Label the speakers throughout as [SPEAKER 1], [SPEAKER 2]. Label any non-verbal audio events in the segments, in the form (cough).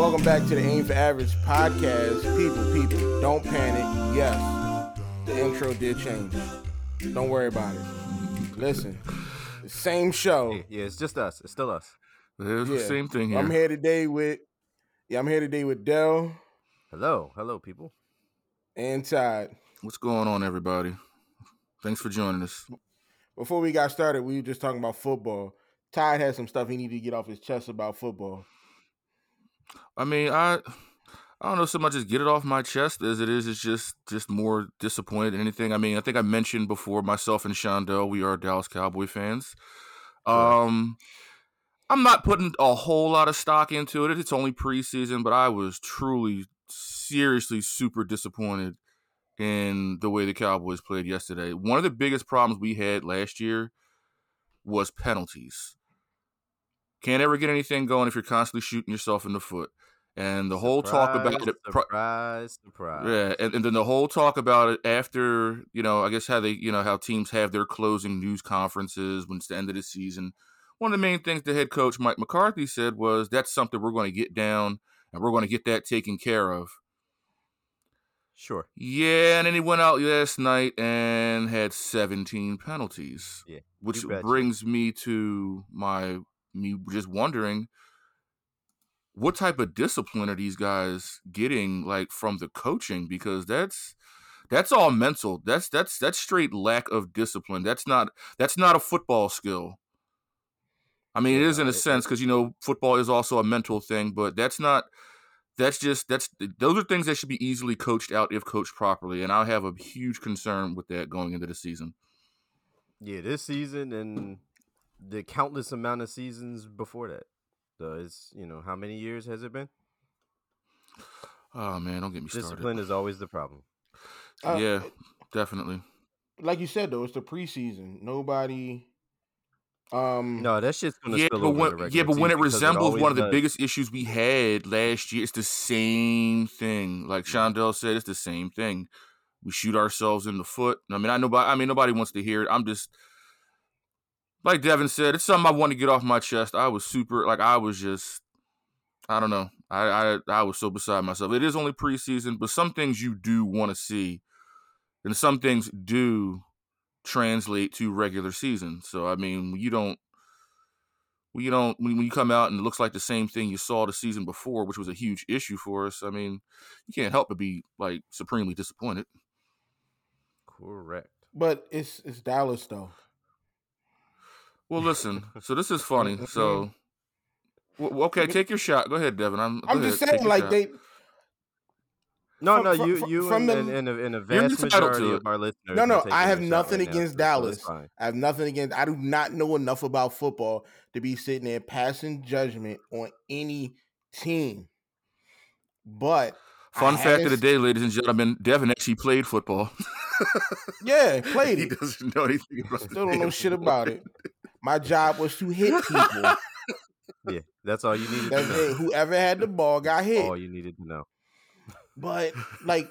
[SPEAKER 1] Welcome back to the Aim for Average podcast. People, people, don't panic. Yes, the intro did change. Don't worry about it. Listen, the same show.
[SPEAKER 2] Yeah, it's just us. It's still us.
[SPEAKER 3] It's the
[SPEAKER 1] Yeah.
[SPEAKER 3] same thing here.
[SPEAKER 1] I'm here today with, yeah, I'm here today with Dell
[SPEAKER 2] Hello, hello, people.
[SPEAKER 1] and Todd.
[SPEAKER 3] What's going on, everybody? Thanks for joining us.
[SPEAKER 1] Before we got started, we were just talking about football. Todd had some stuff he needed to get off his chest about football.
[SPEAKER 3] I mean, I I don't know so much as get it off my chest as it is. It's just just more disappointed than anything. I mean, I think I mentioned before myself and Shondell, we are Dallas Cowboy fans. Um, I'm not putting a whole lot of stock into it. It's only preseason, but I was truly, seriously, super disappointed in the way the Cowboys played yesterday. One of the biggest problems we had last year was penalties. Can't ever get anything going if you're constantly shooting yourself in the foot. And the whole talk about it. pro-
[SPEAKER 2] surprise, surprise.
[SPEAKER 3] yeah, and, and then the whole talk about it after, you know, I guess how they, you know, how teams have their closing news conferences when it's the end of the season. One of the main things the head coach Mike McCarthy said was that's something we're going to get down and we're going to get that taken care of.
[SPEAKER 2] Sure.
[SPEAKER 3] Yeah, and then he went out last night and had 17 penalties.
[SPEAKER 2] Yeah,
[SPEAKER 3] Which
[SPEAKER 2] you betcha.
[SPEAKER 3] brings me to my me just wondering what type of discipline are these guys getting like from the coaching because that's that's all mental. That's that's that's straight lack of discipline. That's not that's not a football skill. I mean, it
[SPEAKER 2] Yeah,
[SPEAKER 3] is in a
[SPEAKER 2] it-
[SPEAKER 3] sense because you know football is also a mental thing, but that's not. That's just that's those are things that should be easily coached out if coached properly, and I have a huge concern with that going into the season.
[SPEAKER 2] Yeah, this season and the countless amount of seasons before that. So it's you know how many years has it been?
[SPEAKER 3] Oh man, don't get me started.
[SPEAKER 2] Discipline is always the problem.
[SPEAKER 1] Uh,
[SPEAKER 3] yeah, definitely.
[SPEAKER 1] Like you said though, it's the preseason. Nobody. Um,
[SPEAKER 2] No, that shit's gonna
[SPEAKER 3] Mm. Yeah,
[SPEAKER 2] spill
[SPEAKER 3] but
[SPEAKER 2] over
[SPEAKER 3] when,
[SPEAKER 2] in the regular
[SPEAKER 3] yeah, but when it
[SPEAKER 2] season because
[SPEAKER 3] resembles
[SPEAKER 2] always
[SPEAKER 3] one of the
[SPEAKER 2] does.
[SPEAKER 3] biggest issues we had last year, it's the same thing. Like Shondell said, it's the same thing. We shoot ourselves in the foot. I mean, I nobody. I mean, nobody wants to hear it. I'm just like Devin said. It's something I want to get off my chest. I was super. Like I was just. I don't know. I I, I was so beside myself. It is only preseason, but some things you do want to see, and some things do translate to regular season. So I mean, you don't when you don't when, when you come out and it looks like the same thing you saw the season before, which was a huge issue for us. I mean, you can't help but be like supremely disappointed.
[SPEAKER 2] Correct.
[SPEAKER 1] but it's it's Dallas though.
[SPEAKER 3] Well, listen. so this is funny.
[SPEAKER 1] (laughs)
[SPEAKER 3] So, well, okay, take your shot. Go ahead, Devin. I'm. go
[SPEAKER 1] I'm just
[SPEAKER 3] ahead, take
[SPEAKER 1] saying,
[SPEAKER 3] your
[SPEAKER 1] like
[SPEAKER 3] shot.
[SPEAKER 1] they
[SPEAKER 2] No,
[SPEAKER 1] From-
[SPEAKER 2] no,
[SPEAKER 1] from-
[SPEAKER 2] you
[SPEAKER 1] from-
[SPEAKER 2] you
[SPEAKER 1] from
[SPEAKER 2] and,
[SPEAKER 1] the-
[SPEAKER 2] and, and, a- and a
[SPEAKER 3] You're
[SPEAKER 2] vast
[SPEAKER 3] entitled
[SPEAKER 2] majority
[SPEAKER 3] to
[SPEAKER 2] of our listeners.
[SPEAKER 1] No,
[SPEAKER 2] are
[SPEAKER 1] no,
[SPEAKER 2] taking
[SPEAKER 1] I
[SPEAKER 2] a
[SPEAKER 1] have
[SPEAKER 2] shot
[SPEAKER 1] nothing
[SPEAKER 2] right now,
[SPEAKER 1] against
[SPEAKER 2] so it's
[SPEAKER 1] Dallas.
[SPEAKER 2] fine.
[SPEAKER 1] I have nothing against. I do not know enough about football to be sitting there passing judgment on any team. But
[SPEAKER 3] Fun
[SPEAKER 1] I
[SPEAKER 3] fact of the
[SPEAKER 1] haven't-
[SPEAKER 3] day, ladies and gentlemen, Devin actually played football.
[SPEAKER 1] (laughs) yeah,
[SPEAKER 3] (laughs)
[SPEAKER 1] played
[SPEAKER 3] he
[SPEAKER 1] it.
[SPEAKER 3] doesn't know anything about. the
[SPEAKER 1] Still don't know
[SPEAKER 3] damn
[SPEAKER 1] shit
[SPEAKER 3] sport.
[SPEAKER 1] about it. My job was to hit people.
[SPEAKER 2] Yeah, that's all you needed to
[SPEAKER 1] That's it.
[SPEAKER 3] (laughs)
[SPEAKER 2] know.
[SPEAKER 1] Whoever had the ball got
[SPEAKER 3] Oh,
[SPEAKER 2] All
[SPEAKER 1] hit.
[SPEAKER 2] you needed to know.
[SPEAKER 1] But like,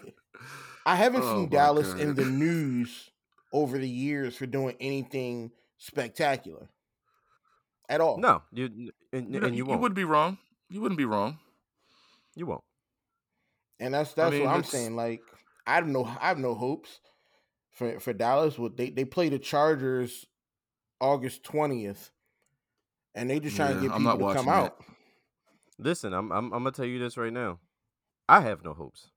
[SPEAKER 1] I haven't
[SPEAKER 3] Oh,
[SPEAKER 1] seen
[SPEAKER 3] my
[SPEAKER 1] Dallas
[SPEAKER 3] God.
[SPEAKER 1] in the news over the years for doing anything spectacular at all.
[SPEAKER 2] No, you n- and,
[SPEAKER 3] Oh. You,
[SPEAKER 2] and you won't.
[SPEAKER 3] would be wrong. You wouldn't be wrong.
[SPEAKER 2] You won't.
[SPEAKER 1] And that's that's
[SPEAKER 3] mean,
[SPEAKER 1] what I'm
[SPEAKER 3] it's-
[SPEAKER 1] saying. Like I don't know, I have no hopes for for Dallas. What they they play the Chargers August twentieth, and they just trying to
[SPEAKER 3] Yeah,
[SPEAKER 1] get
[SPEAKER 3] I'm not
[SPEAKER 1] people to come
[SPEAKER 3] watching that.
[SPEAKER 1] out.
[SPEAKER 2] Listen, I'm I'm I'm gonna tell you this right now. I have no hopes.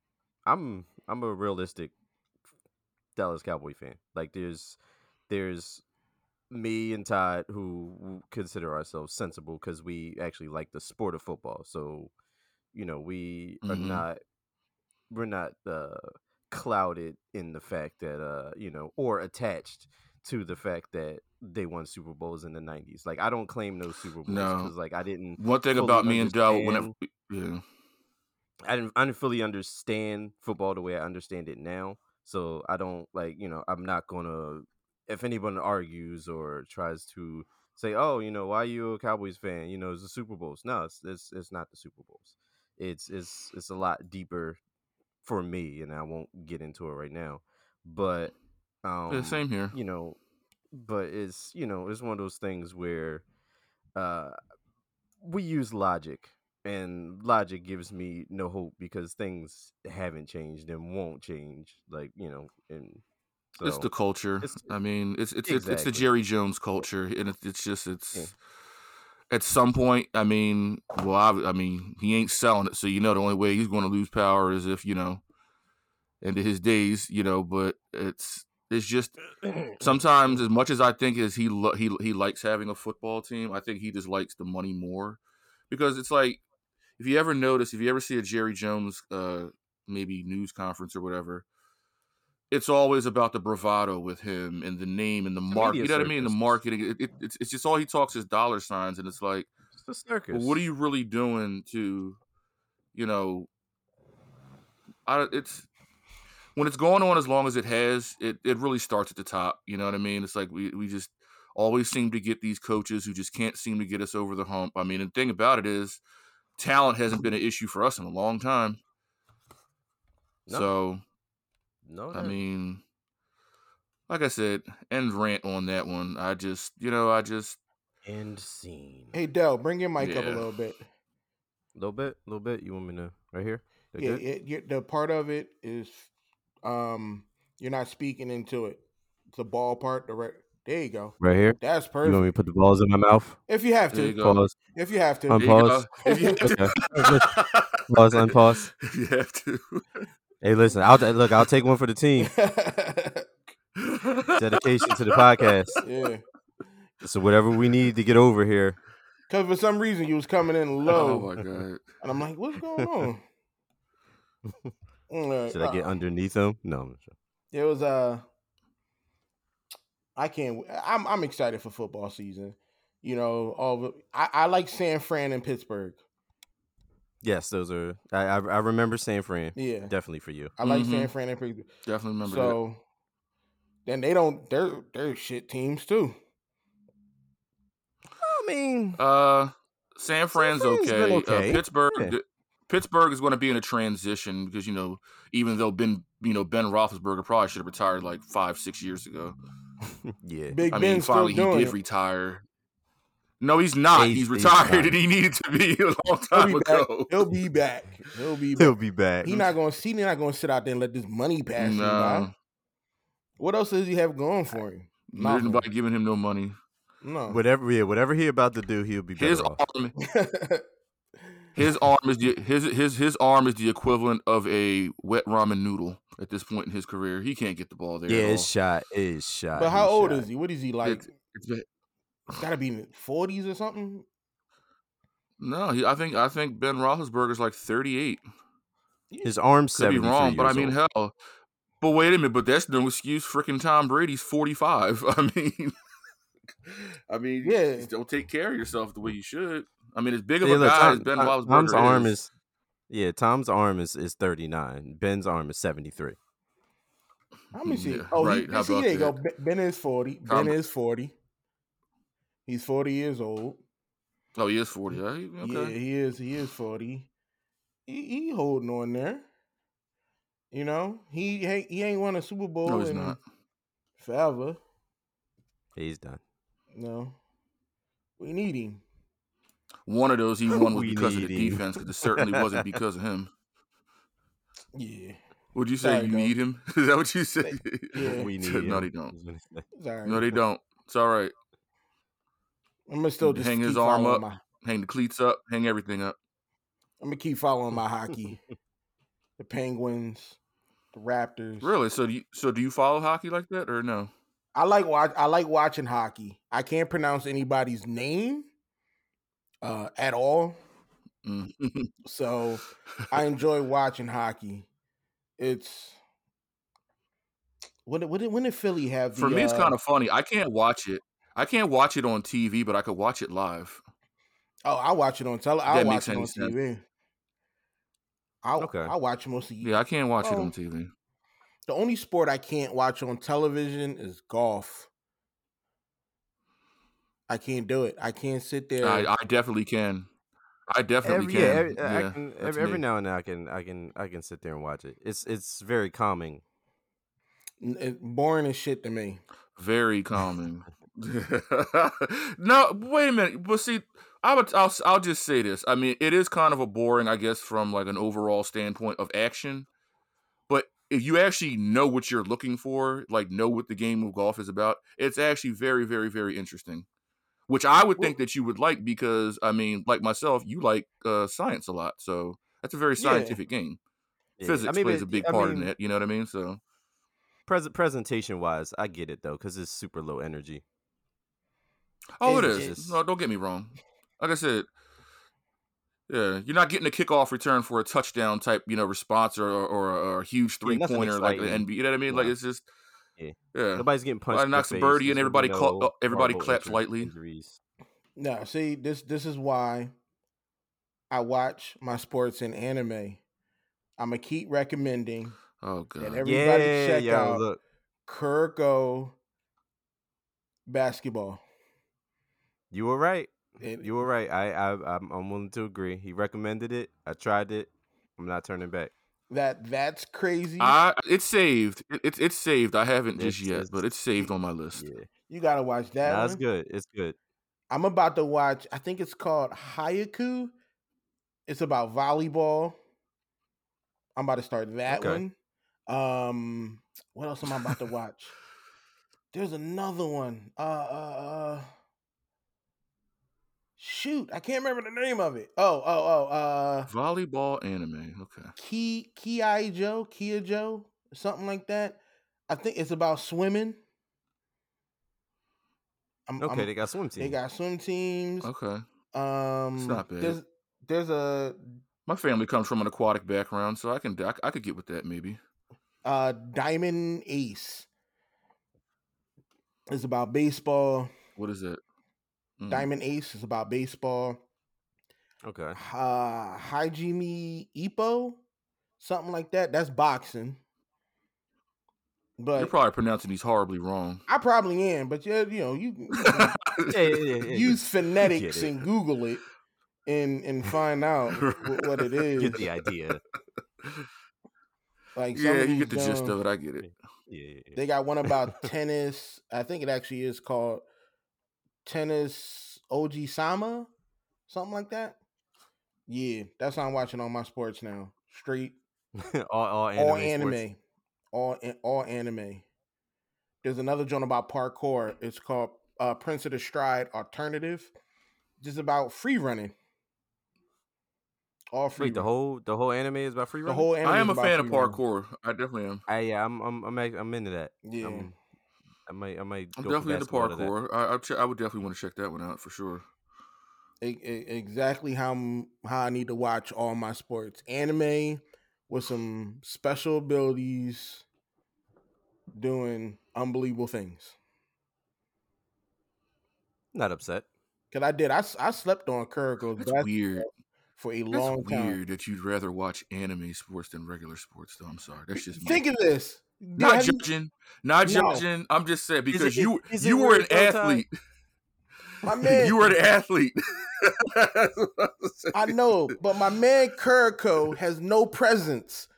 [SPEAKER 2] I'm I'm a realistic Dallas Cowboy fan. Like there's there's me and Todd who w- consider ourselves sensible because we actually like the sport of football. So you know we are
[SPEAKER 3] Mhm.
[SPEAKER 2] not we're not uh, clouded in the fact that uh you know or attached to the fact that they won Super Bowls in the '90s. Like I don't claim those Super Bowls
[SPEAKER 3] No.
[SPEAKER 2] because like I didn't
[SPEAKER 3] One thing
[SPEAKER 2] Fully
[SPEAKER 3] about me and Dell, whenever
[SPEAKER 2] understand.
[SPEAKER 3] yeah.
[SPEAKER 2] I didn't, I didn't fully understand football the way I understand it now. So I don't like, you know, I'm not going to, if anyone argues or tries to say, oh, you know, why are you a Cowboys fan? You know, it's the Super Bowls. No, it's, it's, it's not the Super Bowls. It's, it's, it's a lot deeper for me, and I won't get into it right now. But, um,
[SPEAKER 1] Oh.
[SPEAKER 3] yeah, same here.
[SPEAKER 2] you know but it's you know it's one of those things where uh we use logic and logic gives me no hope because things haven't changed and won't change. Like you know, and so
[SPEAKER 3] it's the culture.
[SPEAKER 2] it's-
[SPEAKER 3] I mean, it's it's it's it's the
[SPEAKER 2] Exactly.
[SPEAKER 3] Jerry Jones culture, and it, it's just it's.
[SPEAKER 2] Yeah.
[SPEAKER 3] At some point, I mean, well, I, I mean, he ain't selling it, so you know the only way he's going to lose power is if you know, end of his days, you know. But it's it's just (clears throat) sometimes as much as I think as he lo- he he likes having a football team, I think he just likes the money more because it's like if you ever notice, if you ever see a Jerry Jones uh maybe news conference or whatever, it's always about the bravado with him and the name and the
[SPEAKER 2] a
[SPEAKER 3] market.
[SPEAKER 2] media
[SPEAKER 3] You know what I mean? The
[SPEAKER 2] circus.
[SPEAKER 3] marketing. It, it, it's it's just all he talks is dollar signs, and it's like,
[SPEAKER 2] it's the circus.
[SPEAKER 3] well, what are you really doing to, you know? I it's when it's going on as long as it has, it it really starts at the top. You know what I mean? It's like we we just always seem to get these coaches who just can't seem to get us over the hump. I mean, and the thing about it is, talent hasn't been an issue for us in a long time.
[SPEAKER 2] No.
[SPEAKER 3] So
[SPEAKER 2] No,
[SPEAKER 3] I
[SPEAKER 2] that-
[SPEAKER 3] mean, like I said, end rant on that one. I just, you know, I just,
[SPEAKER 2] end scene. A
[SPEAKER 1] Hey Dell, bring your mic up a
[SPEAKER 3] Yeah.
[SPEAKER 1] little bit.
[SPEAKER 2] little bit, a little bit. You want me to right here? That
[SPEAKER 1] Yeah,
[SPEAKER 2] good?
[SPEAKER 1] it, you- the part of it is, um, you're not speaking into it. The ball part, the right. There you go.
[SPEAKER 2] right here.
[SPEAKER 1] That's
[SPEAKER 2] You want
[SPEAKER 1] perfect.
[SPEAKER 2] me to put the balls in my mouth?
[SPEAKER 1] If you have
[SPEAKER 3] there you
[SPEAKER 1] to,
[SPEAKER 3] go.
[SPEAKER 2] Pause.
[SPEAKER 1] if you have to, (laughs)
[SPEAKER 2] Um,
[SPEAKER 3] There you go.
[SPEAKER 2] Unpause.
[SPEAKER 3] If you
[SPEAKER 2] Okay. Pause. Unpause.
[SPEAKER 3] (laughs) If you have to.
[SPEAKER 2] Hey, listen. I'll ta- look. I'll take one for the
[SPEAKER 3] (laughs)
[SPEAKER 2] team. Dedication to the podcast.
[SPEAKER 1] yeah.
[SPEAKER 2] So whatever we need to get over here.
[SPEAKER 1] Because for some reason you was coming
[SPEAKER 3] (laughs)
[SPEAKER 1] in
[SPEAKER 3] Oh
[SPEAKER 1] low,
[SPEAKER 3] my god.
[SPEAKER 1] and I'm like, what's going on? Mm, uh,
[SPEAKER 2] Should I get
[SPEAKER 1] uh,
[SPEAKER 2] underneath them? No. I'm not sure.
[SPEAKER 1] It was uh I can't w- I'm I'm excited for football season. You know, all the, I, I like San Fran and Pittsburgh.
[SPEAKER 2] Yes, those are. I I, I remember San Fran.
[SPEAKER 1] Yeah.
[SPEAKER 2] Definitely for you.
[SPEAKER 1] I like
[SPEAKER 3] Mhm.
[SPEAKER 1] San Fran and Pittsburgh.
[SPEAKER 3] Definitely remember
[SPEAKER 1] so then they don't they're they're shit teams too.
[SPEAKER 2] I mean,
[SPEAKER 3] that. Uh, San Fran's
[SPEAKER 2] Fran's been
[SPEAKER 3] okay.
[SPEAKER 2] okay.
[SPEAKER 3] Uh, Pittsburgh.
[SPEAKER 2] Yeah.
[SPEAKER 3] Pittsburgh is going to be in a transition because you know, even though Ben, you know, Ben Roethlisberger probably should have retired like five, six years ago.
[SPEAKER 2] yeah.
[SPEAKER 1] Big
[SPEAKER 3] I mean,
[SPEAKER 1] Ben's still
[SPEAKER 3] finally he
[SPEAKER 1] doing
[SPEAKER 3] did
[SPEAKER 1] it.
[SPEAKER 3] retire. No, he's not.
[SPEAKER 2] He's-
[SPEAKER 3] He's,
[SPEAKER 2] he's
[SPEAKER 3] retired,
[SPEAKER 2] not.
[SPEAKER 3] and he needed to be (laughs) a long
[SPEAKER 1] He'll
[SPEAKER 3] time
[SPEAKER 1] be back.
[SPEAKER 3] ago.
[SPEAKER 1] He'll be back. He'll be back.
[SPEAKER 2] (laughs) (laughs) He'll be back.
[SPEAKER 1] He not gonna see. He not gonna sit out there and let this money pass him
[SPEAKER 3] No,
[SPEAKER 1] by. What else does he have going for him?
[SPEAKER 3] there's
[SPEAKER 1] Nothing.
[SPEAKER 3] nobody giving him no money.
[SPEAKER 1] No.
[SPEAKER 2] (laughs) Whatever. Yeah. Whatever he about to do, he'll be better
[SPEAKER 3] His
[SPEAKER 2] off.
[SPEAKER 3] arm,
[SPEAKER 1] (laughs)
[SPEAKER 3] his arm is the, his his his arm is the equivalent of a wet ramen noodle at this point in his career. He can't get the ball there.
[SPEAKER 2] Yeah,
[SPEAKER 3] at
[SPEAKER 2] it's
[SPEAKER 3] all.
[SPEAKER 2] shot. It's shot.
[SPEAKER 1] but how
[SPEAKER 2] He's
[SPEAKER 1] old
[SPEAKER 2] shot.
[SPEAKER 1] is he? What is he like?
[SPEAKER 3] It's- it's been-
[SPEAKER 1] gotta be in the forties or something.
[SPEAKER 3] no, he, I think I think Ben Roethlisberger's like 38.
[SPEAKER 2] His arm's
[SPEAKER 3] Could be
[SPEAKER 2] 73
[SPEAKER 3] wrong, but I
[SPEAKER 2] years
[SPEAKER 3] mean,
[SPEAKER 2] old.
[SPEAKER 3] hell. But wait a minute, but that's no excuse. Freaking Tom Brady's 45. (laughs) I mean, I mean,
[SPEAKER 1] Yeah.
[SPEAKER 3] just don't take care of yourself the way you should. I mean, as big of
[SPEAKER 2] Yeah,
[SPEAKER 3] a
[SPEAKER 2] look,
[SPEAKER 3] guy
[SPEAKER 2] Tom-
[SPEAKER 3] as Ben
[SPEAKER 2] Tom-
[SPEAKER 3] Roethlisberger
[SPEAKER 2] Tom's arm
[SPEAKER 3] is,
[SPEAKER 2] is yeah, Tom's arm is, is 39. Ben's arm is 73.
[SPEAKER 1] Let me see.
[SPEAKER 3] Yeah,
[SPEAKER 1] oh, he,
[SPEAKER 3] right. How
[SPEAKER 1] see,
[SPEAKER 3] about
[SPEAKER 1] there you go.
[SPEAKER 3] that?
[SPEAKER 1] Ben- Ben is forty.
[SPEAKER 3] Tom-
[SPEAKER 1] ben is forty. He's forty years old.
[SPEAKER 3] oh, he is 40. huh? He- Okay.
[SPEAKER 1] Yeah, he is. He is forty. He, he holding on there. You know, he he, he ain't won a Super Bowl
[SPEAKER 3] No, he's
[SPEAKER 1] in
[SPEAKER 3] not.
[SPEAKER 1] forever.
[SPEAKER 2] He's done.
[SPEAKER 1] No, we need him.
[SPEAKER 3] One
[SPEAKER 2] (laughs)
[SPEAKER 3] of those he won was
[SPEAKER 2] We
[SPEAKER 3] because of the
[SPEAKER 2] need him.
[SPEAKER 3] defense, because it certainly wasn't because of him.
[SPEAKER 1] Yeah,
[SPEAKER 3] Would you say
[SPEAKER 1] Sorry,
[SPEAKER 3] you
[SPEAKER 1] dog.
[SPEAKER 3] need him? (laughs) Is that what you said?
[SPEAKER 1] Yeah.
[SPEAKER 3] (laughs)
[SPEAKER 2] We need
[SPEAKER 3] no,
[SPEAKER 2] him.
[SPEAKER 3] they don't.
[SPEAKER 1] sorry.
[SPEAKER 3] No, they don't. It's all right.
[SPEAKER 1] I'm gonna still just
[SPEAKER 3] Hang his
[SPEAKER 1] keep
[SPEAKER 3] arm
[SPEAKER 1] following
[SPEAKER 3] up.
[SPEAKER 1] My,
[SPEAKER 3] Hang the cleats up. Hang everything up.
[SPEAKER 1] I'm gonna keep following my hockey. the Penguins, the Raptors.
[SPEAKER 3] Really? So do you, so do you follow hockey like that or no?
[SPEAKER 1] I like watch. I like watching hockey. I can't pronounce anybody's name uh, at all,
[SPEAKER 3] Mm.
[SPEAKER 1] so
[SPEAKER 3] (laughs)
[SPEAKER 1] I enjoy watching hockey. It's when did, when did, when did Philly have? The,
[SPEAKER 3] For me, it's
[SPEAKER 1] uh,
[SPEAKER 3] kind of funny. I can't watch it. I can't watch it on TV, but I could watch it live.
[SPEAKER 1] Oh, I watch it on tele. I
[SPEAKER 3] that
[SPEAKER 1] watch
[SPEAKER 3] makes
[SPEAKER 1] it
[SPEAKER 3] any
[SPEAKER 1] on
[SPEAKER 3] sense.
[SPEAKER 1] TV. I
[SPEAKER 2] Okay.
[SPEAKER 1] I watch most of
[SPEAKER 3] Yeah, I can't watch it
[SPEAKER 1] Well,
[SPEAKER 3] on TV.
[SPEAKER 1] The only sport I can't watch on television is golf. I can't do it. I can't sit there.
[SPEAKER 3] I, I definitely can. I
[SPEAKER 2] Every,
[SPEAKER 3] definitely
[SPEAKER 2] yeah,
[SPEAKER 3] can.
[SPEAKER 2] every,
[SPEAKER 3] yeah,
[SPEAKER 2] I can,
[SPEAKER 3] that's
[SPEAKER 2] every, every
[SPEAKER 3] me.
[SPEAKER 2] now and then I can I can I can sit there and watch it. It's it's very calming.
[SPEAKER 1] N- it- boring as shit to me.
[SPEAKER 2] (laughs)
[SPEAKER 3] very calming. (laughs) no, wait a minute. But see, I would, I'll, I'll just say this. I mean, it is kind of a boring, I guess, from like an overall standpoint of action. But if you actually know what you're looking for, like know what the game of golf is about, it's actually very, very, very interesting. Which I would think that you would like because, I mean, like myself, you like uh, science a lot. So that's a very
[SPEAKER 1] Yeah.
[SPEAKER 3] scientific game.
[SPEAKER 2] Yeah.
[SPEAKER 3] Physics
[SPEAKER 2] I mean,
[SPEAKER 3] plays a
[SPEAKER 2] but-
[SPEAKER 3] big
[SPEAKER 2] I
[SPEAKER 3] part
[SPEAKER 2] mean,
[SPEAKER 3] in it. You know what I mean? So
[SPEAKER 2] Pres- presentation wise, I get it though, because it's super low energy.
[SPEAKER 3] Oh, it
[SPEAKER 2] It's
[SPEAKER 3] is.
[SPEAKER 2] just-
[SPEAKER 3] No, don't get me wrong. Like I said, yeah, you're not getting a kickoff return for a touchdown type, you know, response or or, or a huge
[SPEAKER 2] Yeah,
[SPEAKER 3] three
[SPEAKER 2] nothing
[SPEAKER 3] pointer like the
[SPEAKER 2] exciting.
[SPEAKER 3] NBA. You know what I mean? Like
[SPEAKER 2] Yeah.
[SPEAKER 3] it's just
[SPEAKER 2] Yeah.
[SPEAKER 3] yeah.
[SPEAKER 2] Nobody's getting punched.
[SPEAKER 3] I
[SPEAKER 2] in the
[SPEAKER 3] knocked some
[SPEAKER 2] face.
[SPEAKER 3] birdie and
[SPEAKER 2] There's
[SPEAKER 3] everybody
[SPEAKER 2] no
[SPEAKER 3] cla- uh, everybody
[SPEAKER 2] horrible
[SPEAKER 3] claps
[SPEAKER 2] injury-
[SPEAKER 3] lightly.
[SPEAKER 2] Injuries.
[SPEAKER 1] No, see this this is why I watch my sports and anime. I'ma keep recommending
[SPEAKER 3] Oh god.
[SPEAKER 1] and everybody
[SPEAKER 2] yeah,
[SPEAKER 1] check
[SPEAKER 2] yo,
[SPEAKER 1] out
[SPEAKER 2] look,
[SPEAKER 1] Kurko basketball.
[SPEAKER 2] you were right.
[SPEAKER 1] It-
[SPEAKER 2] You were right. I, I I'm, I'm willing to agree. He recommended it. I tried it. I'm not turning back.
[SPEAKER 1] that that's crazy.
[SPEAKER 3] I it's saved. It- It's it's saved. I haven't just
[SPEAKER 2] It's-
[SPEAKER 3] yet,
[SPEAKER 2] it's-
[SPEAKER 3] but it's saved on my list.
[SPEAKER 2] Yeah,
[SPEAKER 1] you gotta watch that.
[SPEAKER 2] nah, it's
[SPEAKER 1] one.
[SPEAKER 2] good. It's good.
[SPEAKER 1] I'm about to watch. I think it's called Hayaku. It's about volleyball. I'm about to start that
[SPEAKER 2] Okay.
[SPEAKER 1] one. Um, what else am I about
[SPEAKER 2] (laughs)
[SPEAKER 1] to watch? There's another one. Uh, uh, uh, shoot, I can't remember the name of it. Oh, oh, oh. Uh,
[SPEAKER 3] Volleyball anime. Okay.
[SPEAKER 1] Ki Ki Joe, Kia Joe, something like that. I think it's about swimming. I'm,
[SPEAKER 2] Okay,
[SPEAKER 1] I'm-
[SPEAKER 2] they got swim team.
[SPEAKER 1] they got swim teams.
[SPEAKER 3] Okay.
[SPEAKER 1] Um,
[SPEAKER 3] not bad.
[SPEAKER 1] There's, there's a
[SPEAKER 3] My family comes from an aquatic background, so I can I, I could get with that maybe.
[SPEAKER 1] uh, Diamond Ace. It's about baseball.
[SPEAKER 3] What is that? Mm.
[SPEAKER 1] Diamond Ace is about baseball. (laughs)
[SPEAKER 2] okay.
[SPEAKER 1] Uh, Hajime Ippo, something like that. That's boxing.
[SPEAKER 3] You're
[SPEAKER 1] But
[SPEAKER 3] probably pronouncing these horribly wrong.
[SPEAKER 1] I probably am. But yeah, you know, you
[SPEAKER 3] (laughs)
[SPEAKER 2] Yeah, yeah, yeah, yeah.
[SPEAKER 1] use phonetics
[SPEAKER 2] it.
[SPEAKER 1] and Google it and and find
[SPEAKER 3] (laughs)
[SPEAKER 1] out wh- what it is.
[SPEAKER 2] get the idea.
[SPEAKER 1] Like some
[SPEAKER 3] yeah,
[SPEAKER 1] of
[SPEAKER 3] you
[SPEAKER 1] these
[SPEAKER 3] get the gist
[SPEAKER 2] um,
[SPEAKER 1] dumb-
[SPEAKER 3] of it. I get it.
[SPEAKER 2] Yeah, yeah, yeah.
[SPEAKER 1] They got one about tennis. I think it actually is called Tennis OG Sama, something like that. Yeah, that's what I'm watching on my sports now. Straight
[SPEAKER 2] (laughs) all, all anime.
[SPEAKER 1] all
[SPEAKER 2] sports.
[SPEAKER 1] anime, all an- all anime. There's another joint about parkour. It's called uh, Prince of the Stride Alternative. Just about free running. All free.
[SPEAKER 2] Wait, the
[SPEAKER 1] run-
[SPEAKER 2] whole the whole anime is about free
[SPEAKER 1] the
[SPEAKER 2] running.
[SPEAKER 1] whole.
[SPEAKER 3] I
[SPEAKER 1] anime's
[SPEAKER 3] am a
[SPEAKER 1] about
[SPEAKER 3] fan of
[SPEAKER 1] free running.
[SPEAKER 3] parkour. I definitely am.
[SPEAKER 2] I, yeah, I'm I'm I'm, act- I'm into that.
[SPEAKER 1] Yeah.
[SPEAKER 2] I'm- Um, I might I might.
[SPEAKER 3] I'm
[SPEAKER 2] go for
[SPEAKER 3] definitely into
[SPEAKER 2] basketball to that.
[SPEAKER 3] parkour. I, I, ch- I would definitely want to check that one out for sure.
[SPEAKER 1] e- e- exactly how m- how I need to watch all my sports anime with some special abilities doing unbelievable things.
[SPEAKER 2] Not upset.
[SPEAKER 1] Cause I did. I, s- I slept on Kuriko's
[SPEAKER 3] That's
[SPEAKER 1] basketball
[SPEAKER 3] weird.
[SPEAKER 1] for a
[SPEAKER 3] That's
[SPEAKER 1] long time.
[SPEAKER 3] weird that you'd rather watch anime sports than regular sports. Though I'm sorry, that's just me.
[SPEAKER 1] Think of this.
[SPEAKER 3] Not
[SPEAKER 1] Have you-
[SPEAKER 3] judging, not
[SPEAKER 1] No.
[SPEAKER 3] judging. I'm just saying because
[SPEAKER 2] it-
[SPEAKER 3] you
[SPEAKER 2] is it
[SPEAKER 3] you were an
[SPEAKER 2] weird though, Ty?
[SPEAKER 3] athlete. (laughs)
[SPEAKER 1] my man,
[SPEAKER 3] You were an athlete.
[SPEAKER 1] I know, but my man Kuriko has no presence.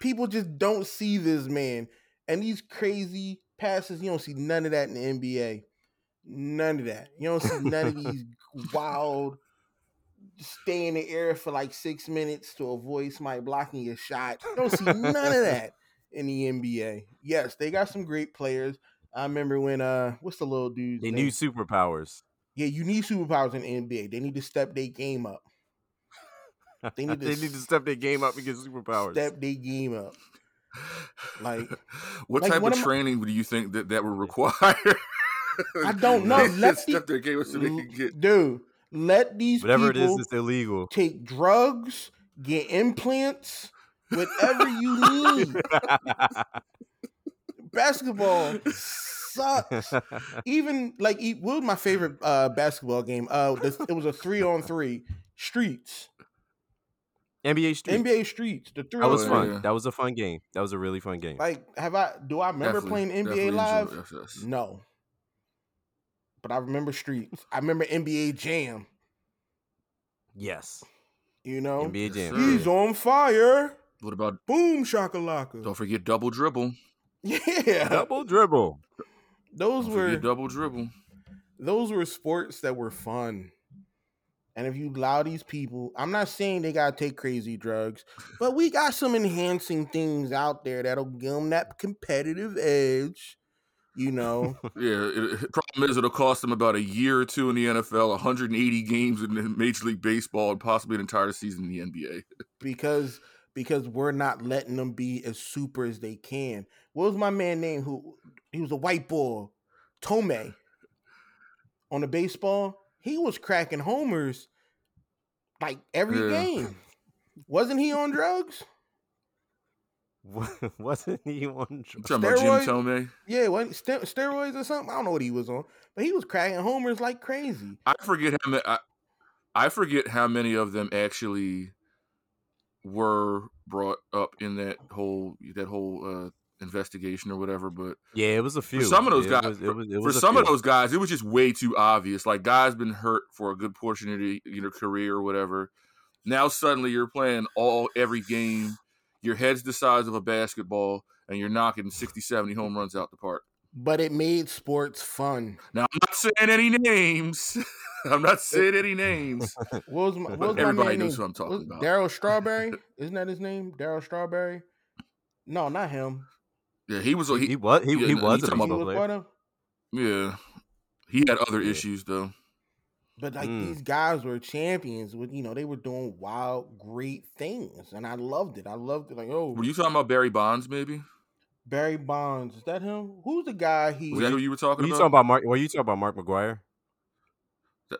[SPEAKER 1] People just don't see this man. And these crazy passes, you don't see none of that in the NBA. None of that. You don't see
[SPEAKER 2] (laughs)
[SPEAKER 1] none of these wild stay in the air for like six minutes to avoid somebody blocking your shot. You don't see none of
[SPEAKER 2] (laughs)
[SPEAKER 1] that in the NBA. Yes, they got some great players. I remember when uh what's the little dude?
[SPEAKER 2] They knew superpowers. (laughs)
[SPEAKER 1] Yeah, you need superpowers in the NBA. They need to step their game up. They need to s-
[SPEAKER 2] step their game up and get superpowers.
[SPEAKER 1] Step their game up. Like,
[SPEAKER 3] (laughs) what
[SPEAKER 1] like,
[SPEAKER 3] type
[SPEAKER 1] one
[SPEAKER 3] of
[SPEAKER 1] of my-
[SPEAKER 3] training do you think that that would require?
[SPEAKER 1] I don't
[SPEAKER 3] (laughs)
[SPEAKER 1] know.
[SPEAKER 3] They just
[SPEAKER 1] Lefty-
[SPEAKER 3] stepped their game up (laughs) so they
[SPEAKER 1] L-
[SPEAKER 3] could get
[SPEAKER 1] dude, let these
[SPEAKER 2] Whatever it is,
[SPEAKER 1] people
[SPEAKER 2] it's illegal. (laughs)
[SPEAKER 1] take drugs, get implants, whatever you
[SPEAKER 2] (laughs)
[SPEAKER 1] need. Basketball
[SPEAKER 2] (laughs)
[SPEAKER 1] sucks. Even like e- what was my favorite uh, basketball game? Uh, this, it was a three on three streets,
[SPEAKER 2] NBA Street.
[SPEAKER 1] NBA streets. The three
[SPEAKER 2] That
[SPEAKER 1] on
[SPEAKER 2] was
[SPEAKER 1] three.
[SPEAKER 2] fun.
[SPEAKER 3] Yeah.
[SPEAKER 2] That was a fun game. That was a really fun game.
[SPEAKER 1] Like, have I? Do I remember
[SPEAKER 3] Definitely-
[SPEAKER 1] playing
[SPEAKER 3] definitely
[SPEAKER 1] NBA
[SPEAKER 3] enjoy
[SPEAKER 1] Live?
[SPEAKER 3] it. That's- that's-
[SPEAKER 1] No. But I remember Streets. I remember NBA Jam,
[SPEAKER 2] yes.
[SPEAKER 1] you know?
[SPEAKER 2] NBA Jam.
[SPEAKER 3] sir.
[SPEAKER 1] He's on fire.
[SPEAKER 3] What about
[SPEAKER 1] Boom shakalaka.
[SPEAKER 3] Don't forget double dribble.
[SPEAKER 1] (laughs) Yeah.
[SPEAKER 2] (laughs) Double dribble. (laughs)
[SPEAKER 1] Those
[SPEAKER 3] Don't
[SPEAKER 1] were
[SPEAKER 3] (laughs) forget double dribble.
[SPEAKER 1] those were sports that were fun. And if you allow these people, I'm not saying they gotta take crazy drugs, but we got some enhancing things out there that'll give them that competitive edge. You know,
[SPEAKER 3] Yeah, it, it- problem is it'll cost them about a year or two in the NFL, 180 games in the Major League Baseball, and possibly an entire season in the NBA.
[SPEAKER 1] because because we're not letting them be as super as they can. What was my man name? Who he was a white boy, Tome. On the baseball, he was cracking homers like every
[SPEAKER 3] Yeah.
[SPEAKER 1] game. Wasn't he on drugs?
[SPEAKER 2] Wasn't he on?
[SPEAKER 3] I'm
[SPEAKER 2] drugs?
[SPEAKER 3] talking about Jim
[SPEAKER 1] Steroid-
[SPEAKER 3] Tomei.
[SPEAKER 1] Yeah, what ster- steroids or something? I don't know what he was on, but he was cracking homers like crazy.
[SPEAKER 3] I forget how many. I, I forget how many of them actually were brought up in that whole that whole uh, investigation or whatever. But
[SPEAKER 2] Yeah, it was a few.
[SPEAKER 3] some of those
[SPEAKER 2] Yeah, it
[SPEAKER 3] guys-
[SPEAKER 2] was- it was- it
[SPEAKER 3] for
[SPEAKER 2] was a
[SPEAKER 3] some of
[SPEAKER 2] few.
[SPEAKER 3] those guys, it was just way too obvious. Like guys been hurt for a good portion of the, your career or whatever. Now suddenly you're playing all every game. Your head's the size of a basketball, and you're knocking 60, 70 home runs out the park.
[SPEAKER 1] But it made sports fun.
[SPEAKER 3] Now I'm not saying any names. (laughs) I'm not saying any
[SPEAKER 2] (laughs)
[SPEAKER 3] names.
[SPEAKER 1] What was my, what
[SPEAKER 2] But
[SPEAKER 1] was my
[SPEAKER 3] everybody
[SPEAKER 1] man
[SPEAKER 3] knows
[SPEAKER 1] name?
[SPEAKER 3] who I'm talking
[SPEAKER 1] Was-
[SPEAKER 3] about. (laughs)
[SPEAKER 1] Daryl Strawberry, isn't that his name? Daryl Strawberry. No, not him.
[SPEAKER 3] Yeah, he was.
[SPEAKER 2] He,
[SPEAKER 3] He,
[SPEAKER 2] was. He,
[SPEAKER 3] yeah,
[SPEAKER 2] he
[SPEAKER 3] no,
[SPEAKER 2] was
[SPEAKER 3] he
[SPEAKER 2] a
[SPEAKER 1] He
[SPEAKER 2] baseball
[SPEAKER 3] talking about-
[SPEAKER 1] was
[SPEAKER 2] player.
[SPEAKER 1] part of.
[SPEAKER 3] yeah, he had other
[SPEAKER 2] Yeah.
[SPEAKER 3] issues though.
[SPEAKER 1] But like
[SPEAKER 2] Mm.
[SPEAKER 1] these guys were champions. With you know they were doing wild, great things, and I loved it. I loved it. Like oh,
[SPEAKER 3] Were you talking about Barry Bonds? Maybe
[SPEAKER 1] Barry Bonds is that him? Who's the guy? He
[SPEAKER 3] was that who you were talking
[SPEAKER 2] Were you
[SPEAKER 3] about?
[SPEAKER 2] talking about Mark? Were you talking about Mark McGuire?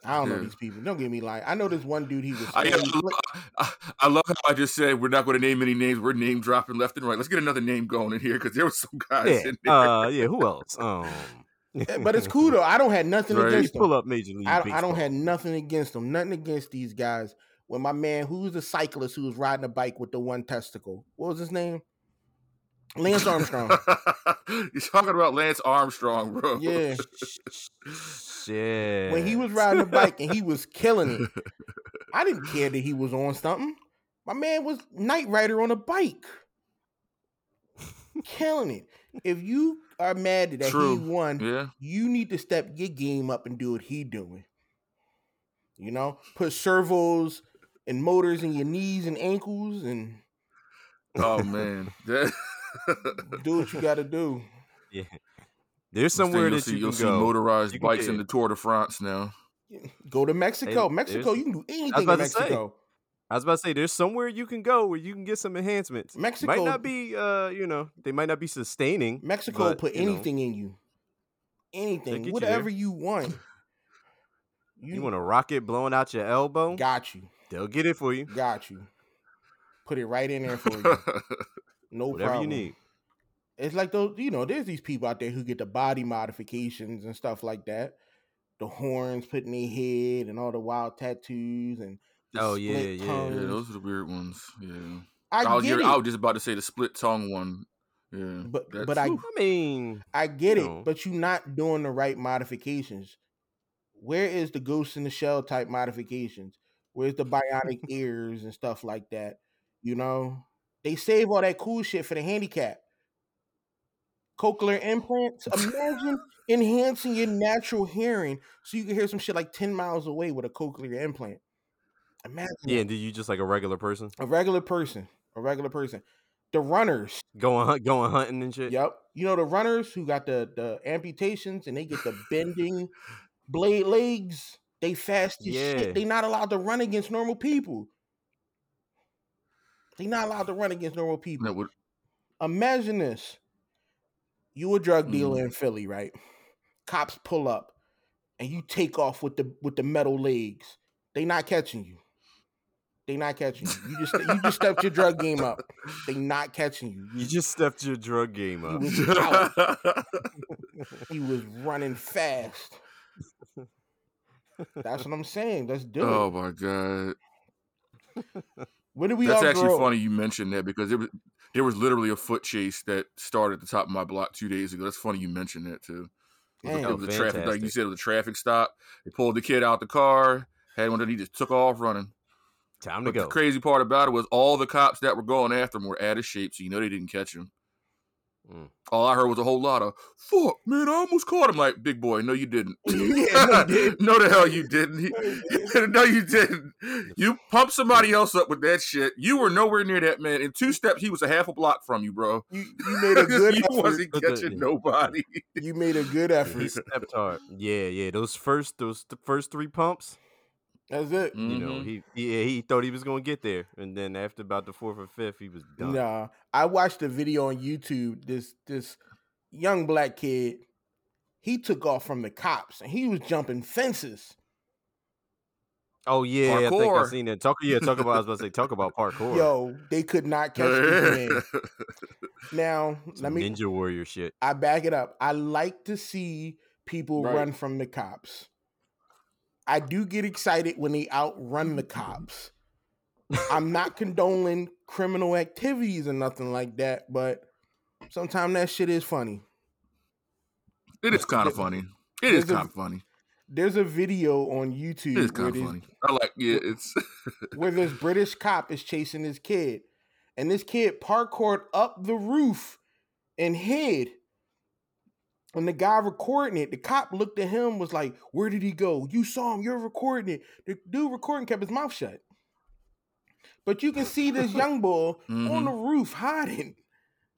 [SPEAKER 1] I don't know
[SPEAKER 3] Yeah.
[SPEAKER 1] these people. Don't get me lying. I know this one dude. He was.
[SPEAKER 3] (laughs) I,
[SPEAKER 1] Stan
[SPEAKER 3] I,
[SPEAKER 1] Flick-
[SPEAKER 3] I, I love how I just said we're not going to name any names. We're name dropping left and right. Let's get another name going in here because there was some guys
[SPEAKER 2] Yeah.
[SPEAKER 3] in (laughs) there.
[SPEAKER 2] Uh, yeah. Who else? Um,
[SPEAKER 1] but
[SPEAKER 2] (laughs)
[SPEAKER 1] it's
[SPEAKER 3] (laughs)
[SPEAKER 1] cool though. I don't had nothing
[SPEAKER 3] Right.
[SPEAKER 1] against him.
[SPEAKER 2] Pull up Major League
[SPEAKER 1] I,
[SPEAKER 2] Baseball.
[SPEAKER 1] I don't have nothing against them, nothing against these guys. When my man, who's a cyclist who was riding a bike with the one testicle, what was his name? Lance Armstrong.
[SPEAKER 3] (laughs) You're talking about Lance Armstrong, bro.
[SPEAKER 1] yeah,
[SPEAKER 2] Shit.
[SPEAKER 1] when he was riding a bike
[SPEAKER 2] (laughs)
[SPEAKER 1] and he was killing it, I didn't care that he was on something. My man was night rider on a bike, killing it. If you are mad that
[SPEAKER 3] True.
[SPEAKER 1] he won,
[SPEAKER 3] Yeah.
[SPEAKER 2] (laughs)
[SPEAKER 1] you need to step your game up and do what he doing. You know, put servos and motors in your knees and ankles and
[SPEAKER 3] Oh man. That- (laughs)
[SPEAKER 1] do what you got to do.
[SPEAKER 2] yeah. There's somewhere
[SPEAKER 3] you'll
[SPEAKER 2] that
[SPEAKER 3] see,
[SPEAKER 2] you
[SPEAKER 3] you'll
[SPEAKER 2] can
[SPEAKER 3] see
[SPEAKER 2] go.
[SPEAKER 3] motorized
[SPEAKER 2] You can
[SPEAKER 3] bikes
[SPEAKER 2] get-
[SPEAKER 3] in the Tour de France now.
[SPEAKER 1] Go to Mexico.
[SPEAKER 2] Hey,
[SPEAKER 1] Mexico,
[SPEAKER 2] there's-
[SPEAKER 1] you can do anything
[SPEAKER 2] about
[SPEAKER 1] in
[SPEAKER 2] to say.
[SPEAKER 1] Mexico.
[SPEAKER 2] I was about to say, there's somewhere you can go where you can get some enhancements.
[SPEAKER 1] Mexico-
[SPEAKER 2] might not be, uh, you know, they might not be sustaining.
[SPEAKER 1] Mexico will
[SPEAKER 2] but,
[SPEAKER 1] put
[SPEAKER 2] you know,
[SPEAKER 1] anything in you, anything,
[SPEAKER 2] get you
[SPEAKER 1] whatever
[SPEAKER 2] there.
[SPEAKER 1] you, want.
[SPEAKER 2] (laughs) you, want a rocket blowing out your elbow?
[SPEAKER 1] got you,
[SPEAKER 2] They'll get it for you.
[SPEAKER 1] got you. Put it right in there for
[SPEAKER 2] Oh,
[SPEAKER 1] you.
[SPEAKER 2] (laughs)
[SPEAKER 1] No
[SPEAKER 2] Whatever
[SPEAKER 1] problem.
[SPEAKER 2] you need.
[SPEAKER 1] It's like those, you know, there's these people out there who get the body modifications and stuff like that. The horns put in their head and all the wild tattoos and the
[SPEAKER 2] Oh, yeah,
[SPEAKER 1] split
[SPEAKER 2] yeah.
[SPEAKER 3] (laughs) yeah,
[SPEAKER 1] tongues.
[SPEAKER 3] those are the weird ones. Yeah.
[SPEAKER 1] I
[SPEAKER 3] I was,
[SPEAKER 1] get
[SPEAKER 3] you're-
[SPEAKER 1] it,
[SPEAKER 3] I was just about to say the split tongue one. Yeah.
[SPEAKER 1] But-
[SPEAKER 3] that's-
[SPEAKER 1] but I-
[SPEAKER 3] Whew.
[SPEAKER 2] I mean,
[SPEAKER 1] I get
[SPEAKER 2] you
[SPEAKER 1] it,
[SPEAKER 2] know.
[SPEAKER 1] but you're not doing the right modifications. Where is the Ghost in the Shell type modifications? Where's the bionic ears and stuff like that? You know, they save all that cool shit for the handicap. Cochlear implants. Imagine enhancing your natural hearing so you can hear some shit like 10 miles away with a cochlear implant. Imagine
[SPEAKER 2] yeah,
[SPEAKER 1] that.
[SPEAKER 2] and do you just like a regular person
[SPEAKER 1] a regular person, a regular person. The runners,
[SPEAKER 2] going (laughs) hunt, going hunting and shit?
[SPEAKER 1] Yep. You know the runners who got the the amputations and they get the bending blade legs. They fast as
[SPEAKER 2] Yeah.
[SPEAKER 1] shit. They not allowed to run against normal people. They not allowed to run against normal people.
[SPEAKER 3] That would-
[SPEAKER 1] Imagine this. You a drug dealer
[SPEAKER 3] Mm.
[SPEAKER 1] in Philly, right? Cops pull up and you take off with the with the metal legs. They not catching you. They not catching you. You just you just stepped your drug game up. They not catching you.
[SPEAKER 2] You just stepped your drug game
[SPEAKER 1] You was
[SPEAKER 2] up.
[SPEAKER 3] (laughs)
[SPEAKER 1] out. he was running fast. (laughs) That's what I'm saying. Let's do
[SPEAKER 3] oh
[SPEAKER 1] it.
[SPEAKER 3] my god.
[SPEAKER 1] When did we
[SPEAKER 3] That's
[SPEAKER 1] all
[SPEAKER 3] actually
[SPEAKER 1] grow?
[SPEAKER 3] funny you mentioned that because it was there was literally a foot chase that started at the top of my block two days ago. That's funny you mentioned that too. It was, a,
[SPEAKER 1] Damn.
[SPEAKER 3] it was a traffic, like you
[SPEAKER 2] Fantastic.
[SPEAKER 3] said, it was a traffic stop. They pulled the kid out the car, had one, and he just took off running.
[SPEAKER 2] Time to
[SPEAKER 3] But the
[SPEAKER 2] go.
[SPEAKER 3] crazy part about it was all the cops that were going after him were out of shape, so you know they didn't catch him.
[SPEAKER 2] Mm.
[SPEAKER 3] All I heard was a whole lot of "fuck, man." I almost caught him. Like, big boy, no, you didn't.
[SPEAKER 1] (laughs) Yeah, no, you didn't.
[SPEAKER 3] (laughs) No, the hell you didn't. He- (laughs) no, you didn't. You pumped somebody else up with that shit. You were nowhere near that man. In two steps, he was a half a block from you,
[SPEAKER 1] (laughs)
[SPEAKER 3] bro.
[SPEAKER 1] You, you made a good
[SPEAKER 3] (laughs) you
[SPEAKER 1] effort.
[SPEAKER 3] wasn't catching nobody.
[SPEAKER 1] You made a good (laughs)
[SPEAKER 2] He
[SPEAKER 3] (laughs)
[SPEAKER 1] effort.
[SPEAKER 2] stepped hard. Yeah, yeah. Those first, those th- first three pumps.
[SPEAKER 1] That's it.
[SPEAKER 3] Mm,
[SPEAKER 2] You know, he yeah, he thought he was gonna get there, and then after about the fourth or fifth, he was done.
[SPEAKER 1] Nah, I watched a video on YouTube. This this young black kid, he took off from the cops and he was jumping fences.
[SPEAKER 2] Oh yeah, I think I
[SPEAKER 3] Parkour.
[SPEAKER 2] seen that. Talk yeah, talk about. I was about to say talk about parkour.
[SPEAKER 1] Yo, they could not (laughs) catch this
[SPEAKER 3] (laughs)
[SPEAKER 1] man. Now
[SPEAKER 2] Some
[SPEAKER 1] let me.
[SPEAKER 2] Ninja warrior shit.
[SPEAKER 1] I back it up. I like to see people
[SPEAKER 3] Right.
[SPEAKER 1] run from the cops. I do get excited when they outrun the cops. I'm not condoning criminal activities or nothing like that, but sometimes that shit is funny.
[SPEAKER 3] it is kind of funny. It is
[SPEAKER 1] There's a-
[SPEAKER 3] kind of funny.
[SPEAKER 1] There's a video on YouTube
[SPEAKER 3] It is
[SPEAKER 1] where
[SPEAKER 3] kind of
[SPEAKER 1] this,
[SPEAKER 3] funny. I like. Yeah, it's.
[SPEAKER 1] where this British cop is chasing this kid, and this kid parkoured up the roof and hid. And the guy recording it, the cop looked at him, was like, "Where did he go? You saw him. You're recording it." The dude recording kept his mouth shut, but you can see this
[SPEAKER 3] (laughs)
[SPEAKER 1] young boy on the
[SPEAKER 3] Mhm.
[SPEAKER 1] roof hiding,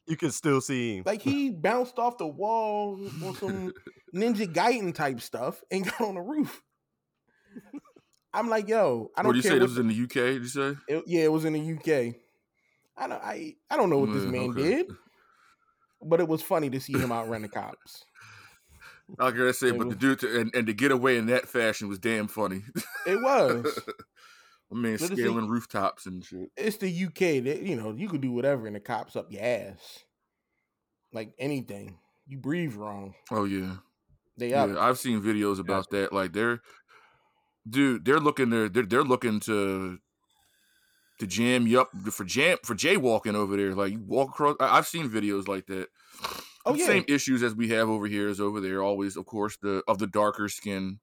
[SPEAKER 2] You can still see him.
[SPEAKER 1] like
[SPEAKER 3] (laughs)
[SPEAKER 1] he bounced off the wall on some Ninja Gaiden type stuff and (laughs) got on the roof. I'm like, yo, I don't
[SPEAKER 3] What do you
[SPEAKER 1] care
[SPEAKER 3] say?
[SPEAKER 1] what
[SPEAKER 3] This was in the UK. Did you say?
[SPEAKER 1] It- yeah, it was in the UK. I don't, I, I don't know what this
[SPEAKER 3] Yeah,
[SPEAKER 1] man
[SPEAKER 3] okay.
[SPEAKER 1] did, but it was funny to see him outrun the cops.
[SPEAKER 3] I was gonna say,
[SPEAKER 1] It
[SPEAKER 3] but
[SPEAKER 1] was-
[SPEAKER 3] the dude to, and, and to get away in that fashion was damn funny. (laughs)
[SPEAKER 1] It was.
[SPEAKER 3] I mean,
[SPEAKER 1] Let us see.
[SPEAKER 3] scaling rooftops and shit.
[SPEAKER 1] It's the UK that you know you could do whatever and the cops up your ass, like anything. You breathe wrong,
[SPEAKER 3] Oh yeah,
[SPEAKER 1] they
[SPEAKER 3] yeah.
[SPEAKER 1] up.
[SPEAKER 3] I've seen videos about that. Like they're, dude, they're looking to they're, they're looking to to jam you up for jam for jaywalking over there. Like you walk across. I, I've seen videos like that.
[SPEAKER 1] Oh,
[SPEAKER 3] The
[SPEAKER 1] yeah.
[SPEAKER 3] Same issues as we have over here is over there. Always, of course, the of the darker skin,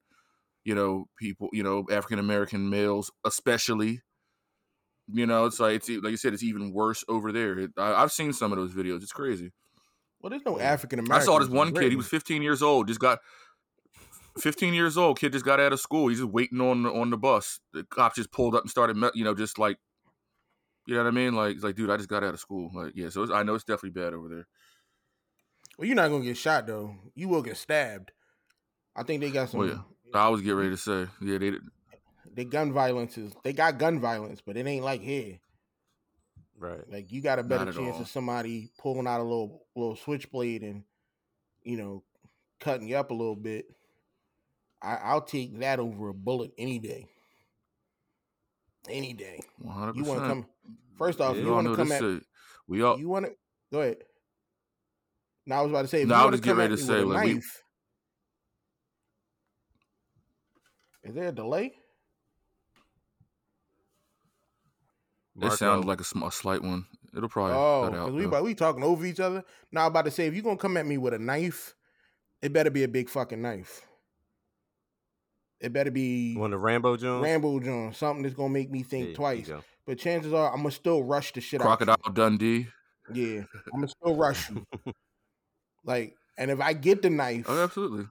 [SPEAKER 3] you know, people, you know, African American males, especially. You know, it's like it's e- like you said, it's even worse over there. It, I, I've seen some of those videos. It's crazy.
[SPEAKER 1] Well, there's no
[SPEAKER 2] I
[SPEAKER 1] African American.
[SPEAKER 3] I saw this one kid. He was 15 years old. Just got 15 years old. Kid just got out of school. He's just waiting on the, on the bus. The cops just pulled up and started, me- you know, just like, you know what I mean? Like, it's like, dude, I just got out of school. Like, yeah. So it's, I know it's definitely bad over there.
[SPEAKER 1] Well, you're not gonna get shot though. You will get stabbed. I think they got some.
[SPEAKER 3] Oh, yeah. I always get ready to say, yeah, they.
[SPEAKER 1] The gun violence is they got gun violence, but it ain't like here.
[SPEAKER 2] Right.
[SPEAKER 1] Like you got a better
[SPEAKER 3] at
[SPEAKER 1] chance
[SPEAKER 3] all.
[SPEAKER 1] of somebody pulling out a little little switchblade and you know cutting you up a little bit. I, I'll take that over a bullet any day. Any day.
[SPEAKER 3] 100%.
[SPEAKER 1] You want to come? First off,
[SPEAKER 2] Yeah.
[SPEAKER 1] you
[SPEAKER 2] You all
[SPEAKER 1] want to come
[SPEAKER 3] this
[SPEAKER 1] at
[SPEAKER 3] shit. We all.
[SPEAKER 1] you want to go ahead. Now I was about to say, if
[SPEAKER 3] No,
[SPEAKER 1] you
[SPEAKER 3] I
[SPEAKER 1] want
[SPEAKER 3] was
[SPEAKER 1] to
[SPEAKER 3] just getting
[SPEAKER 1] come at
[SPEAKER 3] ready
[SPEAKER 1] me
[SPEAKER 3] to
[SPEAKER 1] with a
[SPEAKER 3] say, like, we-
[SPEAKER 1] knife, is there a delay?
[SPEAKER 3] It sounded
[SPEAKER 2] Marco,
[SPEAKER 3] like a, sm- a slight one. It'll probably
[SPEAKER 1] Oh,
[SPEAKER 3] cut out.
[SPEAKER 1] because we
[SPEAKER 3] though.
[SPEAKER 1] about, we talking over each other. Now I'm about to say, if you're gonna come at me with a knife, it better be a big fucking knife. It better be
[SPEAKER 2] one of Rambo Jones.
[SPEAKER 1] Rambo John, something that's gonna make me
[SPEAKER 2] Yeah,
[SPEAKER 1] think
[SPEAKER 2] you
[SPEAKER 1] twice.
[SPEAKER 2] go.
[SPEAKER 1] But chances are, I'm gonna still rush the shit out. you.
[SPEAKER 3] Crocodile Dundee.
[SPEAKER 1] Yeah, I'm gonna still rush
[SPEAKER 2] (laughs)
[SPEAKER 1] you. like, and if I get the knife,
[SPEAKER 3] Oh, absolutely.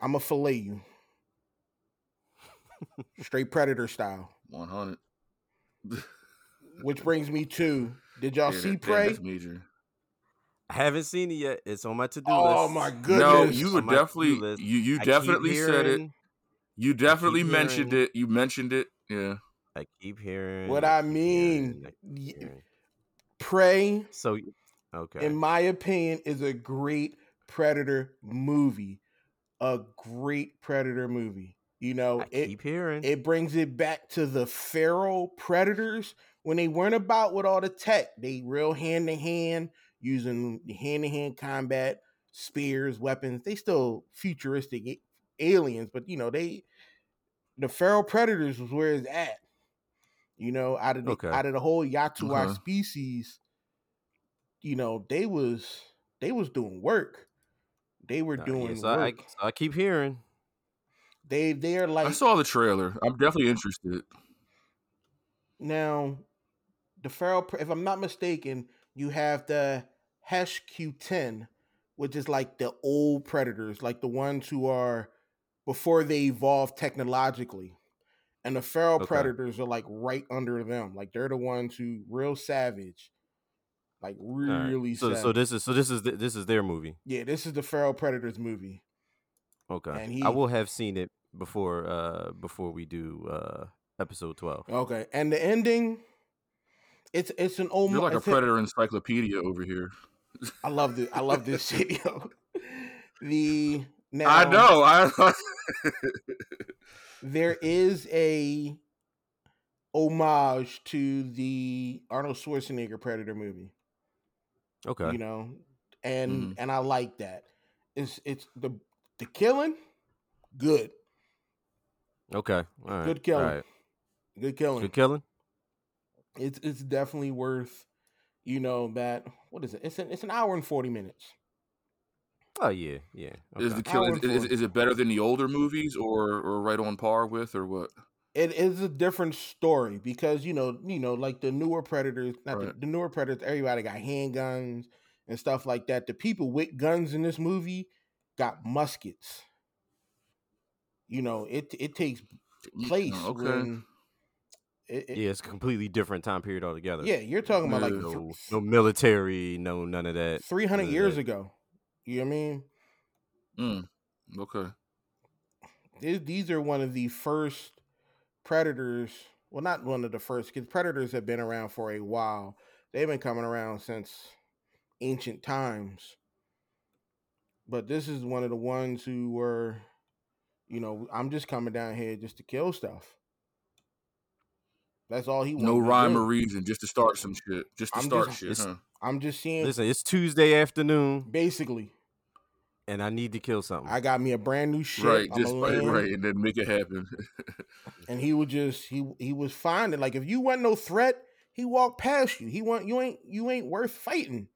[SPEAKER 1] I'm gonna fillet you, straight predator style.
[SPEAKER 3] 100.
[SPEAKER 1] Which brings me to: Did
[SPEAKER 3] Yeah,
[SPEAKER 1] y'all
[SPEAKER 3] that-
[SPEAKER 1] see
[SPEAKER 3] damn,
[SPEAKER 1] Prey?
[SPEAKER 3] That's major.
[SPEAKER 2] I haven't seen it yet. It's on my to do list.
[SPEAKER 1] Oh my goodness!
[SPEAKER 3] No, you
[SPEAKER 2] On
[SPEAKER 3] were
[SPEAKER 2] my to-do
[SPEAKER 3] definitely
[SPEAKER 2] list.
[SPEAKER 3] you
[SPEAKER 2] I
[SPEAKER 3] you
[SPEAKER 2] keep
[SPEAKER 3] definitely said it.
[SPEAKER 2] hearing-
[SPEAKER 3] You definitely
[SPEAKER 2] hearing-
[SPEAKER 3] mentioned it. You mentioned it. Yeah.
[SPEAKER 2] I keep hearing.
[SPEAKER 1] what I
[SPEAKER 2] I keep hearing,
[SPEAKER 1] mean,
[SPEAKER 2] I keep
[SPEAKER 1] y-
[SPEAKER 2] hearing.
[SPEAKER 1] Prey,
[SPEAKER 2] So, okay.
[SPEAKER 1] in my opinion, is a great Predator movie. A great Predator movie. You know,
[SPEAKER 2] I
[SPEAKER 1] it
[SPEAKER 2] keep hearing.
[SPEAKER 1] it brings it back to the feral predators when they weren't about with all the tech. They real hand to hand using hand to hand combat, spears, weapons. They still futuristic a- aliens, but you know they the feral predators was where it's at. You know, out of the,
[SPEAKER 2] Okay.
[SPEAKER 1] out of the whole Yatuwa
[SPEAKER 3] Okay.
[SPEAKER 1] species, you know they was they was doing work. They were
[SPEAKER 2] Uh, yeah,
[SPEAKER 1] doing
[SPEAKER 2] so I,
[SPEAKER 1] work.
[SPEAKER 2] so I keep hearing.
[SPEAKER 1] they they are like
[SPEAKER 3] I saw the trailer. I'm definitely interested.
[SPEAKER 1] Now, the feral, pre- if I'm not mistaken, you have the Hesh Q10, which is like the old predators, like the ones who are before they evolve technologically. And the feral
[SPEAKER 2] Okay.
[SPEAKER 1] predators are like right under them. Like they're the ones who real savage. Like
[SPEAKER 2] All right.
[SPEAKER 1] really
[SPEAKER 2] So
[SPEAKER 1] savage.
[SPEAKER 2] so this is so this is th- this is their movie.
[SPEAKER 1] yeah, this is the feral predators movie.
[SPEAKER 2] Okay.
[SPEAKER 1] And
[SPEAKER 2] I
[SPEAKER 1] he-
[SPEAKER 2] will have seen it before uh before we do uh episode 12.
[SPEAKER 1] Okay. And the ending it's it's an old
[SPEAKER 3] You're like a
[SPEAKER 1] it's a-
[SPEAKER 3] predator encyclopedia over here.
[SPEAKER 1] I love this. I love this (laughs) shit, yo. The now
[SPEAKER 3] I know. I (laughs)
[SPEAKER 1] there is a homage to the Arnold Schwarzenegger Predator movie.
[SPEAKER 2] Okay.
[SPEAKER 1] You know, and
[SPEAKER 3] Mm-hmm.
[SPEAKER 1] and I like that. It's it's the the killing, good,
[SPEAKER 2] Okay. All right.
[SPEAKER 1] Good killing.
[SPEAKER 2] All right.
[SPEAKER 1] good killing.
[SPEAKER 2] Good killing.
[SPEAKER 1] it's it's definitely worth, you know that what is it? It's an it's an hour and forty minutes.
[SPEAKER 2] Oh yeah, yeah.
[SPEAKER 3] is
[SPEAKER 2] okay.
[SPEAKER 3] the kill
[SPEAKER 1] Hour
[SPEAKER 3] is,
[SPEAKER 1] and
[SPEAKER 3] is,
[SPEAKER 1] forty.
[SPEAKER 3] is it better than the older movies or or right on par with or what?
[SPEAKER 1] it is a different story because you know you know like the newer predators not the,
[SPEAKER 3] Right.
[SPEAKER 1] the newer predators everybody got handguns and stuff like that the people with guns in this movie got muskets you know it it takes
[SPEAKER 3] Yeah,
[SPEAKER 1] place
[SPEAKER 3] Mm, oh, okay.
[SPEAKER 1] when it, it-
[SPEAKER 2] oh, yeah, it's a completely different time period altogether.
[SPEAKER 1] yeah you're talking about like
[SPEAKER 3] Yeah.
[SPEAKER 2] No, no military, no none of that.
[SPEAKER 1] 300
[SPEAKER 2] none of
[SPEAKER 1] years
[SPEAKER 2] that.
[SPEAKER 1] ago you know what i mean
[SPEAKER 3] Mm, okay.
[SPEAKER 1] these, these are one of the first predators well not one of the first because predators have been around for a while they've been coming around since ancient times but this is one of the ones who were you know i'm just coming down here just to kill stuff that's all he wanted
[SPEAKER 3] No
[SPEAKER 1] to
[SPEAKER 3] rhyme
[SPEAKER 1] do.
[SPEAKER 3] or reason, just to start some shit, just to
[SPEAKER 1] I'm
[SPEAKER 3] start
[SPEAKER 1] just-
[SPEAKER 3] shit.
[SPEAKER 2] it's-
[SPEAKER 3] Huh?
[SPEAKER 1] i'm just seeing
[SPEAKER 2] Listen, it's Tuesday afternoon
[SPEAKER 1] basically
[SPEAKER 2] and I need to kill something.
[SPEAKER 1] i got me a brand new ship
[SPEAKER 3] Right,
[SPEAKER 1] I'm
[SPEAKER 3] just (laughs)
[SPEAKER 1] a
[SPEAKER 3] right,
[SPEAKER 1] land,
[SPEAKER 3] right, and then make it happen. (laughs)
[SPEAKER 1] and he would just he he was finding like if you wasn't no threat he walked past you he want you ain't you ain't worth fighting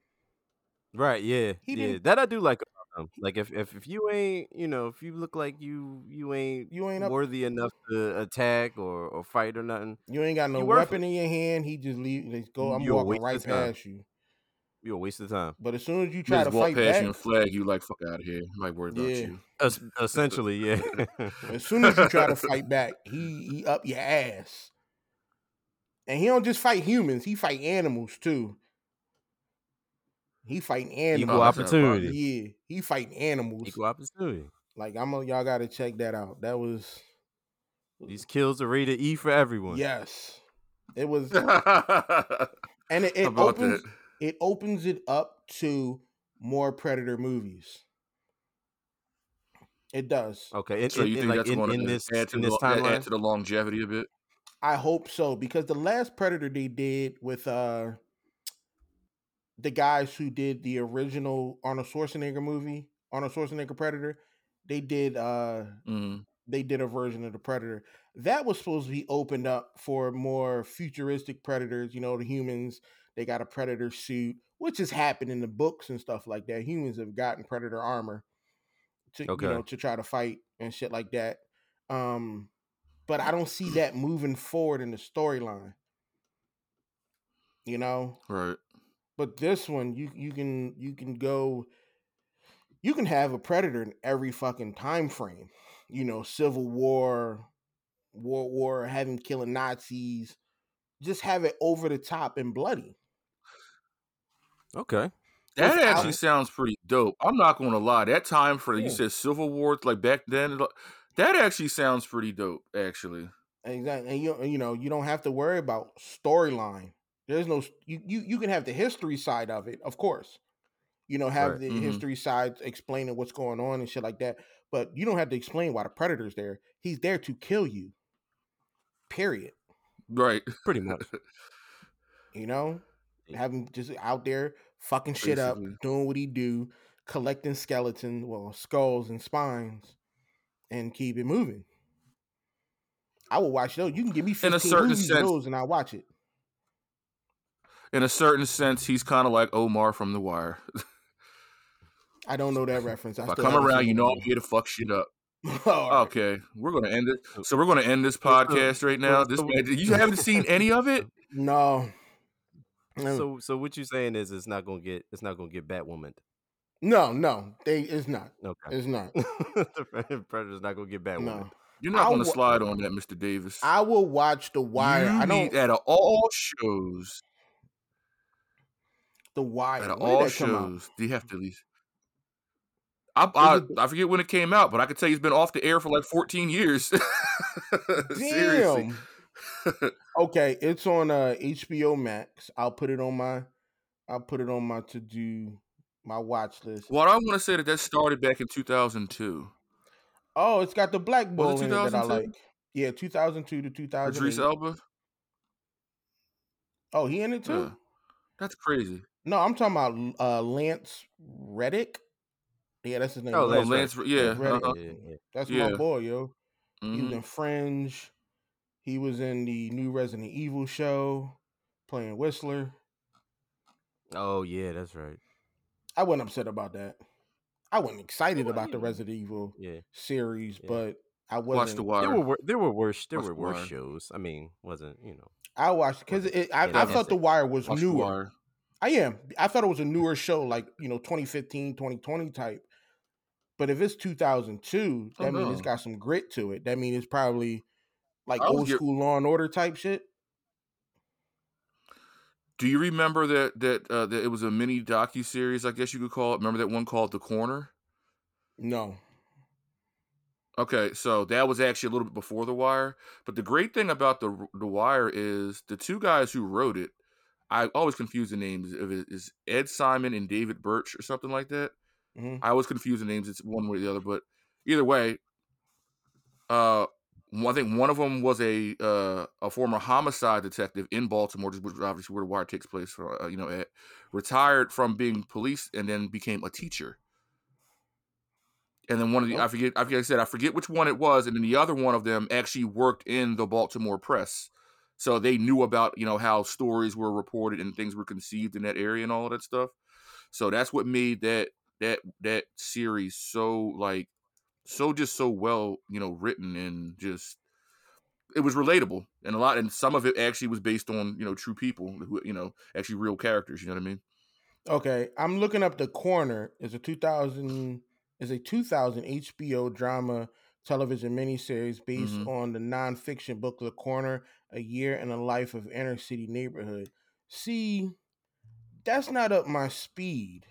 [SPEAKER 2] right, yeah.
[SPEAKER 1] He
[SPEAKER 2] yeah.
[SPEAKER 1] didn't-
[SPEAKER 2] That I do like about them. Like if, if if you ain't, you know, if you look like you you ain't
[SPEAKER 1] you ain't up
[SPEAKER 2] worthy enough to attack or, or fight or nothing,
[SPEAKER 1] you ain't got no
[SPEAKER 2] You worth
[SPEAKER 1] weapon in your hand he just leave just go i'm
[SPEAKER 2] You're a
[SPEAKER 1] walking
[SPEAKER 2] waste
[SPEAKER 1] right
[SPEAKER 2] of time.
[SPEAKER 1] past you
[SPEAKER 2] you're a waste of time.
[SPEAKER 1] but as soon as you try
[SPEAKER 3] Just
[SPEAKER 1] to
[SPEAKER 3] walk
[SPEAKER 1] fight
[SPEAKER 3] past
[SPEAKER 1] back
[SPEAKER 3] you and flag you like fuck out of here. I'm not worried about
[SPEAKER 1] Yeah.
[SPEAKER 3] you. (laughs)
[SPEAKER 2] Es- essentially, yeah. (laughs)
[SPEAKER 1] As soon as you try to fight back, he, he up your ass. And he don't just fight humans; he fight animals too. He fighting
[SPEAKER 2] Equal
[SPEAKER 1] animals.
[SPEAKER 3] that's not
[SPEAKER 2] opportunity.
[SPEAKER 1] yeah, he fighting animals.
[SPEAKER 2] Equal opportunity.
[SPEAKER 1] Like I'm, a, y'all got to check that out. That was
[SPEAKER 2] These
[SPEAKER 3] Mm-hmm.
[SPEAKER 2] kills are rated E for everyone.
[SPEAKER 1] yes, it
[SPEAKER 3] (laughs)
[SPEAKER 1] was,
[SPEAKER 3] about
[SPEAKER 1] and it, it
[SPEAKER 3] that.
[SPEAKER 1] opens it opens it up to more predator movies. It does.
[SPEAKER 2] Okay. In,
[SPEAKER 3] So
[SPEAKER 2] in-
[SPEAKER 3] you
[SPEAKER 2] in,
[SPEAKER 3] think
[SPEAKER 2] like,
[SPEAKER 3] that's
[SPEAKER 2] in,
[SPEAKER 3] going
[SPEAKER 2] in
[SPEAKER 3] to
[SPEAKER 2] this
[SPEAKER 3] add to,
[SPEAKER 2] in
[SPEAKER 3] the,
[SPEAKER 2] this
[SPEAKER 3] lo- add- add
[SPEAKER 2] timeline?
[SPEAKER 3] to the longevity a bit?
[SPEAKER 1] I hope so because the last Predator they did with uh the guys who did the original Arnold Schwarzenegger movie, Arnold Schwarzenegger Predator, they did uh
[SPEAKER 3] Mm.
[SPEAKER 1] they did a version of the Predator that was supposed to be opened up for more futuristic predators. You know, the humans they got a predator suit, which has happened in the books and stuff like that. Humans have gotten predator armor to
[SPEAKER 2] Okay.
[SPEAKER 1] you know to try to fight and shit like that. Um, but I don't see that moving forward in the storyline. You know,
[SPEAKER 3] Right.
[SPEAKER 1] but this one, you you can you can go, you can have a predator in every fucking time frame. You know, Civil War, World War, have him killing Nazis. Just have it over the top and bloody.
[SPEAKER 2] Okay.
[SPEAKER 3] That
[SPEAKER 1] Without-
[SPEAKER 3] actually sounds pretty dope. I'm not going to lie. That time for you
[SPEAKER 1] Yeah.
[SPEAKER 3] said Civil War, like back then, it- that actually sounds pretty dope. Actually,
[SPEAKER 1] Exactly, and you and, you know you don't have to worry about storyline. There's no s- you, you you can have the history side of it, of course. You know, have
[SPEAKER 2] Right.
[SPEAKER 1] the
[SPEAKER 3] Mhm.
[SPEAKER 1] history side explaining what's going on and shit like that. But you don't have to explain why the predator's there. He's there to kill you. Period.
[SPEAKER 3] right?
[SPEAKER 2] Pretty
[SPEAKER 3] (laughs)
[SPEAKER 2] much.
[SPEAKER 1] You know,
[SPEAKER 2] Yeah.
[SPEAKER 1] have him just out there fucking shit
[SPEAKER 3] Basically.
[SPEAKER 1] up, doing what he do, collecting skeleton, well, skulls and spines, and keep it moving. I will watch those. You can give me fifteen
[SPEAKER 3] a certain
[SPEAKER 1] movies of
[SPEAKER 3] sense-
[SPEAKER 1] those, and I'll watch it.
[SPEAKER 3] In a certain sense, he's kind of like Omar from The Wire.
[SPEAKER 1] I don't know that reference. I,
[SPEAKER 3] If I
[SPEAKER 1] still
[SPEAKER 3] come
[SPEAKER 1] haven't
[SPEAKER 3] around,
[SPEAKER 1] seen
[SPEAKER 3] you
[SPEAKER 1] it
[SPEAKER 3] know
[SPEAKER 1] (laughs)
[SPEAKER 3] I'm
[SPEAKER 1] yet.
[SPEAKER 3] here to fuck shit up.
[SPEAKER 1] Alright.
[SPEAKER 3] Okay, we're gonna end it.
[SPEAKER 2] So-
[SPEAKER 3] So we're gonna end this
[SPEAKER 2] so-
[SPEAKER 3] podcast right now.
[SPEAKER 2] so-
[SPEAKER 3] This
[SPEAKER 2] so-
[SPEAKER 3] you haven't seen any of it.
[SPEAKER 1] No, So
[SPEAKER 2] So so what you saying is it's not gonna get it's not gonna get Batwoman.
[SPEAKER 1] no, no, they it's not.
[SPEAKER 2] Okay.
[SPEAKER 1] It's not.
[SPEAKER 2] (laughs) the Pre- Predator's not gonna get Batwoman.
[SPEAKER 1] No,
[SPEAKER 3] You're not
[SPEAKER 1] I
[SPEAKER 3] going to
[SPEAKER 1] wa-
[SPEAKER 3] slide on that, Mr. Davis.
[SPEAKER 1] I will watch The Wire.
[SPEAKER 3] You
[SPEAKER 1] I
[SPEAKER 3] need
[SPEAKER 1] don't
[SPEAKER 3] out of all shows,
[SPEAKER 1] The Wire.
[SPEAKER 3] out of
[SPEAKER 1] When did
[SPEAKER 3] all
[SPEAKER 1] that come out?
[SPEAKER 3] shows, do you have to at least. I, I,
[SPEAKER 1] it the-
[SPEAKER 3] I forget when it came out, but I could tell you it's been off the air for like 14 years. (laughs) Seriously.
[SPEAKER 1] Damn.
[SPEAKER 3] (laughs)
[SPEAKER 1] okay, it's on uh, HBO Max. I'll put it on my. I'll put it on my to do, my watch list.
[SPEAKER 3] Well, I want to say that that started back in 2002.
[SPEAKER 1] Oh, it's got the black
[SPEAKER 3] Was it
[SPEAKER 1] ball in it that I
[SPEAKER 3] 2002?
[SPEAKER 1] like. Yeah, 2002 to 2008.
[SPEAKER 3] Idris Elba?
[SPEAKER 1] Oh, he in it too?
[SPEAKER 3] Yeah. That's crazy.
[SPEAKER 1] No, I'm talking about uh, Lance Reddick. Yeah, that's his name.
[SPEAKER 2] Oh,
[SPEAKER 3] Oh,
[SPEAKER 1] Lance-
[SPEAKER 2] Lance,
[SPEAKER 3] Lance,
[SPEAKER 2] Reddick.
[SPEAKER 3] yeah,
[SPEAKER 1] Reddick.
[SPEAKER 3] uh-huh.
[SPEAKER 2] yeah, yeah.
[SPEAKER 1] That's
[SPEAKER 3] yeah.
[SPEAKER 1] my boy, yo. He was
[SPEAKER 3] Mhm.
[SPEAKER 1] in Fringe. He was in the new Resident Evil show, playing Whistler.
[SPEAKER 2] Oh yeah, that's right.
[SPEAKER 1] I wasn't upset about that. I wasn't excited
[SPEAKER 2] Well,
[SPEAKER 1] about the
[SPEAKER 2] you-
[SPEAKER 1] Resident Evil
[SPEAKER 2] Yeah.
[SPEAKER 1] series,
[SPEAKER 2] Yeah.
[SPEAKER 1] but I
[SPEAKER 3] Watch the
[SPEAKER 1] wasn't.
[SPEAKER 2] There
[SPEAKER 3] wire.
[SPEAKER 2] were wor- there were worse there
[SPEAKER 3] Watch
[SPEAKER 2] were
[SPEAKER 3] The Wire.
[SPEAKER 2] worse shows. I mean, wasn't you know?
[SPEAKER 1] I watched because it, I,
[SPEAKER 2] Yeah,
[SPEAKER 1] I
[SPEAKER 2] that's
[SPEAKER 1] thought
[SPEAKER 2] it.
[SPEAKER 1] The Wire was
[SPEAKER 3] Watch the
[SPEAKER 1] newer.
[SPEAKER 3] wire.
[SPEAKER 1] I am. I thought it was a newer show, like you know, 2015, 2020 type. But if it's 2002,
[SPEAKER 3] Oh,
[SPEAKER 1] that means it's
[SPEAKER 3] no.
[SPEAKER 1] got some grit to it. That means it's probably like
[SPEAKER 3] I was
[SPEAKER 1] old
[SPEAKER 3] get-
[SPEAKER 1] school Law and Order type shit.
[SPEAKER 3] Do you remember that that uh, that it was a mini docu series? I guess you could call it. Remember that one called The Corner?
[SPEAKER 1] No,
[SPEAKER 3] Okay, so that was actually a little bit before The Wire. But the great thing about the The Wire is the two guys who wrote it. I always confuse the names of it is Ed Simon and David Birch or something like that.
[SPEAKER 1] Mhm.
[SPEAKER 3] I always confuse the names. It's one way or the other, but either way, uh, one- I think one of them was a uh, a former homicide detective in Baltimore, just- which is obviously where the wire takes place. For, uh, you know, at, retired from being police and then became a teacher. And then one of the I forget I forget I said I forget which one it was, and then the other one of them actually worked in the Baltimore press, so they knew about you know how stories were reported and things were conceived in that area and all of that stuff. So that's what made that that that series so like so just so well you know written and just it was relatable and a lot and some of it actually was based on you know true people who you know actually real characters you know what i mean
[SPEAKER 1] okay. I'm looking up the corner. Is a 2000 is a 2000 HBO drama television miniseries based
[SPEAKER 3] Mhm.
[SPEAKER 1] on the nonfiction book The Corner: A Year in the Life of Inner City Neighborhood. See, that's not up my speed.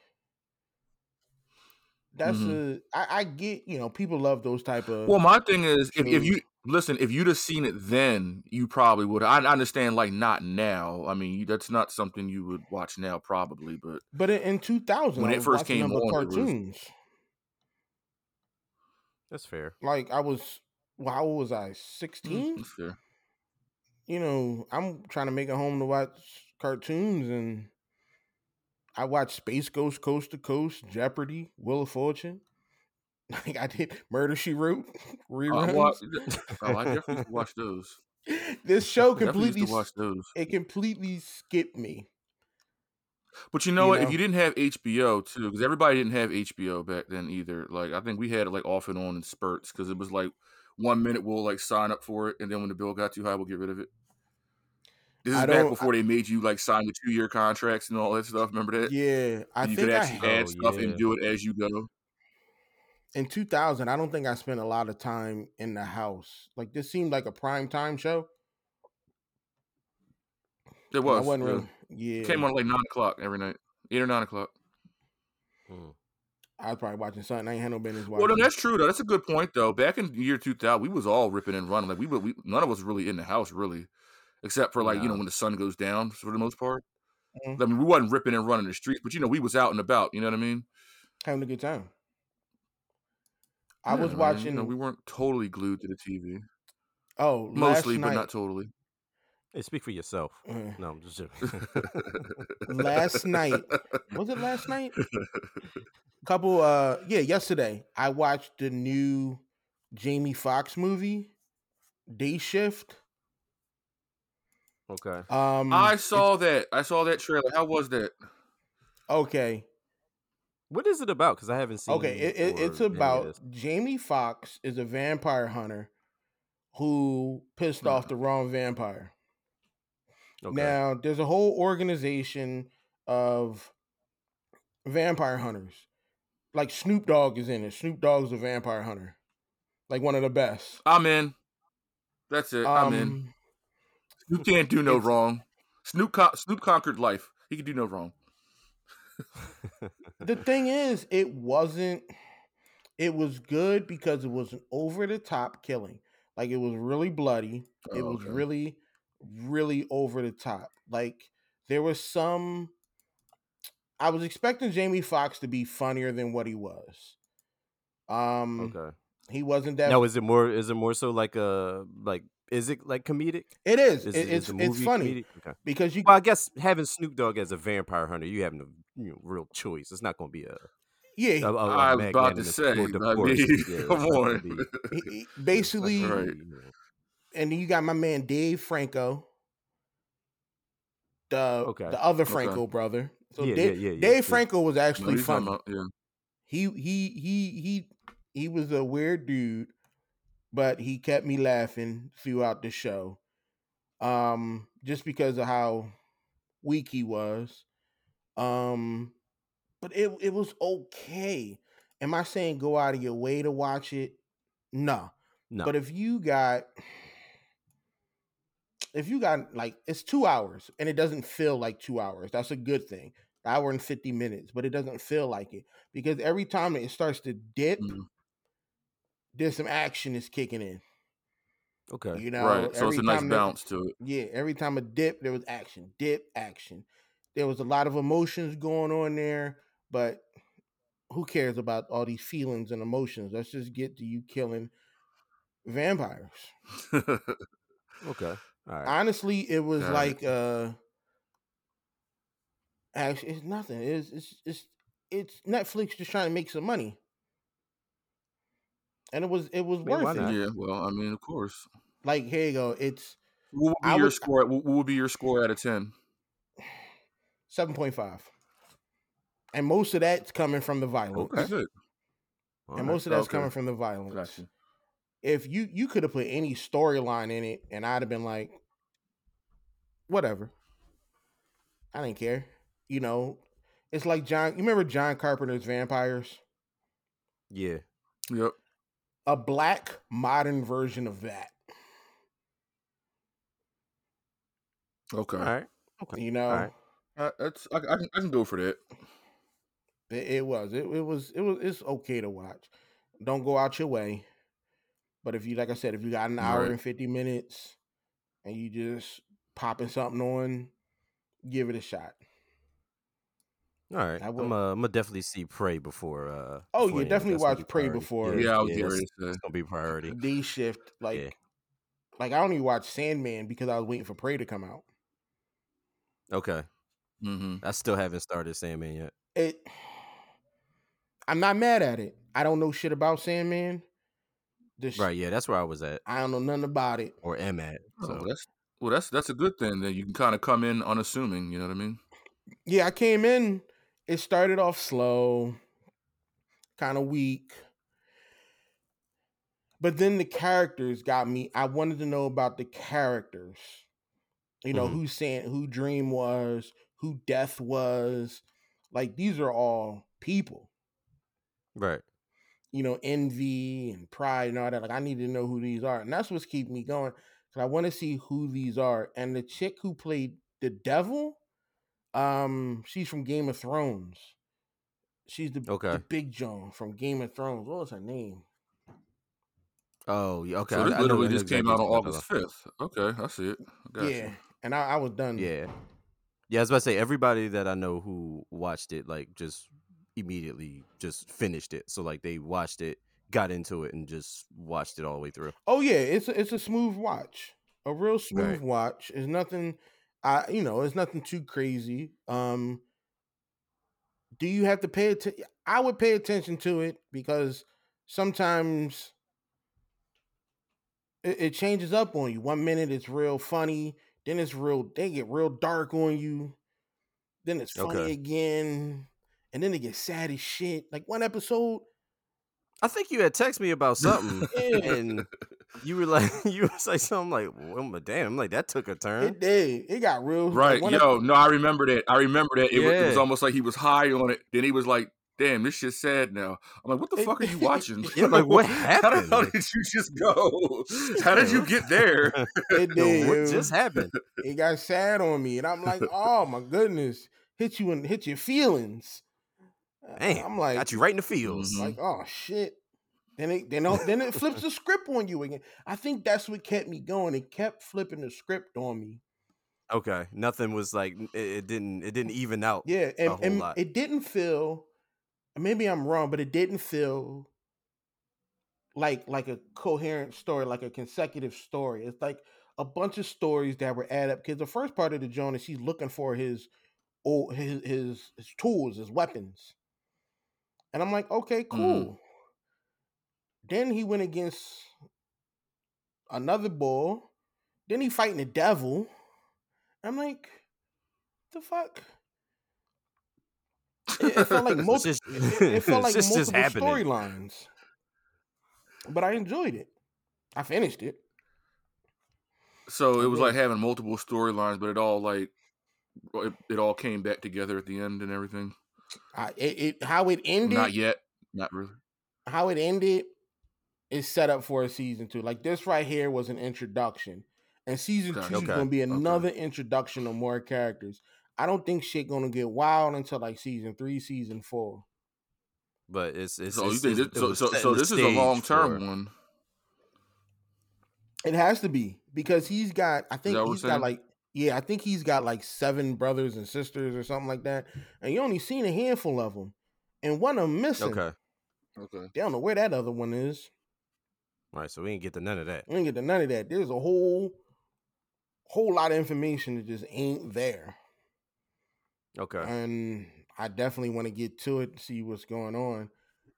[SPEAKER 1] That's a I, I get you know people love those type of
[SPEAKER 3] Mm-hmm. well my thing is if,
[SPEAKER 1] True.
[SPEAKER 3] if you listen if you'd have seen it then you probably would i I understand like not now i mean you, that's not something you would watch now probably but
[SPEAKER 1] but in, in 2000
[SPEAKER 3] when
[SPEAKER 1] I
[SPEAKER 3] it
[SPEAKER 1] was
[SPEAKER 3] first
[SPEAKER 1] watching
[SPEAKER 3] came
[SPEAKER 1] number
[SPEAKER 3] on, it was-
[SPEAKER 1] cartoons
[SPEAKER 2] That's fair.
[SPEAKER 1] like I was well how old was I
[SPEAKER 3] mm,
[SPEAKER 1] 16
[SPEAKER 3] that's fair.
[SPEAKER 1] you know I'm trying to make it home to watch cartoons and I watched Space Ghost Coast to Coast Jeopardy Wheel of Fortune (laughs) like I did Murder She Wrote (laughs) reruns
[SPEAKER 3] I, watched, oh, I definitely used to watch those
[SPEAKER 1] (laughs) this show
[SPEAKER 3] definitely used
[SPEAKER 1] completely
[SPEAKER 3] to watch those
[SPEAKER 1] it completely skipped me
[SPEAKER 3] But you know
[SPEAKER 1] you
[SPEAKER 3] what?
[SPEAKER 1] know?
[SPEAKER 3] If you didn't have HBO too, because everybody didn't have HBO back then either. Like I think we had it like off and on in spurts because it was like one minute we'll like sign up for it, and then when the bill got too high, we'll get rid of it. This is
[SPEAKER 1] I
[SPEAKER 3] back
[SPEAKER 1] don't-
[SPEAKER 3] before they made you like sign the two year contracts and all that stuff. Remember that?
[SPEAKER 1] yeah I
[SPEAKER 3] you
[SPEAKER 1] think
[SPEAKER 3] could
[SPEAKER 1] I
[SPEAKER 3] actually
[SPEAKER 1] had-
[SPEAKER 3] add
[SPEAKER 2] Oh,
[SPEAKER 3] stuff
[SPEAKER 2] yeah.
[SPEAKER 3] and do it as you go.
[SPEAKER 1] in 2000 I don't think I spent a lot of time in the house like this seemed like a prime time show
[SPEAKER 3] It
[SPEAKER 1] and I
[SPEAKER 3] was.
[SPEAKER 1] wasn't
[SPEAKER 3] yeah.
[SPEAKER 1] really yeah
[SPEAKER 3] It Came on at, like nine o'clock every night, eight or nine o'clock.
[SPEAKER 2] Mm.
[SPEAKER 1] I was probably watching something I ain't had no business watching.
[SPEAKER 3] Well, no, that's true though. That's a good point though. Back in the year two thousand, we was all ripping and running. Like we, were, we none of us really in the house really, except for like you know
[SPEAKER 2] No.
[SPEAKER 3] when the sun goes down for the most part.
[SPEAKER 1] Mhm.
[SPEAKER 3] I mean, we wasn't ripping and running the streets, but you know we was out and about. You know what I mean?
[SPEAKER 1] having a good time. I
[SPEAKER 3] Yeah,
[SPEAKER 1] was
[SPEAKER 3] mean,
[SPEAKER 1] watching.
[SPEAKER 3] you know, we weren't totally glued to the TV,
[SPEAKER 1] oh,
[SPEAKER 3] mostly,
[SPEAKER 1] last
[SPEAKER 3] but
[SPEAKER 1] night,
[SPEAKER 3] not totally.
[SPEAKER 2] Hey, speak for yourself.
[SPEAKER 3] (laughs)
[SPEAKER 1] uh,
[SPEAKER 2] No, I'm just
[SPEAKER 1] (laughs) last night was it last night? Couple, uh, yeah, yesterday I watched the new Jamie Foxx movie, Day Shift.
[SPEAKER 2] (laughs) okay.
[SPEAKER 1] Um,
[SPEAKER 3] I
[SPEAKER 1] it's-
[SPEAKER 3] saw that. I saw that trailer. How was that?
[SPEAKER 1] okay,
[SPEAKER 2] What is it about? Because I haven't seen.
[SPEAKER 1] okay. It, it,
[SPEAKER 2] or
[SPEAKER 1] it's
[SPEAKER 2] any of this.
[SPEAKER 1] about Jamie Foxx is a vampire hunter who pissed off
[SPEAKER 3] Hmm.
[SPEAKER 1] the wrong vampire.
[SPEAKER 2] Okay.
[SPEAKER 1] Now, there's a whole organization of vampire hunters. Like Snoop Dogg is in it. Snoop Dogg's a vampire hunter, like one of the best.
[SPEAKER 3] I'm in. That's it. Uh, I'm in.
[SPEAKER 1] Um,
[SPEAKER 3] You can't do no
[SPEAKER 1] it's-
[SPEAKER 3] wrong. Snoop con- Snoop conquered life. He could do no wrong.
[SPEAKER 1] the thing is, it wasn't. It was good because it was an over the top killing. Like it was really bloody. it
[SPEAKER 3] Oh,
[SPEAKER 1] was
[SPEAKER 3] okay.
[SPEAKER 1] really really over the top like there was some i was expecting jamie Foxx to be funnier than what he was um
[SPEAKER 2] okay.
[SPEAKER 1] he wasn't that
[SPEAKER 2] Now is it more? Is it more so like a like? Is it like comedic?
[SPEAKER 1] it is,
[SPEAKER 2] Is,
[SPEAKER 1] It-
[SPEAKER 2] is
[SPEAKER 1] it's
[SPEAKER 2] the
[SPEAKER 1] it's
[SPEAKER 2] movie
[SPEAKER 1] funny
[SPEAKER 2] comedic? Okay.
[SPEAKER 1] because you
[SPEAKER 2] Well, I guess having Snoop Dogg as a vampire hunter, you having a you know, real choice. It's not going to be a.
[SPEAKER 1] yeah
[SPEAKER 2] a- a- a
[SPEAKER 3] I was about to
[SPEAKER 2] magnanimous
[SPEAKER 3] say,
[SPEAKER 2] full
[SPEAKER 1] (laughs)
[SPEAKER 3] I
[SPEAKER 2] divorce.
[SPEAKER 3] mean,
[SPEAKER 2] Yeah, it's
[SPEAKER 3] come
[SPEAKER 2] not gonna
[SPEAKER 3] on.
[SPEAKER 2] be-
[SPEAKER 3] (laughs)
[SPEAKER 2] it's
[SPEAKER 1] he- he-
[SPEAKER 2] not
[SPEAKER 1] basically
[SPEAKER 2] gonna
[SPEAKER 3] Right.
[SPEAKER 2] be, you know.
[SPEAKER 1] and then you got my man dave franco the
[SPEAKER 2] Okay.
[SPEAKER 1] the other
[SPEAKER 3] Okay.
[SPEAKER 1] franco brother so
[SPEAKER 2] Yeah,
[SPEAKER 1] dave,
[SPEAKER 2] yeah, yeah, yeah,
[SPEAKER 1] dave
[SPEAKER 2] yeah.
[SPEAKER 1] franco was
[SPEAKER 3] No,
[SPEAKER 1] actually
[SPEAKER 3] he's talking
[SPEAKER 1] funny
[SPEAKER 3] about- yeah.
[SPEAKER 1] he he he he he was a weird dude, but he kept me laughing throughout the show. Um, just because of how weak he was. Um, but it it was okay. Am I saying go out of your way to watch it? No.
[SPEAKER 2] No.
[SPEAKER 1] But if you got if you got like it's two hours and it doesn't feel like two hours, that's a good thing. Hour and fifty minutes, but it doesn't feel like it because every time it starts to dip,
[SPEAKER 3] Mhm.
[SPEAKER 1] there's some action is kicking in.
[SPEAKER 2] Okay.
[SPEAKER 1] You know,
[SPEAKER 3] right. So it's
[SPEAKER 1] every
[SPEAKER 3] a nice
[SPEAKER 1] time that-
[SPEAKER 3] bounce to it.
[SPEAKER 1] yeah, every time a dip, there was action, dip, action. There was a lot of emotions going on there, but who cares about all these feelings and emotions? Let's just get to you killing vampires.
[SPEAKER 3] (laughs)
[SPEAKER 2] Okay. All right.
[SPEAKER 1] Honestly, it was
[SPEAKER 3] Got it.
[SPEAKER 1] like uh actually it's nothing. It's it's it's it's Netflix just trying to make some money. And it was it was
[SPEAKER 2] mean, why
[SPEAKER 1] worth
[SPEAKER 2] not?
[SPEAKER 1] it.
[SPEAKER 3] yeah. Well, I mean, of course.
[SPEAKER 1] Like here you go, it's
[SPEAKER 3] What would be
[SPEAKER 1] I
[SPEAKER 3] your
[SPEAKER 1] would-
[SPEAKER 3] score? What what would be your score out of ten?
[SPEAKER 1] seven point five. And most of that's coming from the violence.
[SPEAKER 3] Oh, That's it.
[SPEAKER 2] All
[SPEAKER 1] And
[SPEAKER 2] right.
[SPEAKER 1] most of that's
[SPEAKER 3] Okay.
[SPEAKER 1] coming from the violence.
[SPEAKER 3] Gotcha.
[SPEAKER 1] If you you could have put any storyline in it, and I'd have been like, whatever. I didn't care. You know, it's like John. You remember John Carpenter's Vampires?
[SPEAKER 2] yeah.
[SPEAKER 3] Yep.
[SPEAKER 1] A black modern version of that.
[SPEAKER 3] Okay.
[SPEAKER 2] All right. Okay.
[SPEAKER 1] You know,
[SPEAKER 2] Alright.
[SPEAKER 3] Uh, that's I, I, can, I can go for that.
[SPEAKER 1] it, it was it, it was it was it's okay to watch. Don't go out your way, but if you like I said, if you got an hour
[SPEAKER 3] Right.
[SPEAKER 1] and fifty minutes, and you just popping something on, give it a shot.
[SPEAKER 2] All right.
[SPEAKER 1] I
[SPEAKER 2] I'm
[SPEAKER 1] would-
[SPEAKER 2] uh, I'm gonna definitely see Prey before. Uh,
[SPEAKER 1] Oh, yeah,
[SPEAKER 2] before any of it.
[SPEAKER 1] definitely
[SPEAKER 2] That's gonna
[SPEAKER 1] watch
[SPEAKER 2] be
[SPEAKER 1] Prey
[SPEAKER 2] priority.
[SPEAKER 1] before.
[SPEAKER 2] Yeah,
[SPEAKER 3] Yeah, I was getting
[SPEAKER 2] it's,
[SPEAKER 3] ready to
[SPEAKER 2] it's
[SPEAKER 3] say.
[SPEAKER 2] gonna be priority.
[SPEAKER 1] D shift like like I only watched Sandman because I was waiting for Prey to come out.
[SPEAKER 2] Okay.
[SPEAKER 3] Mm-hmm.
[SPEAKER 2] I still haven't started Sandman yet.
[SPEAKER 1] It (sighs) I'm not mad at it. I don't know shit about Sandman. This
[SPEAKER 2] Right. Yeah. That's where I was at
[SPEAKER 1] I don't know nothing about it.
[SPEAKER 2] or am at.
[SPEAKER 3] Oh,
[SPEAKER 2] So.
[SPEAKER 3] well, that's well, that's that's a good thing. Then you can kind of come in unassuming. You know what I mean?
[SPEAKER 1] Yeah, I came in, it started off slow, kind of weak. But then the characters got me. I wanted to know about the characters. You know,
[SPEAKER 2] Mhm.
[SPEAKER 1] who San who Dream was, who Death was. Like these are all people.
[SPEAKER 2] Right.
[SPEAKER 1] you know, envy and pride and all that. Like, I need to know who these are. And that's what's keeping me going. Cause I want to see who these are. And the chick who played the devil, um, she's from Game of Thrones. She's the, the
[SPEAKER 2] Okay.
[SPEAKER 1] big John from Game of Thrones. What was her name?
[SPEAKER 2] Oh. yeah, Okay.
[SPEAKER 3] so
[SPEAKER 2] I-
[SPEAKER 3] this
[SPEAKER 2] I know-
[SPEAKER 3] literally
[SPEAKER 2] I know
[SPEAKER 3] just came
[SPEAKER 2] exactly
[SPEAKER 3] out on
[SPEAKER 2] what you're talking
[SPEAKER 3] August fifth. Okay, I see it. I Gotcha.
[SPEAKER 1] Yeah. And I, I was done.
[SPEAKER 2] Yeah. Yeah, I was about to say everybody that I know who watched it like just immediately just finished it. So like they watched it, got into it, and just watched it all the way through.
[SPEAKER 1] Oh yeah, it's a, it's a smooth watch, a real smooth
[SPEAKER 2] Right.
[SPEAKER 1] watch. It's nothing, I you know, it's nothing too crazy. Um, do you have to pay attention? I would pay attention to it because sometimes it, it changes up on you. One minute it's real funny, then it's real. They get real dark on you, then it's funny
[SPEAKER 2] Okay.
[SPEAKER 1] again, and then it gets sad as shit. Like one episode,
[SPEAKER 3] (laughs)
[SPEAKER 2] I think you had text me about something,
[SPEAKER 1] yeah,
[SPEAKER 2] and you were like, (laughs) you was like something like, well, but damn, I'm like that took a turn.
[SPEAKER 1] It did. It got real.
[SPEAKER 3] Right.
[SPEAKER 1] One of-
[SPEAKER 3] Yo, no, I remember that. I remember that. It, was, it was
[SPEAKER 2] Yeah.
[SPEAKER 3] almost like he was high on it. Then he was like, damn, this shit's sad now. I'm like, what the
[SPEAKER 1] It-
[SPEAKER 3] fuck
[SPEAKER 2] (laughs)
[SPEAKER 3] are you watching?
[SPEAKER 2] Yeah, like what
[SPEAKER 3] (laughs) How the
[SPEAKER 2] happened?
[SPEAKER 3] hell did you just go? How did you get there?
[SPEAKER 2] (laughs)
[SPEAKER 1] it
[SPEAKER 2] Yo,
[SPEAKER 1] did.
[SPEAKER 2] what
[SPEAKER 1] yo.
[SPEAKER 2] just
[SPEAKER 3] (laughs)
[SPEAKER 2] happened?
[SPEAKER 1] it got sad on me, and I'm
[SPEAKER 2] (laughs)
[SPEAKER 1] like, oh my goodness, hit you and hit your feelings. Uh,
[SPEAKER 2] Damn,
[SPEAKER 1] I'm like,
[SPEAKER 2] Got you right in the fields.
[SPEAKER 3] Mhm.
[SPEAKER 1] like oh shit. Then it then it- then it flips the script on you again. I think that's what kept me going. It kept flipping the script on me.
[SPEAKER 3] Mm-hmm.
[SPEAKER 2] Okay, nothing was like it, it didn't it didn't even out.
[SPEAKER 1] Yeah,
[SPEAKER 2] a
[SPEAKER 1] and,
[SPEAKER 2] whole
[SPEAKER 1] and
[SPEAKER 2] lot.
[SPEAKER 1] it didn't feel. Maybe I'm wrong, but it didn't feel like like a coherent story, like a consecutive story. It's like a bunch of stories that were add up. Because the first part of the joint is he's looking for his old his his, his tools, his weapons, and I'm like, okay,
[SPEAKER 2] Mm-hmm.
[SPEAKER 1] cool. Then he went against another bull. Then he fighting the devil. I'm like, the fuck. It, it felt like
[SPEAKER 2] (laughs) It's
[SPEAKER 1] multi-
[SPEAKER 2] just-
[SPEAKER 1] it, it felt like
[SPEAKER 2] (laughs) it's just
[SPEAKER 1] multiple
[SPEAKER 2] happening.
[SPEAKER 1] storylines. But I enjoyed it. I finished it.
[SPEAKER 3] So it was
[SPEAKER 2] Mm-hmm.
[SPEAKER 3] like having multiple storylines, but it all like it, it all came back together at the end and everything.
[SPEAKER 1] I, it, it how it
[SPEAKER 2] Mm-hmm.
[SPEAKER 1] ended.
[SPEAKER 3] Not yet. Not really.
[SPEAKER 1] how it ended is set up for a season two. Like this right here was an introduction, and season
[SPEAKER 3] Okay.
[SPEAKER 1] two is
[SPEAKER 2] Okay.
[SPEAKER 1] going to be
[SPEAKER 2] Okay.
[SPEAKER 1] another introduction of more characters. I don't think shit going to get wild until like season three, season four.
[SPEAKER 2] But it's it's,
[SPEAKER 3] so you
[SPEAKER 2] it's,
[SPEAKER 3] think
[SPEAKER 2] it's-
[SPEAKER 3] this,
[SPEAKER 2] it
[SPEAKER 3] so
[SPEAKER 2] was
[SPEAKER 3] so,
[SPEAKER 2] setting
[SPEAKER 3] so
[SPEAKER 2] the
[SPEAKER 3] this is a
[SPEAKER 2] stage
[SPEAKER 3] long
[SPEAKER 2] for-
[SPEAKER 3] term one.
[SPEAKER 1] It has to be because he's got. I think
[SPEAKER 3] that what
[SPEAKER 1] he's
[SPEAKER 3] we're
[SPEAKER 1] got
[SPEAKER 3] saying?
[SPEAKER 1] like yeah. I think he's got like seven brothers and sisters or something like that, and you only seen a handful of them, and one of them missing.
[SPEAKER 2] (laughs) Okay,
[SPEAKER 3] Okay.
[SPEAKER 1] They don't know where that other one is.
[SPEAKER 2] all right. So we didn't get to none of that.
[SPEAKER 1] We didn't get to none of that. There's a whole, whole lot of information that just ain't there.
[SPEAKER 3] (laughs)
[SPEAKER 2] Okay, (laughs)
[SPEAKER 1] and I definitely want to get to it, see what's going on.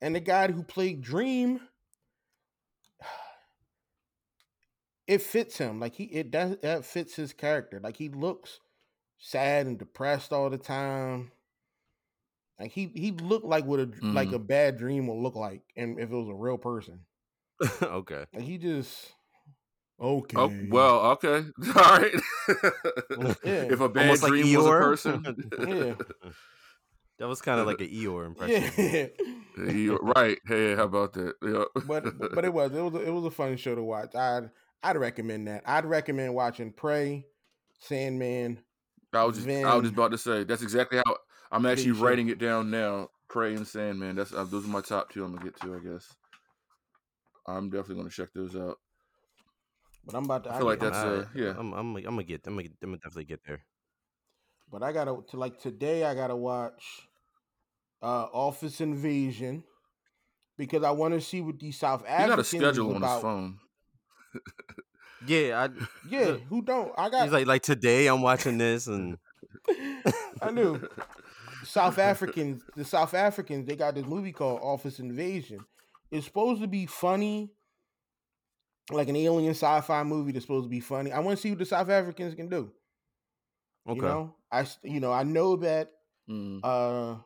[SPEAKER 1] And the guy who played Dream, (sighs) it fits him. Like he, it does that fits his character. Like he looks sad and depressed all the time. Like he, he looked like what a like
[SPEAKER 3] Mhm.
[SPEAKER 1] a bad dream will look like, and if it was a real person,
[SPEAKER 2] okay. (laughs)
[SPEAKER 1] like he just okay.
[SPEAKER 3] Oh well. Okay. (laughs) All right.
[SPEAKER 1] Yeah.
[SPEAKER 3] If a bad
[SPEAKER 2] Almost like
[SPEAKER 3] dream was a
[SPEAKER 2] Eeyore. (laughs)
[SPEAKER 3] person,
[SPEAKER 1] yeah, (laughs)
[SPEAKER 2] That was kind of like an Eeyore impression.
[SPEAKER 3] (laughs)
[SPEAKER 1] yeah.
[SPEAKER 3] (laughs) Eeyore- right? Hey, how about that? Yeah.
[SPEAKER 1] but but it was it was a, it was a fun show to watch. I'd I'd recommend that. I'd recommend watching Prey, Sandman.
[SPEAKER 3] (laughs) I was just I was
[SPEAKER 1] Vin-
[SPEAKER 3] just about to say that's exactly how I'm actually
[SPEAKER 1] Big shit.
[SPEAKER 3] writing it down now. Pray and Sandman. That's uh, those are my top two. I'm gonna get to. I guess I'm definitely gonna check those out.
[SPEAKER 1] But I'm about to.
[SPEAKER 3] I feel like
[SPEAKER 1] gotta-
[SPEAKER 3] that's uh
[SPEAKER 2] Alright,
[SPEAKER 3] yeah.
[SPEAKER 2] I'm, I'm, I'm gonna get. I'm gonna, I'm gonna definitely get there.
[SPEAKER 1] But I gotta to like today. I gotta watch uh Office Invasion because I want to see what these South
[SPEAKER 3] He got a
[SPEAKER 1] Africans is
[SPEAKER 3] schedule on his
[SPEAKER 1] about.
[SPEAKER 3] phone.
[SPEAKER 2] Yeah, I,
[SPEAKER 1] Yeah, who don't? I got.
[SPEAKER 2] he's like, like today I'm watching
[SPEAKER 3] (laughs)
[SPEAKER 2] this, and
[SPEAKER 1] (laughs) I knew South Africans. The South Africans. They got this movie called Office Invasion. It's supposed to be funny, like an alien sci-fi movie. That's supposed to be funny. I want to see what the South Africans can do.
[SPEAKER 2] okay,
[SPEAKER 1] You know, I s- you know I know that
[SPEAKER 3] Mm.
[SPEAKER 1] uh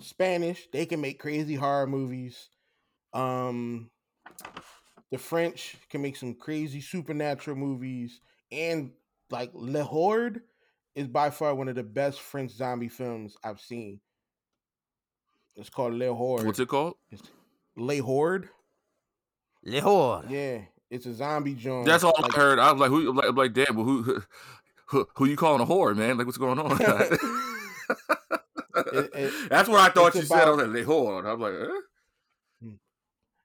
[SPEAKER 1] Spanish they can make crazy horror movies. Um, the French can make some crazy supernatural movies, and like Le Horde is by far one of the best French zombie films I've seen. It's called Le Horde.
[SPEAKER 3] What's it called?
[SPEAKER 1] Le Horde.
[SPEAKER 2] Lehor.
[SPEAKER 1] Yeah, it's a zombie joint.
[SPEAKER 3] Oh, That's all
[SPEAKER 1] like-
[SPEAKER 3] I heard. I was like, who? I'm Like, I'm like damn, but who, who? Who you calling a whore, man? Like, what's
[SPEAKER 1] (laughs)
[SPEAKER 3] going on? (laughs)
[SPEAKER 1] it-
[SPEAKER 3] that's what I thought
[SPEAKER 1] it's
[SPEAKER 3] you said. I
[SPEAKER 1] about-
[SPEAKER 3] was like, they whore. I'm like, eh?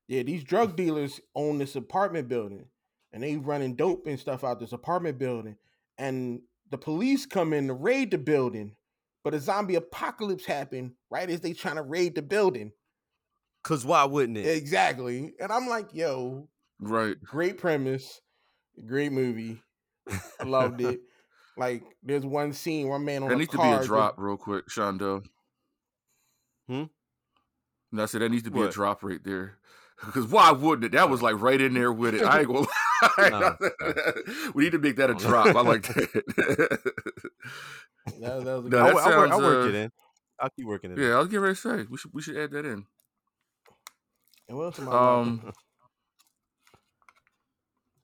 [SPEAKER 1] Yeah, these drug dealers own this apartment building and they running dope and stuff out this apartment building. And the police come in to raid the building, but a zombie apocalypse happened right as they trying to raid the building.
[SPEAKER 2] Cause why wouldn't it?
[SPEAKER 1] Exactly. And I'm like, yo,
[SPEAKER 3] right.
[SPEAKER 1] great premise, great movie. I loved
[SPEAKER 3] (laughs)
[SPEAKER 1] it. Like, there's one scene where a man on
[SPEAKER 3] There
[SPEAKER 1] a
[SPEAKER 3] needs to be
[SPEAKER 1] car
[SPEAKER 3] a
[SPEAKER 1] just-
[SPEAKER 3] drop real quick, Shondo.
[SPEAKER 2] Hmm?
[SPEAKER 3] No, I said there needs to be a
[SPEAKER 2] What? Oh.
[SPEAKER 3] drop right there. (laughs) Because why wouldn't it? That was like right in there with it.
[SPEAKER 2] (laughs)
[SPEAKER 3] I ain't gonna lie. (laughs)
[SPEAKER 2] No,
[SPEAKER 3] we need to make that a
[SPEAKER 2] I don't know.
[SPEAKER 3] drop.
[SPEAKER 2] (laughs)
[SPEAKER 3] I like that. (laughs)
[SPEAKER 1] That- that was a
[SPEAKER 2] I,
[SPEAKER 3] No,
[SPEAKER 1] good-
[SPEAKER 3] that
[SPEAKER 2] wo- I work, I
[SPEAKER 3] sounds,
[SPEAKER 2] work
[SPEAKER 3] uh,
[SPEAKER 2] it in. I'll keep working it.
[SPEAKER 3] yeah, I was getting ready to say we should we should add that in.
[SPEAKER 1] and what else am I watching?
[SPEAKER 3] Um,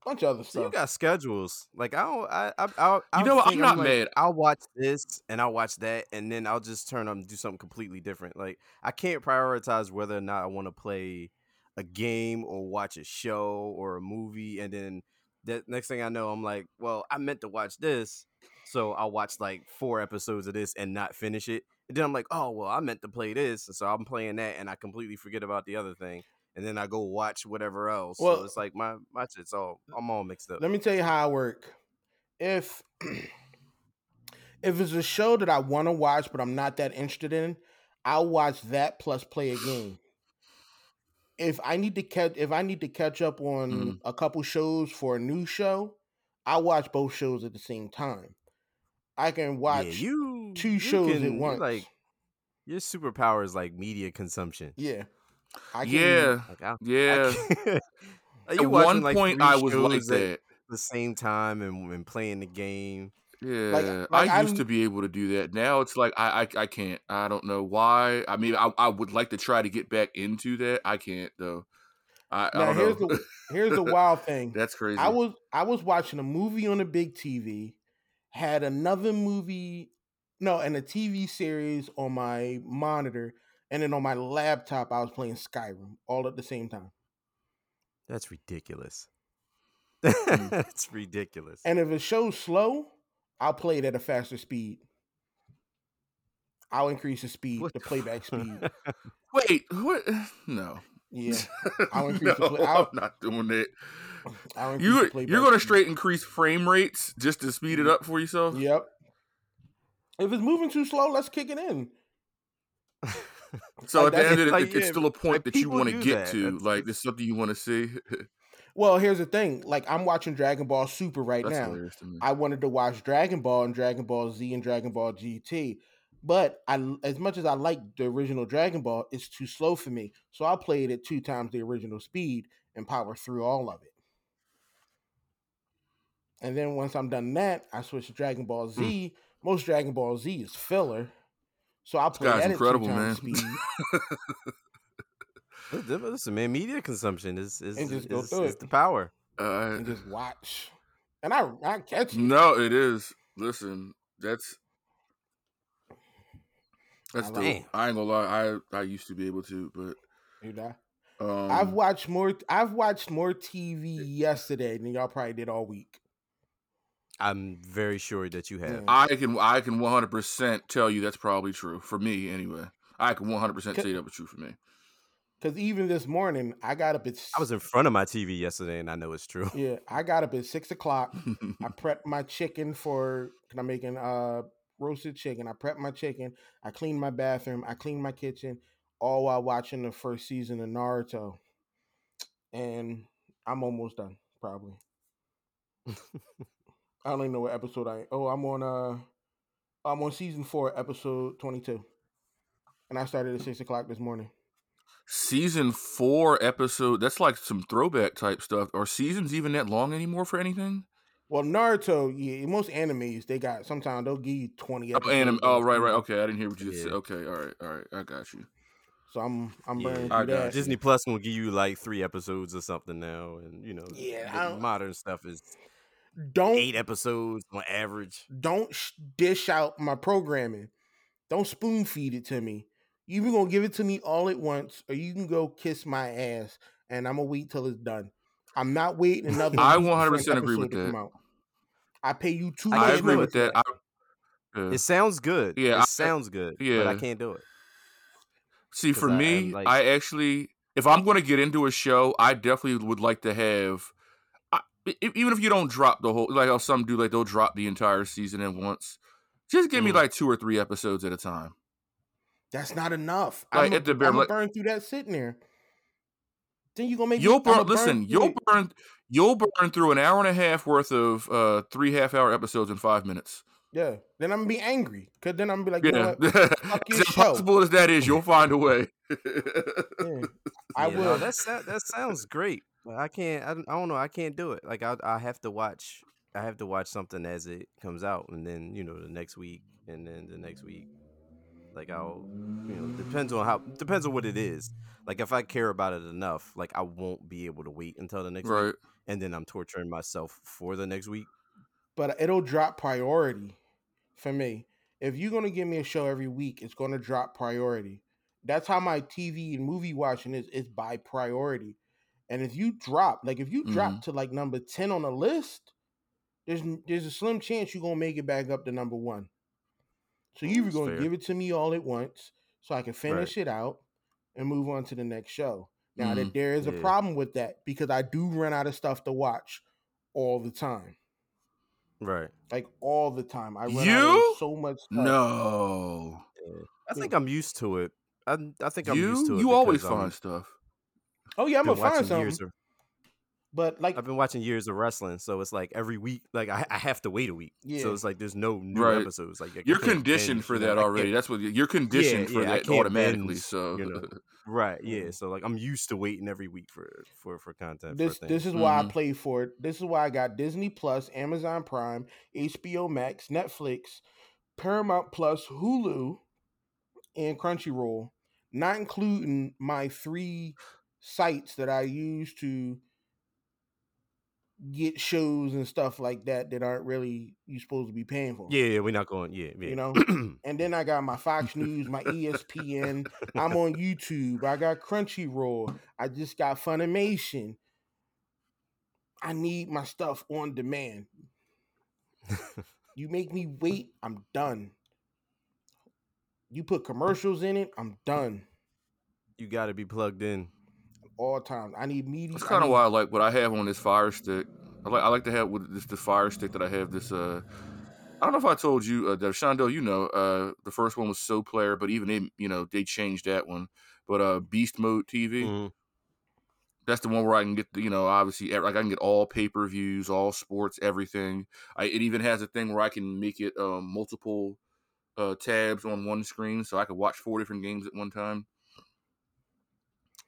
[SPEAKER 1] bunch of other
[SPEAKER 2] So you
[SPEAKER 1] stuff.
[SPEAKER 2] got schedules. Like I don't. I. I. I I
[SPEAKER 3] You know what?
[SPEAKER 2] think
[SPEAKER 3] I'm not
[SPEAKER 2] like,
[SPEAKER 3] mad.
[SPEAKER 2] I'll watch this and I'll watch that, and then I'll just turn on and do something completely different. Like I can't prioritize whether or not I want to play a game or watch a show or a movie, and then the next thing I know, I'm like, well, I meant to watch this, so I'll watch like four episodes of this and not finish it. And then I'm like, oh well, I meant to play this, and so I'm playing that, and I completely forget about the other thing. And then I go watch whatever else.
[SPEAKER 1] Well-
[SPEAKER 2] so it's like my my shit's all I'm all mixed up.
[SPEAKER 1] Let me tell you how I work. If if it's a show that I want to watch but I'm not that interested in, I'll watch that plus play a game. If I need to catch if I need to catch up on
[SPEAKER 3] Mhm.
[SPEAKER 1] a couple shows for a new show, I watch both shows at the same time. I can watch
[SPEAKER 2] yeah, you
[SPEAKER 1] two
[SPEAKER 2] you
[SPEAKER 1] shows
[SPEAKER 2] can-
[SPEAKER 1] at
[SPEAKER 2] you
[SPEAKER 1] once.
[SPEAKER 2] Like your superpower is like media consumption.
[SPEAKER 1] yeah. I
[SPEAKER 3] yeah,
[SPEAKER 2] Like (laughs) I,
[SPEAKER 3] yeah.
[SPEAKER 2] I can't- (laughs) Are
[SPEAKER 3] At
[SPEAKER 2] you
[SPEAKER 3] one
[SPEAKER 2] watching, like,
[SPEAKER 3] point,
[SPEAKER 2] three
[SPEAKER 3] I was
[SPEAKER 2] shows
[SPEAKER 3] like
[SPEAKER 2] at
[SPEAKER 3] that.
[SPEAKER 2] the same time and, and playing the game.
[SPEAKER 3] Yeah,
[SPEAKER 1] like,
[SPEAKER 3] I used
[SPEAKER 1] I'm-
[SPEAKER 3] to be able to do that. Now it's like I, I I can't. I don't know why. I mean, I, I would like to try to get back into that. I can't though. I, I
[SPEAKER 1] Now
[SPEAKER 3] don't
[SPEAKER 1] here's
[SPEAKER 3] know. (laughs)
[SPEAKER 1] the here's the wild thing.
[SPEAKER 3] That's crazy.
[SPEAKER 1] I was I was watching a movie on a big TV, had another movie, no, and a TV series on my monitor, and then on my laptop I was playing Skyrim all at the same time.
[SPEAKER 2] That's ridiculous. (laughs) That's ridiculous.
[SPEAKER 1] Mm. And if a show's slow, I'll play it at a faster speed. I'll increase the speed,
[SPEAKER 2] What
[SPEAKER 1] the
[SPEAKER 2] the
[SPEAKER 1] playback
[SPEAKER 2] (laughs)
[SPEAKER 1] speed.
[SPEAKER 3] (laughs) Wait, what? (sighs) No.
[SPEAKER 1] Yeah, I'll
[SPEAKER 3] (laughs)
[SPEAKER 1] increase the
[SPEAKER 3] no,
[SPEAKER 1] play-
[SPEAKER 3] I'm
[SPEAKER 1] I'll-
[SPEAKER 3] not doing that.
[SPEAKER 1] I'll increase
[SPEAKER 3] You
[SPEAKER 1] the playback
[SPEAKER 3] you're going to
[SPEAKER 1] speed.
[SPEAKER 3] straight increase frame rates just to speed it up for yourself.
[SPEAKER 1] Yep. If it's moving too slow, let's kick it in.
[SPEAKER 3] So
[SPEAKER 1] Like,
[SPEAKER 3] at the
[SPEAKER 1] that's-
[SPEAKER 3] end of it,
[SPEAKER 2] like,
[SPEAKER 3] it- it's
[SPEAKER 2] yeah,
[SPEAKER 3] still a point
[SPEAKER 2] like,
[SPEAKER 3] that you
[SPEAKER 2] people
[SPEAKER 3] want to
[SPEAKER 2] do
[SPEAKER 3] get
[SPEAKER 2] that.
[SPEAKER 3] to.
[SPEAKER 2] That's-
[SPEAKER 3] like,
[SPEAKER 2] that's-
[SPEAKER 3] it's something you want to see. (laughs)
[SPEAKER 1] Well, here's the thing. Like I'm watching Dragon Ball Super right
[SPEAKER 3] That's
[SPEAKER 1] now.
[SPEAKER 3] hilarious to me.
[SPEAKER 1] I wanted to watch Dragon Ball and Dragon Ball Z and Dragon Ball GT. But I, as much as I like the original Dragon Ball, it's too slow for me. So I played it two times the original speed and power through all of it. And then once I'm done that, I switch to Dragon Ball
[SPEAKER 3] Hmm.
[SPEAKER 1] Z. Most Dragon Ball Z is filler, so I play
[SPEAKER 3] guy's
[SPEAKER 1] that at two
[SPEAKER 3] incredible,
[SPEAKER 1] times
[SPEAKER 3] man.
[SPEAKER 1] speed
[SPEAKER 2] Listen, listen, man, media consumption is is,
[SPEAKER 1] And
[SPEAKER 2] is,
[SPEAKER 1] just go through
[SPEAKER 2] is
[SPEAKER 1] it.
[SPEAKER 2] the power.
[SPEAKER 3] Uh,
[SPEAKER 1] and
[SPEAKER 3] (laughs)
[SPEAKER 1] just watch. And I, I catch it.
[SPEAKER 3] no, it is. Listen, that's that's
[SPEAKER 1] I
[SPEAKER 3] dope.
[SPEAKER 1] like
[SPEAKER 2] it.
[SPEAKER 3] I ain't gonna lie. I I used to be able to,
[SPEAKER 1] You know?
[SPEAKER 3] but um,
[SPEAKER 1] I've watched more. I've watched more TV yesterday than y'all probably did all week.
[SPEAKER 2] I'm very sure that you have.
[SPEAKER 1] Yeah.
[SPEAKER 3] I can I can 100 percent tell you that's probably true for me anyway. I can 100 percent
[SPEAKER 1] Ca-
[SPEAKER 3] say that was true for me.
[SPEAKER 1] Because even this morning, I got up at.
[SPEAKER 2] I was in front of my TV yesterday, and I know it's true.
[SPEAKER 1] Yeah, I got up at six o'clock.
[SPEAKER 2] (laughs)
[SPEAKER 1] I prepped my chicken for. Cause I'm making uh roasted chicken. I prepped my chicken. I cleaned my bathroom. I cleaned my kitchen. All while watching the first season of Naruto. And I'm almost done.
[SPEAKER 2] (laughs)
[SPEAKER 1] Probably. I don't even know what episode I. Oh, I'm on. Uh, I'm on season four, episode twenty-two. And I started at six o'clock this morning.
[SPEAKER 3] (laughs) season four episode. That's like some throwback type stuff. Are seasons even that long anymore for anything?
[SPEAKER 1] Well, Naruto, yeah, most animes they got sometimes they'll give you twenty.
[SPEAKER 3] Oh, anim-
[SPEAKER 1] episodes
[SPEAKER 3] oh
[SPEAKER 1] of
[SPEAKER 3] right, right.
[SPEAKER 1] season.
[SPEAKER 3] Okay, I didn't hear what you just said.
[SPEAKER 2] Yeah.
[SPEAKER 3] Okay, all right, all right. I got you.
[SPEAKER 1] So I'm I'm
[SPEAKER 2] Yeah.
[SPEAKER 1] burning
[SPEAKER 2] I
[SPEAKER 1] through
[SPEAKER 3] got
[SPEAKER 1] that.
[SPEAKER 3] you.
[SPEAKER 2] Disney Plus will give you like three episodes or something now, and you know,
[SPEAKER 1] Yeah,
[SPEAKER 2] the
[SPEAKER 1] I don't- Oh.
[SPEAKER 2] modern stuff is
[SPEAKER 1] Don't
[SPEAKER 2] eight episodes on average.
[SPEAKER 1] don't sh- dish out my programming. Don't spoon feed it to me. You either gonna give it to me all at once, or you can go kiss my ass, and I'm gonna wait till it's done. I'm not
[SPEAKER 3] (laughs)
[SPEAKER 1] waiting another.
[SPEAKER 3] I
[SPEAKER 1] week for an
[SPEAKER 3] 100% agree with
[SPEAKER 1] episode to
[SPEAKER 3] that.
[SPEAKER 1] come out. I pay you two.
[SPEAKER 2] I
[SPEAKER 3] I,
[SPEAKER 2] can't
[SPEAKER 1] days
[SPEAKER 3] agree
[SPEAKER 2] do
[SPEAKER 1] notice
[SPEAKER 3] with
[SPEAKER 2] it.
[SPEAKER 3] that.
[SPEAKER 1] for
[SPEAKER 3] I- yeah.
[SPEAKER 2] It sounds good.
[SPEAKER 3] Yeah,
[SPEAKER 2] it
[SPEAKER 3] I-
[SPEAKER 2] sounds good. but I
[SPEAKER 3] yeah.
[SPEAKER 2] can't do it.
[SPEAKER 3] See, for
[SPEAKER 2] 'Cause I- I'm
[SPEAKER 3] me,
[SPEAKER 2] like-
[SPEAKER 3] I actually, if I'm going to get into a show, I definitely would like to have, I, e- even if you don't drop the whole, like how some do, like they'll drop the entire season at once. Just give me
[SPEAKER 2] Mhm.
[SPEAKER 3] like two or three episodes at a time.
[SPEAKER 1] That's not enough.
[SPEAKER 3] Like,
[SPEAKER 1] I'm gonna
[SPEAKER 3] at the bare
[SPEAKER 1] I'ma
[SPEAKER 3] li-
[SPEAKER 1] burn through that sitting there. Then you gonna make me-
[SPEAKER 3] You'll
[SPEAKER 1] I'ma
[SPEAKER 3] burn. Listen,
[SPEAKER 1] through
[SPEAKER 3] you'll
[SPEAKER 1] it.
[SPEAKER 3] burn. You'll burn through an hour and a half worth of uh, three half hour episodes in five minutes.
[SPEAKER 1] Yeah. Then I'm gonna be angry. Cause then I'm gonna be like, you know
[SPEAKER 3] Yeah, (laughs)
[SPEAKER 1] what? your
[SPEAKER 3] as
[SPEAKER 1] show.
[SPEAKER 3] impossible as that is, you'll find a way. (laughs)
[SPEAKER 1] Yeah, I
[SPEAKER 2] Yeah,
[SPEAKER 1] will.
[SPEAKER 2] No, that sou- that sounds great, but I can't. I don't, I don't know. I can't do it. Like I, I have to watch. I have to watch something as it comes out, and then you know the next week, and then the next week. Like I'll, you know, depends on how depends on what it is. Like if I care about it enough, like I won't be able to wait until the next week,
[SPEAKER 3] Right.
[SPEAKER 2] and then I'm torturing myself for the next week.
[SPEAKER 1] but it'll drop priority for me. If you're gonna give me a show every week, it's gonna drop priority. That's how my TV and movie watching is. It's by priority. And if you drop, like if you
[SPEAKER 2] Mm-hmm.
[SPEAKER 1] drop to like number ten on the list, there's n- there's a slim chance you're gonna make it back up to number one. So you're
[SPEAKER 2] That's
[SPEAKER 1] gonna
[SPEAKER 2] fair.
[SPEAKER 1] give it to me all at once, so I can finish it out and move on to the next show. Now that there is a
[SPEAKER 2] Mm-hmm. Yeah.
[SPEAKER 1] problem with that because I do run out of stuff to watch all the time
[SPEAKER 2] Right.
[SPEAKER 1] like all the time. I run out
[SPEAKER 3] You?
[SPEAKER 1] of so much. Stuff.
[SPEAKER 3] No.
[SPEAKER 2] I think I'm used to it. I I think I'm used to
[SPEAKER 3] Hmm. You
[SPEAKER 2] it.
[SPEAKER 3] you always
[SPEAKER 2] because um, I'm-
[SPEAKER 3] find stuff.
[SPEAKER 1] Oh yeah, I'm
[SPEAKER 2] been
[SPEAKER 1] gonna find
[SPEAKER 2] watching
[SPEAKER 1] something.
[SPEAKER 2] years of,
[SPEAKER 1] but like,
[SPEAKER 2] I've been watching years of wrestling, so it's like every week, like I, I have to wait a week.
[SPEAKER 1] Yeah.
[SPEAKER 2] So it's like there's no new
[SPEAKER 3] Right.
[SPEAKER 2] episodes. Like I
[SPEAKER 3] You're
[SPEAKER 2] can't
[SPEAKER 3] conditioned
[SPEAKER 2] binge,
[SPEAKER 3] for
[SPEAKER 2] you know,
[SPEAKER 3] that
[SPEAKER 2] I
[SPEAKER 3] already.
[SPEAKER 2] can't-
[SPEAKER 3] That's what you're conditioned
[SPEAKER 2] Yeah,
[SPEAKER 3] for
[SPEAKER 2] yeah, I
[SPEAKER 3] that
[SPEAKER 2] can't
[SPEAKER 3] automatically.
[SPEAKER 2] binge,
[SPEAKER 3] so (laughs)
[SPEAKER 2] you know. right, yeah.
[SPEAKER 3] Mm.
[SPEAKER 2] So like I'm used to waiting every week for for for content.
[SPEAKER 1] this
[SPEAKER 2] for
[SPEAKER 1] this is why I
[SPEAKER 3] Mhm.
[SPEAKER 1] play for it. This is why I got Disney Plus, Amazon Prime, HBO Max, Netflix, Paramount Plus, Hulu, and Crunchyroll, not including my three sites that I use to get shows and stuff like that that aren't really you supposed to be paying for.
[SPEAKER 2] yeah, yeah, we're not going. Yeah, yeah.
[SPEAKER 1] You know? And then I got my Fox News, my E ESPN. I'm on YouTube. I got Crunchyroll. I just got Funimation. I need my stuff on demand. You make me wait, I'm done. You put commercials in it, I'm done.
[SPEAKER 2] (clears throat) you got to be plugged in.
[SPEAKER 1] All times. I need media.
[SPEAKER 3] That's
[SPEAKER 1] I
[SPEAKER 3] kind of
[SPEAKER 1] need-
[SPEAKER 3] why I like what I have on this fire stick. I like I like to have with this the fire stick that I have. This uh, I don't know if I told you, uh, Dev Shondell, You know, uh, the first one was So Player, but even they, you know, they changed that one. But uh, Beast Mode TV.
[SPEAKER 2] Mhm.
[SPEAKER 3] That's the one where I can get the, you know, obviously ev- like I can get all pay per views, all sports, everything. I, it even has a thing where I can make it um, multiple uh, tabs on one screen, so I could watch four different games at one time.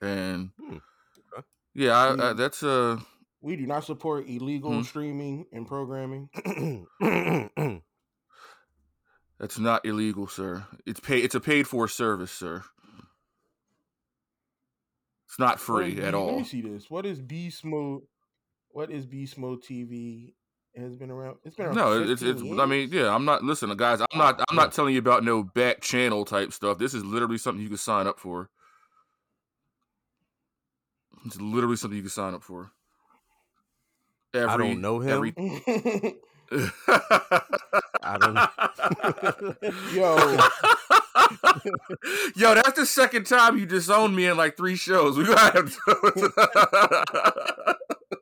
[SPEAKER 3] And
[SPEAKER 2] Hmm. Okay. Hmm.
[SPEAKER 3] yeah, I, I,
[SPEAKER 1] Mm.
[SPEAKER 3] that's uh
[SPEAKER 1] We do not support illegal
[SPEAKER 3] Mhm.
[SPEAKER 1] streaming and programming.
[SPEAKER 2] Mm.
[SPEAKER 3] (laughs) that's not illegal, sir. It's pay. It's a paid for service, sir. It's not
[SPEAKER 1] What is
[SPEAKER 3] free
[SPEAKER 1] Beast- Let
[SPEAKER 3] at
[SPEAKER 1] me
[SPEAKER 3] all.
[SPEAKER 1] see this. What is Beast Mode? What is Beast Mode TV? It has been around. It's been around.
[SPEAKER 3] No,
[SPEAKER 1] No,
[SPEAKER 3] it's it's. I mean, yeah, I'm not. Listen, guys, I'm not. I'm not telling you about no back channel type stuff. This is literally something you can sign up for. It's literally something you can sign up for. Every,
[SPEAKER 2] I don't know him.
[SPEAKER 3] every-
[SPEAKER 2] (clears throat) I don't.
[SPEAKER 3] (laughs)
[SPEAKER 2] know.
[SPEAKER 1] (laughs) Yo.
[SPEAKER 3] Yo, that's the second time you disowned me in like three shows. We gotta have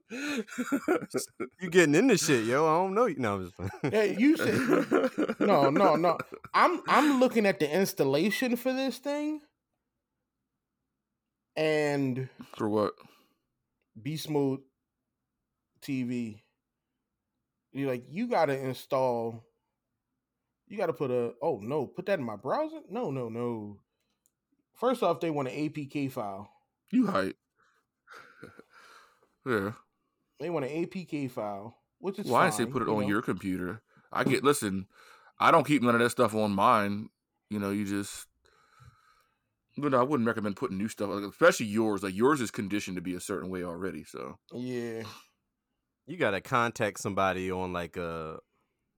[SPEAKER 3] to-
[SPEAKER 2] You getting in this shit, yo? I don't know you. No, I'm just playing.
[SPEAKER 1] Hey, you said
[SPEAKER 3] (laughs)
[SPEAKER 1] no, no, no. I'm I'm looking at the installation for this thing, and
[SPEAKER 3] (laughs) For what?
[SPEAKER 1] Beast Mode TV. You're like, you gotta install. You gotta put a. Oh no, put that in my browser. No, no, no. First off, they want an APK file.
[SPEAKER 3] You hype. (laughs) yeah.
[SPEAKER 1] They want an APK file, which is
[SPEAKER 3] Well, I didn't say
[SPEAKER 1] fine,
[SPEAKER 3] put it
[SPEAKER 1] you
[SPEAKER 3] on
[SPEAKER 1] know.
[SPEAKER 3] your computer. I get listen, I don't keep none of that stuff on mine. You know, you just but no, I wouldn't recommend putting new stuff, like, especially yours. Like yours is conditioned to be a certain way already. So
[SPEAKER 1] Yeah,
[SPEAKER 2] you gotta contact somebody on like a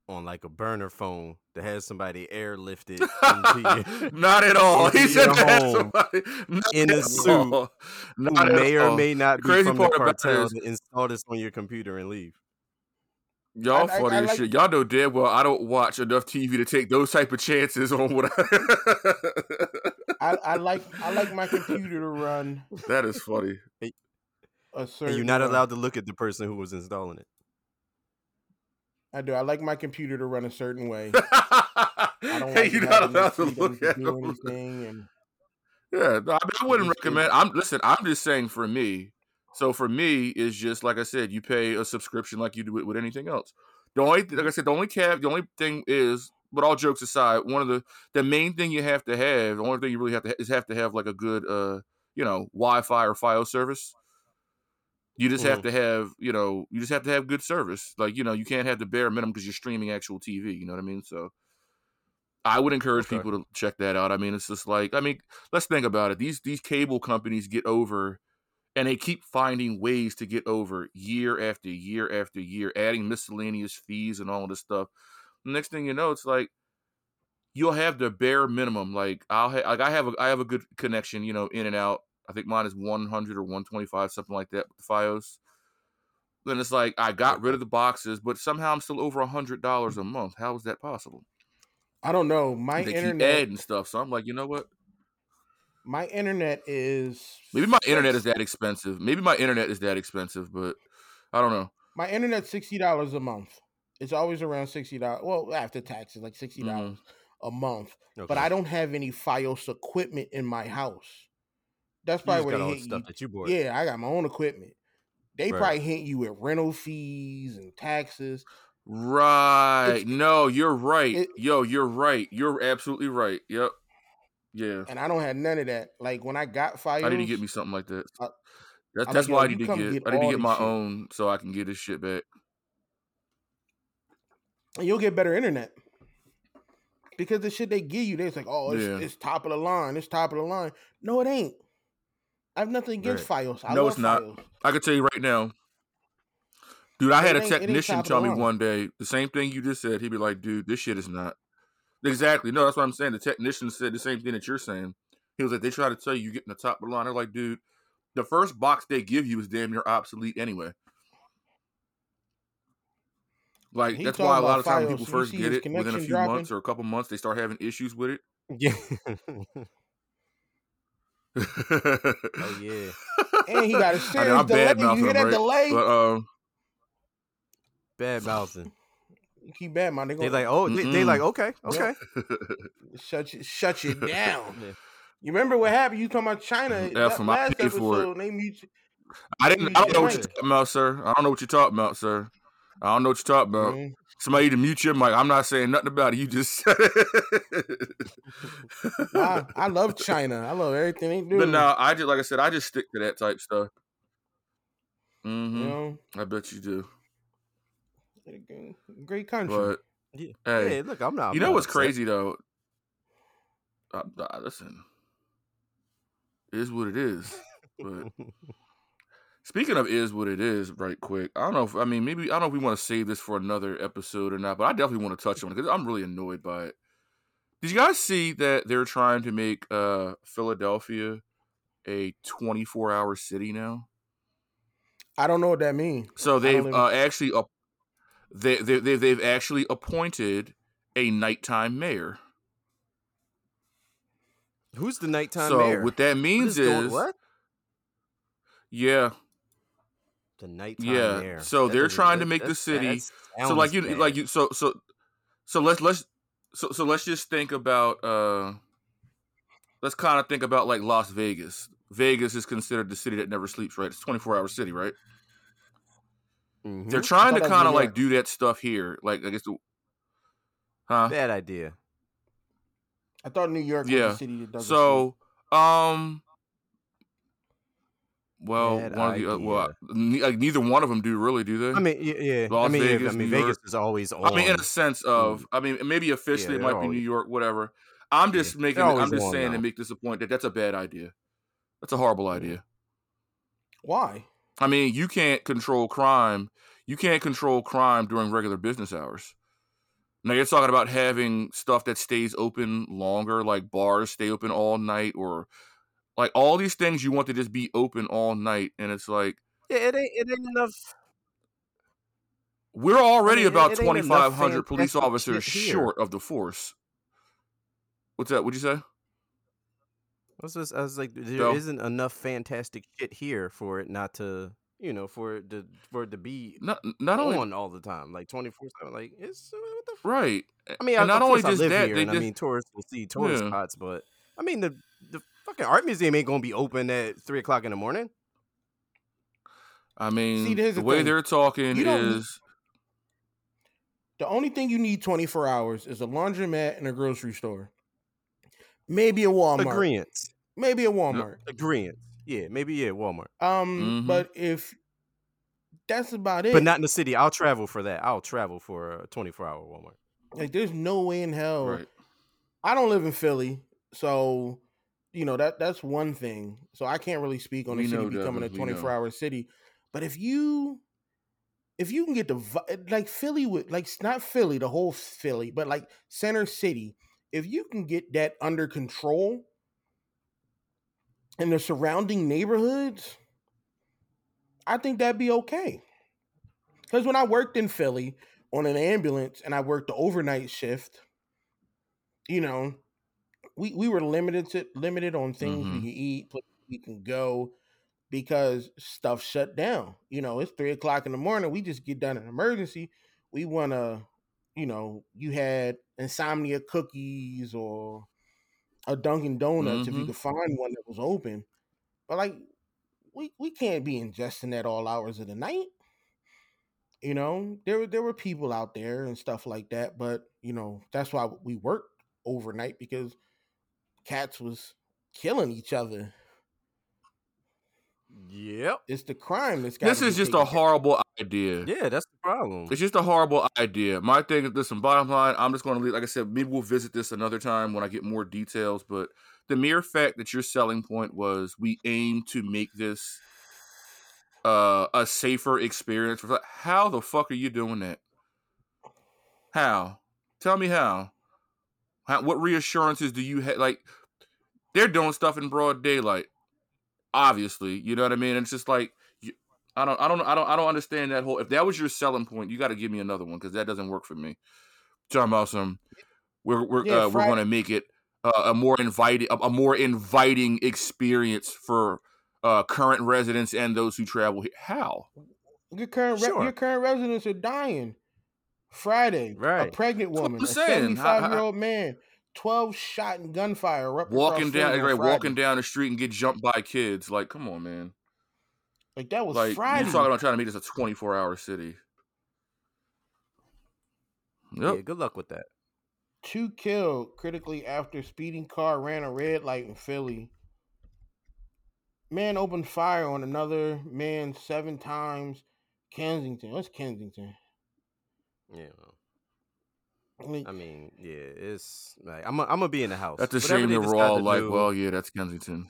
[SPEAKER 2] on like a burner phone that has somebody airlifted into you.
[SPEAKER 3] (laughs) not at all.
[SPEAKER 2] Into
[SPEAKER 3] He said
[SPEAKER 2] your
[SPEAKER 3] that
[SPEAKER 2] home.
[SPEAKER 3] somebody (laughs) not
[SPEAKER 2] In a
[SPEAKER 3] at
[SPEAKER 2] suit.
[SPEAKER 3] all. Not
[SPEAKER 2] who
[SPEAKER 3] at
[SPEAKER 2] may or
[SPEAKER 3] all.
[SPEAKER 2] may not
[SPEAKER 3] The
[SPEAKER 2] be
[SPEAKER 3] crazy
[SPEAKER 2] from the
[SPEAKER 3] part about it
[SPEAKER 2] cartel
[SPEAKER 3] is-
[SPEAKER 2] to install this on your computer and leave.
[SPEAKER 3] Y'all
[SPEAKER 1] I- I-
[SPEAKER 3] funny
[SPEAKER 1] I
[SPEAKER 3] as
[SPEAKER 1] like-
[SPEAKER 3] shit. Y'all know dead well I don't watch enough TV to take those type of chances on what. I...
[SPEAKER 1] I, I like I like my computer to run
[SPEAKER 3] (laughs) that is funny. (laughs)
[SPEAKER 1] a certain. uh,
[SPEAKER 2] And you're not
[SPEAKER 1] way.
[SPEAKER 2] allowed to look at the person who was installing it.
[SPEAKER 1] I do. I like my computer to run a certain way. I don't
[SPEAKER 3] (laughs) hey,
[SPEAKER 1] like
[SPEAKER 3] you're
[SPEAKER 1] it
[SPEAKER 3] not
[SPEAKER 1] having no
[SPEAKER 3] allowed to
[SPEAKER 1] freedom
[SPEAKER 3] look
[SPEAKER 1] to
[SPEAKER 3] at
[SPEAKER 1] do
[SPEAKER 3] them.
[SPEAKER 1] anything. And
[SPEAKER 3] Yeah, no, I, mean, I wouldn't
[SPEAKER 1] just do-
[SPEAKER 3] recommend. I'm listen. I'm just saying for me. So for me, it's just like I said. You pay a subscription like you do with, with anything else. The only, like I said, the only cab, the only thing is. But all jokes aside, one of the the main thing you have to have, the only thing you really have to ha- is have to have like a good, uh, you know, Wi-Fi or file service. You just have
[SPEAKER 2] Mhm.
[SPEAKER 3] to have, you know, you just have to have good service. Like you know, you can't have the bare minimum because you're streaming actual TV. You know what I mean? So I would encourage
[SPEAKER 2] Okay.
[SPEAKER 3] people to check that out. I mean, it's just like I mean, let's think about it. These these cable companies get over and they keep finding ways to get over year after year after year, adding miscellaneous fees and all this stuff. Next thing you know, it's like you'll have the bare minimum. Like I'll ha- like I have a I have a good connection, you know, in and out. I think mine is 100 or 125, something like that with the FiOS. Then it's like I got rid of the boxes, but somehow I'm still over $100 a month. How is that possible?
[SPEAKER 1] I don't know. My
[SPEAKER 3] they keep
[SPEAKER 1] internet,
[SPEAKER 3] adding stuff. So I'm like, you know what?
[SPEAKER 1] my internet is
[SPEAKER 3] Maybe my internet
[SPEAKER 1] six-
[SPEAKER 3] is that expensive. Maybe my internet is that expensive, but I don't know.
[SPEAKER 1] My internet's sixty dollars a month. It's always around sixty dollars. Well, after taxes, like sixty dollars
[SPEAKER 3] Mm-hmm.
[SPEAKER 1] a month. But I don't have any FiOS equipment in my house. That's
[SPEAKER 2] You just
[SPEAKER 1] probably
[SPEAKER 2] got
[SPEAKER 1] where
[SPEAKER 2] all
[SPEAKER 1] they
[SPEAKER 2] the
[SPEAKER 1] hit
[SPEAKER 2] stuff
[SPEAKER 1] you.
[SPEAKER 2] that you bought.
[SPEAKER 1] Yeah, I got my own equipment. They
[SPEAKER 2] Right.
[SPEAKER 1] probably hit you with rental fees and taxes.
[SPEAKER 3] Right.
[SPEAKER 1] It's-
[SPEAKER 3] no, you're right.
[SPEAKER 1] it-
[SPEAKER 3] Yo, you're right. You're absolutely right. Yep. Yeah.
[SPEAKER 1] and I don't have none of that. Like when I got fired,
[SPEAKER 3] I need to get me something like that.
[SPEAKER 1] I-
[SPEAKER 3] That-
[SPEAKER 1] I'm
[SPEAKER 3] that's
[SPEAKER 1] like, yo,
[SPEAKER 3] why I
[SPEAKER 1] you
[SPEAKER 3] need to
[SPEAKER 1] come
[SPEAKER 3] get,
[SPEAKER 1] get
[SPEAKER 3] I need to
[SPEAKER 1] all
[SPEAKER 3] get
[SPEAKER 1] this
[SPEAKER 3] my
[SPEAKER 1] shit.
[SPEAKER 3] own so I can get this shit back.
[SPEAKER 1] you'll get better internet because the shit they give you, they're just like, oh, it's,
[SPEAKER 3] Yeah.
[SPEAKER 1] it's top of the line, it's top of the line. No, it ain't. I have nothing against FiOS. I
[SPEAKER 3] No,
[SPEAKER 1] love
[SPEAKER 3] it's not.
[SPEAKER 1] FiOS.
[SPEAKER 3] I can tell you right now, dude. I had
[SPEAKER 1] It
[SPEAKER 3] a
[SPEAKER 1] ain't- it ain't
[SPEAKER 3] technician
[SPEAKER 1] top of
[SPEAKER 3] tell
[SPEAKER 1] the
[SPEAKER 3] me
[SPEAKER 1] line.
[SPEAKER 3] one day the same thing you just said. He'd be like, "Dude, this shit is not." Exactly. No, that's what I'm saying. The technician said the same thing that you're saying. He was like, "They try to tell you you're getting the top of the line." They're like, "Dude, the first box they give you is damn near obsolete anyway." Like
[SPEAKER 1] He
[SPEAKER 3] that's
[SPEAKER 1] talking
[SPEAKER 3] why a
[SPEAKER 1] about
[SPEAKER 3] lot of times
[SPEAKER 1] FiOS.
[SPEAKER 3] people
[SPEAKER 1] You
[SPEAKER 3] first
[SPEAKER 1] see
[SPEAKER 3] get
[SPEAKER 1] his
[SPEAKER 3] it within a
[SPEAKER 1] connection
[SPEAKER 3] few
[SPEAKER 1] dropping?
[SPEAKER 3] months or a couple months they start having issues with it.
[SPEAKER 2] Yeah. (laughs) oh
[SPEAKER 3] oh
[SPEAKER 2] yeah.
[SPEAKER 1] And he got a
[SPEAKER 3] (laughs) I
[SPEAKER 1] serious
[SPEAKER 3] am
[SPEAKER 1] delay.
[SPEAKER 3] bad
[SPEAKER 1] You
[SPEAKER 3] mouthing
[SPEAKER 1] hear that
[SPEAKER 3] right?
[SPEAKER 1] delay?
[SPEAKER 3] But um,
[SPEAKER 2] Bad mouthing.
[SPEAKER 1] You keep bad, man. They
[SPEAKER 2] They
[SPEAKER 1] gonna
[SPEAKER 2] like, oh, they, they like, okay, okay.
[SPEAKER 1] Yep. shut you, shut
[SPEAKER 3] (laughs)
[SPEAKER 1] you down.
[SPEAKER 2] Yeah.
[SPEAKER 1] You remember what happened? You talking about China
[SPEAKER 3] Yeah,
[SPEAKER 1] that
[SPEAKER 3] from my
[SPEAKER 1] last
[SPEAKER 3] pay for it.
[SPEAKER 1] episode? They mute you.
[SPEAKER 3] I didn't.
[SPEAKER 1] You
[SPEAKER 3] I don't know what
[SPEAKER 2] did.
[SPEAKER 3] you're talking about, sir. I don't know what you're talking about, sir. I don't know what you're talking about.
[SPEAKER 1] Mhm.
[SPEAKER 3] Somebody to mute your mic. I'm not saying nothing about it. You just said it. (laughs)
[SPEAKER 1] Wow, I love China. I love everything they do.
[SPEAKER 3] but no, I just like I said, I just stick to that type stuff.
[SPEAKER 1] you
[SPEAKER 3] hmm
[SPEAKER 1] know,
[SPEAKER 3] I bet you do.
[SPEAKER 1] great country.
[SPEAKER 3] But
[SPEAKER 2] Yeah.
[SPEAKER 3] hey,
[SPEAKER 2] Yeah, look, I'm not.
[SPEAKER 3] you know
[SPEAKER 2] not
[SPEAKER 3] what's
[SPEAKER 2] upset.
[SPEAKER 3] crazy though? I, I, listen, it is what it is. But Speaking of is what it is, right quick. I don't know if I mean maybe I don't know if we want to save this for another episode or not, but I definitely want to touch on it because I'm really annoyed by it. Did you guys see that they're trying to make uh Philadelphia a 24 hour city now?
[SPEAKER 1] I don't know what that means.
[SPEAKER 3] So they've
[SPEAKER 1] even-
[SPEAKER 3] uh, actually up they, they, they they've actually appointed a nighttime mayor.
[SPEAKER 2] Who's the nighttime
[SPEAKER 3] so
[SPEAKER 2] mayor?
[SPEAKER 3] what that
[SPEAKER 2] What
[SPEAKER 3] means
[SPEAKER 2] going-
[SPEAKER 3] is
[SPEAKER 2] what?
[SPEAKER 3] yeah,
[SPEAKER 2] The nighttime
[SPEAKER 3] Yeah,
[SPEAKER 2] mayor.
[SPEAKER 3] so they're
[SPEAKER 2] doesn't-
[SPEAKER 3] trying to make the
[SPEAKER 2] that's-
[SPEAKER 3] city-
[SPEAKER 2] that
[SPEAKER 3] so like
[SPEAKER 2] sounds
[SPEAKER 3] you
[SPEAKER 2] bad.
[SPEAKER 3] like you so so so let's let's so so let's just think about uh let's kind of think about like Las Vegas. Vegas is considered the city that never sleeps, right? It's twenty four hour city, right?
[SPEAKER 2] Mhm.
[SPEAKER 3] They're trying
[SPEAKER 1] Mm-hmm. thought
[SPEAKER 3] to
[SPEAKER 1] that was
[SPEAKER 3] kind of
[SPEAKER 1] New
[SPEAKER 3] like
[SPEAKER 1] York.
[SPEAKER 3] do that stuff here, like I guess, the, huh?
[SPEAKER 2] bad idea.
[SPEAKER 1] I thought New York was
[SPEAKER 3] Yeah.
[SPEAKER 1] a city that doesn't. sleep.
[SPEAKER 3] So, um, well,
[SPEAKER 2] Bad
[SPEAKER 3] one of the uh, well,
[SPEAKER 2] idea.
[SPEAKER 3] ne- like neither one of them do really, do they?
[SPEAKER 2] I mean, yeah, yeah. I
[SPEAKER 3] Las
[SPEAKER 2] mean, yeah,
[SPEAKER 3] Vegas,
[SPEAKER 2] I mean,
[SPEAKER 3] New York.
[SPEAKER 2] Vegas is always on. Hmm.
[SPEAKER 3] I mean, in a sense of, I mean, maybe officially
[SPEAKER 2] Yeah,
[SPEAKER 3] it might
[SPEAKER 2] they're
[SPEAKER 3] be New
[SPEAKER 2] always-
[SPEAKER 3] York, whatever. I'm
[SPEAKER 2] Yeah,
[SPEAKER 3] just making,
[SPEAKER 2] they're
[SPEAKER 3] I'm
[SPEAKER 2] always
[SPEAKER 3] just
[SPEAKER 2] on,
[SPEAKER 3] saying to
[SPEAKER 2] though.
[SPEAKER 3] make this a point that that's a bad idea. That's a horrible idea.
[SPEAKER 1] why?
[SPEAKER 3] I mean, you can't control crime. You can't control crime during regular business hours. Now you're talking about having stuff that stays open longer, like bars stay open all night, or like all these things you want to just be open all night, and it's like
[SPEAKER 2] yeah, it ain't it ain't enough.
[SPEAKER 3] we're already
[SPEAKER 2] mean, it-
[SPEAKER 3] about
[SPEAKER 2] it ain't
[SPEAKER 3] twenty
[SPEAKER 2] enough
[SPEAKER 3] five hundred police
[SPEAKER 2] fantastic
[SPEAKER 3] officers
[SPEAKER 2] shit here.
[SPEAKER 3] short of the force. What's that? What'd you say?
[SPEAKER 2] I was, just, I was like, there
[SPEAKER 3] No.
[SPEAKER 2] not enough fantastic shit here for it not to, you know, for it to for it to be
[SPEAKER 3] Not not only
[SPEAKER 2] on all the time, like twenty four seven. Like it's uh, what the. F-
[SPEAKER 3] right,
[SPEAKER 2] I mean,
[SPEAKER 3] and
[SPEAKER 2] I,
[SPEAKER 3] not
[SPEAKER 2] of
[SPEAKER 3] only
[SPEAKER 2] course I
[SPEAKER 3] just
[SPEAKER 2] live
[SPEAKER 3] that,
[SPEAKER 2] here,
[SPEAKER 3] they
[SPEAKER 2] and I
[SPEAKER 3] just-
[SPEAKER 2] mean tourists will see tourist
[SPEAKER 3] Yeah.
[SPEAKER 2] spots, but I mean the the fucking art museum ain't gonna be open at three o'clock in the morning.
[SPEAKER 3] I mean
[SPEAKER 1] here's
[SPEAKER 3] the
[SPEAKER 1] the
[SPEAKER 3] way
[SPEAKER 1] thing.
[SPEAKER 3] they're talking
[SPEAKER 1] You don't need-
[SPEAKER 3] is
[SPEAKER 1] The only thing you need 24 hours is a laundromat and a grocery store. Maybe a Walmart.
[SPEAKER 2] Agreement.
[SPEAKER 1] Maybe a Walmart.
[SPEAKER 2] Agreement. Yeah, maybe yeah, Walmart,
[SPEAKER 1] Um,
[SPEAKER 3] Mhm.
[SPEAKER 1] but if that's about it,
[SPEAKER 2] but not in the city. I'll travel for that. I'll travel for a twenty four hour Walmart.
[SPEAKER 1] like there's no way in hell
[SPEAKER 3] right.
[SPEAKER 1] I don't live in Philly, so you know that that's one thing. So I can't really speak on
[SPEAKER 3] We
[SPEAKER 1] the city
[SPEAKER 3] know,
[SPEAKER 1] becoming a
[SPEAKER 3] Devin, we know.
[SPEAKER 1] 24 hour city. But if you if you can get the vi- eh, like Philly with like s- not Philly the whole Philly, but like Center City, if you can get that under control in the surrounding neighborhoods, I think that'd be okay. Because when I worked in Philly on an ambulance and I worked the overnight shift, you know, we, we were limited to limited on things we
[SPEAKER 3] Mhm.
[SPEAKER 1] can eat, places we can go, because stuff shut down. You know, it's three o'clock in the morning. We just get done an emergency. We want to, you know, you had insomnia cookies or a Dunkin' Donuts if you
[SPEAKER 3] Mhm.
[SPEAKER 1] could find one that was open. But like, we we can't be ingesting at all hours of the night. You know, there were there were people out there and stuff like that, but you know that's why we worked overnight because cats was killing each other.
[SPEAKER 2] Yep.
[SPEAKER 1] It's the crime that's got.
[SPEAKER 3] This is just a horrible idea.
[SPEAKER 2] Yeah, that's the problem.
[SPEAKER 3] It's just a horrible idea. My thing is, listen, bottom line, I'm just going to leave. Like I said, maybe we'll visit this another time when I get more details. But the mere fact that your selling point was we aim to make this uh, a safer experience. for How the fuck are you doing that? How? Tell me how. how what reassurances do you have? Like, they're doing stuff in broad daylight. Obviously, you know what I mean. It's just like you, I don't, I don't, I don't, I don't understand that whole. If that was your selling point, you got to give me another one because that doesn't work for me. John Malsum, we're we're
[SPEAKER 1] Yeah,
[SPEAKER 3] uh, we're
[SPEAKER 1] Fri-
[SPEAKER 3] going to make it uh, a more inviting, a, a more inviting experience for uh, current residents and those who travel here. How?
[SPEAKER 1] Your current re-
[SPEAKER 2] Sure.
[SPEAKER 1] your current residents are dying. Friday, a
[SPEAKER 2] Right.
[SPEAKER 1] pregnant
[SPEAKER 3] That's what
[SPEAKER 1] woman, a
[SPEAKER 3] I'm saying. How- how-
[SPEAKER 1] seventy-five year old man, twelve shot and gunfire. erupted across Philly
[SPEAKER 3] Walking down,
[SPEAKER 1] on
[SPEAKER 3] right,
[SPEAKER 1] Friday.
[SPEAKER 3] walking down the street and get jumped by kids. Like, come on, man.
[SPEAKER 1] Like that was
[SPEAKER 3] Like
[SPEAKER 1] Friday.
[SPEAKER 3] you're talking about trying to make this a 24 hour city. Yep.
[SPEAKER 2] Yeah, good luck with that.
[SPEAKER 1] Two killed critically after speeding car ran a red light in Philly. Man opened fire on another man seven times. Kensington. What's Kensington?
[SPEAKER 2] Yeah. well,
[SPEAKER 1] Like,
[SPEAKER 2] I mean, yeah, it's like I'm. i I'm gonna be in the house.
[SPEAKER 3] That's a
[SPEAKER 2] Whatever
[SPEAKER 3] shame
[SPEAKER 2] they
[SPEAKER 3] that we're
[SPEAKER 2] decide
[SPEAKER 3] all
[SPEAKER 2] to
[SPEAKER 3] like,
[SPEAKER 2] do-
[SPEAKER 3] well, yeah, that's Kensington.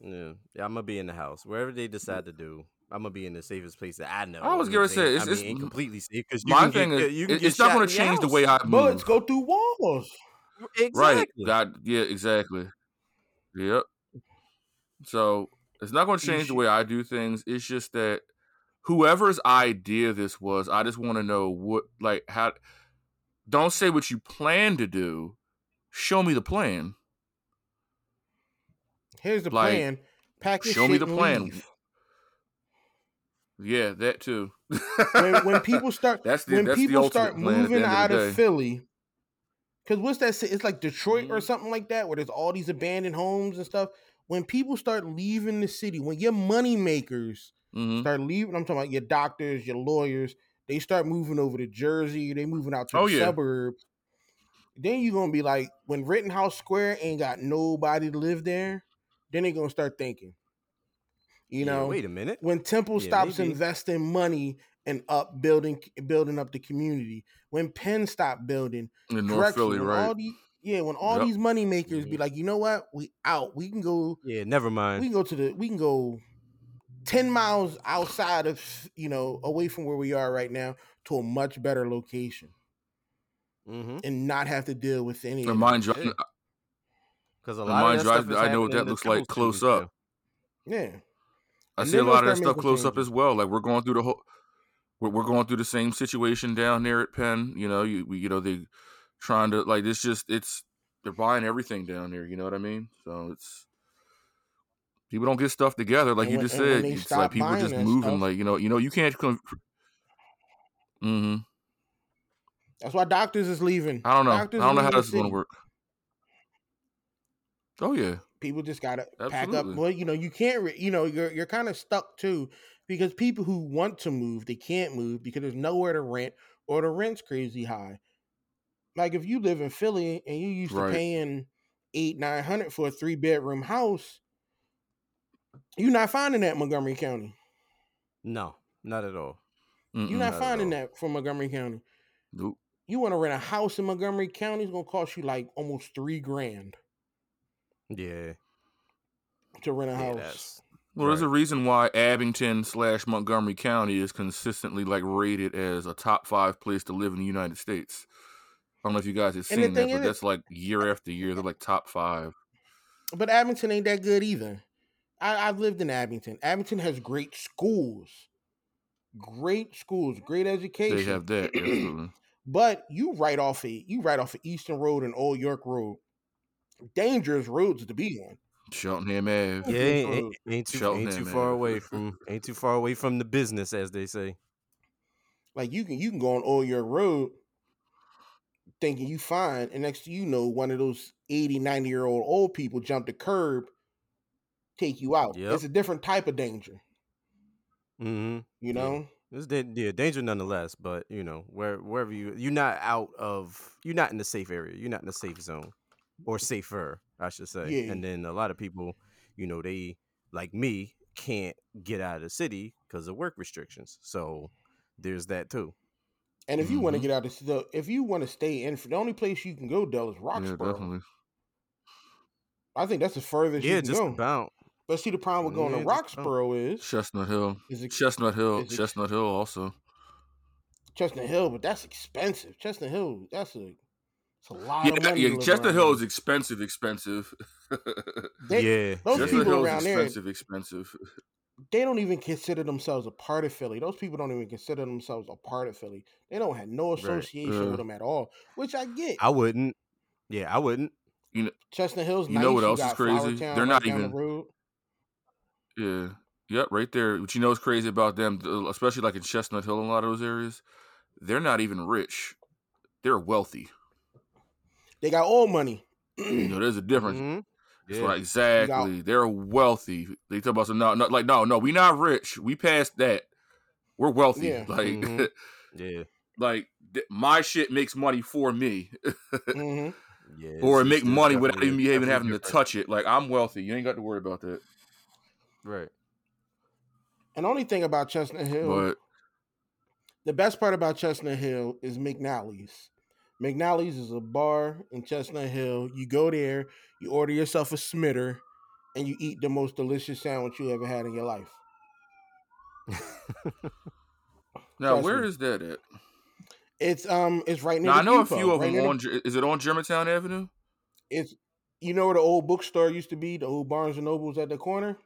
[SPEAKER 2] Yeah, yeah, I'm gonna be in the house. Wherever they decide to do, I'm gonna be in the safest place that I know.
[SPEAKER 3] Mm. I was
[SPEAKER 2] You know what
[SPEAKER 3] gonna
[SPEAKER 2] I'm
[SPEAKER 3] say,
[SPEAKER 2] saying?
[SPEAKER 3] it's-
[SPEAKER 2] I mean,
[SPEAKER 3] it's-
[SPEAKER 2] ain't completely safe because
[SPEAKER 3] My thing is,
[SPEAKER 2] you
[SPEAKER 3] it-
[SPEAKER 2] can get
[SPEAKER 3] it's not
[SPEAKER 2] shot
[SPEAKER 3] going
[SPEAKER 2] in
[SPEAKER 3] to
[SPEAKER 2] your
[SPEAKER 3] change the
[SPEAKER 2] house.
[SPEAKER 3] way I move.
[SPEAKER 1] bullets go through walls.
[SPEAKER 3] Right.
[SPEAKER 2] Exactly.
[SPEAKER 3] God. Yeah. Exactly. Yep. So it's not going to
[SPEAKER 1] You
[SPEAKER 3] change the
[SPEAKER 1] sh-
[SPEAKER 3] way I do things. It's just that whoever's idea this was, I just want to know what, like, how. Don't say what you plan to do. Show me the plan.
[SPEAKER 1] Here's the
[SPEAKER 3] Like,
[SPEAKER 1] plan. Pack your
[SPEAKER 3] show me
[SPEAKER 1] shit
[SPEAKER 3] the
[SPEAKER 1] and
[SPEAKER 3] plan.
[SPEAKER 1] leave.
[SPEAKER 3] Yeah, that too.
[SPEAKER 1] When,
[SPEAKER 3] (laughs)
[SPEAKER 1] when people start
[SPEAKER 3] that's the
[SPEAKER 1] when
[SPEAKER 3] that's
[SPEAKER 1] people
[SPEAKER 3] the
[SPEAKER 1] start
[SPEAKER 3] ultimate plan at the
[SPEAKER 1] moving
[SPEAKER 3] end of
[SPEAKER 1] out
[SPEAKER 3] the
[SPEAKER 1] of,
[SPEAKER 3] day.
[SPEAKER 1] Philly, because what's that? ci- It's like Detroit or
[SPEAKER 3] Mm-hmm.
[SPEAKER 2] Mhm.
[SPEAKER 1] something like that, where there's all these abandoned homes and stuff. When people start leaving the city, when your money makers
[SPEAKER 3] hmm
[SPEAKER 1] start leaving, I'm talking about your doctors, your lawyers. They start moving over to Jersey. They moving out to
[SPEAKER 3] Oh,
[SPEAKER 1] the
[SPEAKER 3] yeah.
[SPEAKER 1] suburbs. Then you're gonna be like, when Rittenhouse Square ain't got nobody to live there, then they gonna start thinking, you
[SPEAKER 2] yeah.
[SPEAKER 1] know,
[SPEAKER 2] Wait a minute.
[SPEAKER 1] when Temple
[SPEAKER 2] Yeah,
[SPEAKER 1] stops
[SPEAKER 2] maybe.
[SPEAKER 1] investing money and up building building up the community, when Penn stopped building,
[SPEAKER 3] In North
[SPEAKER 1] correction,
[SPEAKER 3] Philly,
[SPEAKER 1] when
[SPEAKER 3] right?
[SPEAKER 1] all the yeah, when all
[SPEAKER 3] Yep.
[SPEAKER 1] these money makers be
[SPEAKER 2] Mhm.
[SPEAKER 1] like, you know what, we out, we can go,
[SPEAKER 2] Yeah. Never
[SPEAKER 1] we
[SPEAKER 2] mind.
[SPEAKER 1] can go to the, we can go ten miles outside of you know away from where we are right now to a much better location
[SPEAKER 2] Mm-hmm.
[SPEAKER 1] and not have to deal with any of
[SPEAKER 3] And
[SPEAKER 1] that.
[SPEAKER 3] mind you, I-
[SPEAKER 2] Yeah. Because a
[SPEAKER 3] and
[SPEAKER 2] lot of
[SPEAKER 3] mind
[SPEAKER 2] that
[SPEAKER 3] you, I,
[SPEAKER 2] stuff is
[SPEAKER 3] I know
[SPEAKER 2] happening
[SPEAKER 3] what
[SPEAKER 2] in
[SPEAKER 3] that
[SPEAKER 2] the
[SPEAKER 3] looks like
[SPEAKER 2] temple
[SPEAKER 3] close
[SPEAKER 2] cities
[SPEAKER 3] up.
[SPEAKER 2] now.
[SPEAKER 1] Yeah,
[SPEAKER 3] I
[SPEAKER 1] And
[SPEAKER 3] see a
[SPEAKER 1] then they'll
[SPEAKER 3] lot of
[SPEAKER 1] start
[SPEAKER 3] that stuff
[SPEAKER 1] making
[SPEAKER 3] close up
[SPEAKER 1] changes.
[SPEAKER 3] as well. Like we're going through the whole, we're, we're going through the same situation down there at Penn. You know, you we, you know they trying to like it's just it's they're buying everything down there. You know what I mean? So it's people don't get stuff together like
[SPEAKER 1] And
[SPEAKER 3] you
[SPEAKER 1] when
[SPEAKER 3] just
[SPEAKER 1] and when
[SPEAKER 3] said.
[SPEAKER 1] they
[SPEAKER 3] It's like
[SPEAKER 1] stop
[SPEAKER 3] people
[SPEAKER 1] buying
[SPEAKER 3] just
[SPEAKER 1] that
[SPEAKER 3] moving.
[SPEAKER 1] stuff,
[SPEAKER 3] Like you know, you know you can't come. hmm
[SPEAKER 1] that's why doctors is leaving.
[SPEAKER 3] I don't know.
[SPEAKER 1] Doctors
[SPEAKER 3] I don't
[SPEAKER 1] are
[SPEAKER 3] know how
[SPEAKER 1] leaving the
[SPEAKER 3] this is going to
[SPEAKER 1] city.
[SPEAKER 3] work. Oh yeah,
[SPEAKER 1] people just gotta pack up.
[SPEAKER 3] absolutely.
[SPEAKER 1] Well, you know, you can't. Re- you know, you're you're kind of stuck too because people who want to move, they can't move because there's nowhere to rent or the rent's crazy high. Like if you live in Philly and you used to
[SPEAKER 3] Right.
[SPEAKER 1] paying eight nine hundred for a three bedroom house, you're not finding that in Montgomery County.
[SPEAKER 2] No, not at all.
[SPEAKER 1] You're
[SPEAKER 3] Mm-mm.
[SPEAKER 1] not
[SPEAKER 2] Not at
[SPEAKER 1] finding
[SPEAKER 2] all.
[SPEAKER 1] that from Montgomery County.
[SPEAKER 3] Nope.
[SPEAKER 1] You want to rent a house in Montgomery County? It's gonna cost you like almost three grand
[SPEAKER 2] Yeah.
[SPEAKER 1] to rent a
[SPEAKER 2] yeah,
[SPEAKER 1] house.
[SPEAKER 2] that's-
[SPEAKER 3] Well, there's a
[SPEAKER 2] Right.
[SPEAKER 3] reason why Abington slash Montgomery County is consistently like rated as a top five place to live in the United States. I don't know if you guys have
[SPEAKER 1] And the
[SPEAKER 3] seen that,
[SPEAKER 1] thing
[SPEAKER 3] but
[SPEAKER 1] is-
[SPEAKER 3] that's like year after year, they're like top five.
[SPEAKER 1] But Abington ain't that good either. I, I've lived in Abington. Abington has great schools, great schools, great education.
[SPEAKER 3] They have that. absolutely.
[SPEAKER 1] But you right off of you right off of Eastern Road and Old York Road. Dangerous roads to be on.
[SPEAKER 3] Cheltenham Ave.
[SPEAKER 2] Yeah, ain't, ain't, ain't too, ain't too
[SPEAKER 3] Cheltenham
[SPEAKER 2] far
[SPEAKER 3] area.
[SPEAKER 1] (laughs)
[SPEAKER 2] away from ain't too far away from the business, as they say.
[SPEAKER 1] Like you can you can go on Old York Road thinking you fine, and next thing you know, one of those 80, 90 year old old people jump the curb, take you out.
[SPEAKER 2] Yep.
[SPEAKER 1] It's a different type of danger,
[SPEAKER 2] Mm-hmm.
[SPEAKER 1] you
[SPEAKER 2] Yeah.
[SPEAKER 1] know?
[SPEAKER 2] It's da- yeah, danger nonetheless, but you know, where wherever you you're not out of you're not in the safe area. You're not in the safe zone. Or safer, I should say.
[SPEAKER 1] Yeah.
[SPEAKER 2] And then a lot of people, you know, they like me can't get out of the city because of work restrictions. So there's that too.
[SPEAKER 1] And if you want to
[SPEAKER 3] Mhm.
[SPEAKER 1] get out of the, if you want to stay in, the only place you can go, Dell, is
[SPEAKER 3] Yeah,
[SPEAKER 1] Roxborough.
[SPEAKER 3] definitely.
[SPEAKER 1] I think that's the furthest
[SPEAKER 2] Yeah,
[SPEAKER 1] you can
[SPEAKER 2] just
[SPEAKER 1] go.
[SPEAKER 2] about.
[SPEAKER 1] But see, the problem with going to
[SPEAKER 2] Yeah, just about.
[SPEAKER 1] Roxborough is
[SPEAKER 3] Chestnut Hill.
[SPEAKER 1] is it
[SPEAKER 3] Chestnut Hill.
[SPEAKER 1] Is it-
[SPEAKER 3] Chestnut Hill also.
[SPEAKER 1] Chestnut Hill, but that's expensive. Chestnut Hill, that's a, it's a lot of
[SPEAKER 3] Yeah,
[SPEAKER 1] money.
[SPEAKER 3] yeah
[SPEAKER 1] to live
[SPEAKER 3] Chestnut
[SPEAKER 1] around
[SPEAKER 3] Hill
[SPEAKER 1] there.
[SPEAKER 3] is expensive, expensive. (laughs)
[SPEAKER 1] They,
[SPEAKER 2] yeah.
[SPEAKER 1] those
[SPEAKER 2] yeah.
[SPEAKER 3] Chestnut
[SPEAKER 1] people
[SPEAKER 3] Hill
[SPEAKER 1] around
[SPEAKER 3] is
[SPEAKER 1] there-
[SPEAKER 3] expensive, expensive.
[SPEAKER 1] they don't even consider themselves a part of Philly. Those people don't even consider themselves a part of Philly. They don't have no association
[SPEAKER 3] Yeah.
[SPEAKER 1] with them at all, which I get.
[SPEAKER 2] I wouldn't. Yeah, I wouldn't.
[SPEAKER 1] Chestnut Hill's
[SPEAKER 3] You
[SPEAKER 1] nice.
[SPEAKER 3] know what else is
[SPEAKER 1] got Flower
[SPEAKER 3] crazy?
[SPEAKER 1] Town
[SPEAKER 3] They're
[SPEAKER 1] right
[SPEAKER 3] not
[SPEAKER 1] down the
[SPEAKER 3] even-
[SPEAKER 1] road.
[SPEAKER 3] Yeah. Yep, right there. What you know is crazy about them, th- uh, especially like in Chestnut Hill and a lot of those areas, they're not even rich. They're wealthy.
[SPEAKER 1] They got all money. (clears throat)
[SPEAKER 3] You know, there's a difference.
[SPEAKER 1] Mm-hmm.
[SPEAKER 2] Mhm.
[SPEAKER 3] That's
[SPEAKER 2] Yeah.
[SPEAKER 3] right, exactly. They're wealthy. They talk about so no, no, like no, no, we not rich. We past that. We're wealthy.
[SPEAKER 1] Yeah. Mm-hmm.
[SPEAKER 3] Like,
[SPEAKER 2] Mhm. Yeah.
[SPEAKER 3] (laughs) like th- my shit makes money for me, (laughs)
[SPEAKER 1] hmm
[SPEAKER 2] Yeah.
[SPEAKER 3] or
[SPEAKER 2] it's-
[SPEAKER 3] it make
[SPEAKER 2] it's
[SPEAKER 3] money
[SPEAKER 2] definitely
[SPEAKER 3] without
[SPEAKER 2] a-
[SPEAKER 3] even me even
[SPEAKER 2] definitely
[SPEAKER 3] having to
[SPEAKER 2] different.
[SPEAKER 3] touch it. Like I'm wealthy. You ain't got to worry about that.
[SPEAKER 2] Right.
[SPEAKER 1] And the only thing about Chestnut Hill,
[SPEAKER 3] But
[SPEAKER 1] the best part about Chestnut Hill is McNally's. McNally's is a bar in Chestnut Hill. You go there, you order yourself a smitter, and you eat the most delicious sandwich you ever had in your life.
[SPEAKER 3] now,
[SPEAKER 1] Trust
[SPEAKER 3] where
[SPEAKER 1] me.
[SPEAKER 3] is that at?
[SPEAKER 1] It's um, it's right near.
[SPEAKER 3] Now
[SPEAKER 1] the
[SPEAKER 3] I know a
[SPEAKER 1] depot,
[SPEAKER 3] few of
[SPEAKER 1] right
[SPEAKER 3] them
[SPEAKER 1] near the-
[SPEAKER 3] on. Ge- Is it on Germantown Avenue?
[SPEAKER 1] It's you know where the old bookstore used to be, the old Barnes and Nobles at the corner,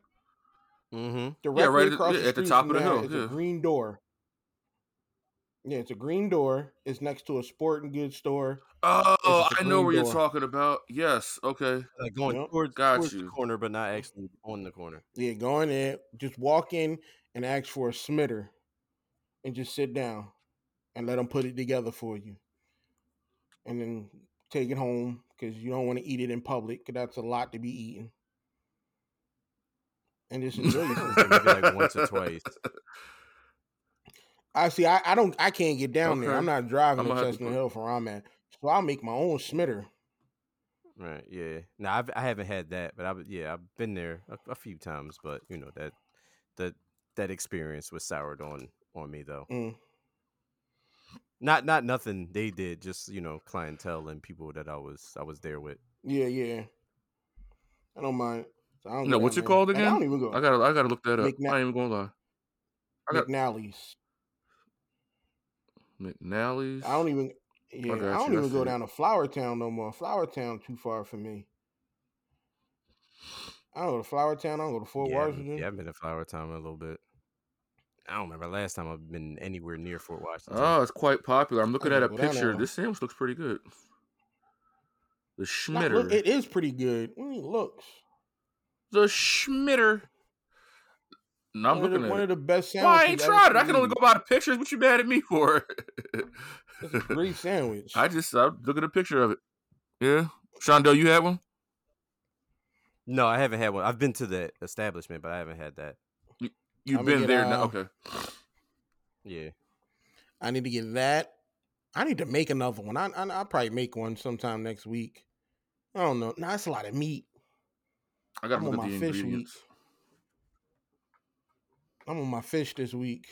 [SPEAKER 2] mm-hmm.
[SPEAKER 1] directly
[SPEAKER 3] right at-
[SPEAKER 1] across
[SPEAKER 3] yeah,
[SPEAKER 1] the
[SPEAKER 3] at the
[SPEAKER 1] street
[SPEAKER 3] top
[SPEAKER 1] from
[SPEAKER 3] of the
[SPEAKER 1] that,
[SPEAKER 3] hill,
[SPEAKER 1] It's
[SPEAKER 3] yeah.
[SPEAKER 1] a green door. Yeah, it's a green door. It's next to a sporting goods store.
[SPEAKER 3] Oh,
[SPEAKER 1] just a
[SPEAKER 3] I know
[SPEAKER 1] green
[SPEAKER 3] where
[SPEAKER 1] door.
[SPEAKER 3] you're talking about. Yes. Okay.
[SPEAKER 2] like going
[SPEAKER 1] Yep.
[SPEAKER 2] towards,
[SPEAKER 3] Got
[SPEAKER 2] towards the
[SPEAKER 3] you.
[SPEAKER 2] corner, but not actually on the corner.
[SPEAKER 1] Yeah, go in there, just walk in and ask for a smitter and just sit down and let them put it together for you. And then take it home because you don't want to eat it in public because that's a lot to be eaten. And this is
[SPEAKER 3] (laughs)
[SPEAKER 1] really
[SPEAKER 2] It's like maybe like once or twice.
[SPEAKER 1] I see. I, I don't. I can't get down there.
[SPEAKER 3] Okay.
[SPEAKER 1] I'm not driving to
[SPEAKER 3] I'ma have to
[SPEAKER 1] Chestnut
[SPEAKER 3] put-
[SPEAKER 1] Hill from where I'm at, so I'll make my own smitter.
[SPEAKER 2] Right. Yeah. No, I've, I haven't had that, but I have yeah, I've been there a, a few times, but you know that that that experience was soured on on me though.
[SPEAKER 1] Mm.
[SPEAKER 2] Not not nothing they did, just you know clientele and people that I was I was there with.
[SPEAKER 1] Yeah, yeah. I don't mind. So I don't
[SPEAKER 3] No,
[SPEAKER 1] go
[SPEAKER 3] what's
[SPEAKER 1] down
[SPEAKER 3] it
[SPEAKER 1] there.
[SPEAKER 3] called
[SPEAKER 1] Like, I
[SPEAKER 3] again?
[SPEAKER 1] don't even go.
[SPEAKER 3] (laughs) I gotta I gotta look that up.
[SPEAKER 1] McNa-
[SPEAKER 3] I ain't even gonna lie. I got-
[SPEAKER 1] McNally's.
[SPEAKER 3] McNally's.
[SPEAKER 1] I don't even. Yeah, I,
[SPEAKER 3] got
[SPEAKER 1] don't
[SPEAKER 3] you, I
[SPEAKER 1] even go
[SPEAKER 3] see it.
[SPEAKER 1] down to Flower Town no more. Flower Town too far for me. I don't go to Flower Town. I don't go to Fort
[SPEAKER 2] yeah, I haven't-
[SPEAKER 1] Washington.
[SPEAKER 2] yeah, I've been to Flower Town a little bit. I don't remember last time I've been anywhere near Fort Washington.
[SPEAKER 3] Oh, it's quite popular. I'm looking
[SPEAKER 1] I
[SPEAKER 3] at
[SPEAKER 1] gotta
[SPEAKER 3] a
[SPEAKER 1] go down
[SPEAKER 3] picture.
[SPEAKER 1] there.
[SPEAKER 3] This sandwich looks pretty good. The
[SPEAKER 1] Nah, look,
[SPEAKER 3] Schmitter.
[SPEAKER 1] it is pretty good. Mm, looks
[SPEAKER 3] the Schmitter. No, I'm
[SPEAKER 1] one, of
[SPEAKER 3] looking
[SPEAKER 1] the, one
[SPEAKER 3] at
[SPEAKER 1] of
[SPEAKER 3] it.
[SPEAKER 1] the best sandwiches.
[SPEAKER 3] Well, I ain't
[SPEAKER 1] I've
[SPEAKER 3] tried it.
[SPEAKER 1] ever
[SPEAKER 3] I can only
[SPEAKER 1] eaten.
[SPEAKER 3] go by the pictures. What you mad at me for? (laughs)
[SPEAKER 1] It's a great sandwich.
[SPEAKER 3] I just I look at a picture of it. Yeah, Shondo, you had one.
[SPEAKER 2] No, I haven't had one. I've been to the establishment, but I haven't had that.
[SPEAKER 3] You've
[SPEAKER 1] I'ma
[SPEAKER 3] been
[SPEAKER 1] get,
[SPEAKER 3] there now.
[SPEAKER 1] uh,
[SPEAKER 3] Okay.
[SPEAKER 2] Yeah.
[SPEAKER 1] I need to get that. I need to make another one. I, I I'll probably make one sometime next week. I don't know. Nah, that's a lot of meat.
[SPEAKER 3] I gotta
[SPEAKER 1] I'm on
[SPEAKER 3] look at
[SPEAKER 1] my
[SPEAKER 3] the
[SPEAKER 1] fish week.
[SPEAKER 3] ingredients.
[SPEAKER 1] I'm on my fish this week.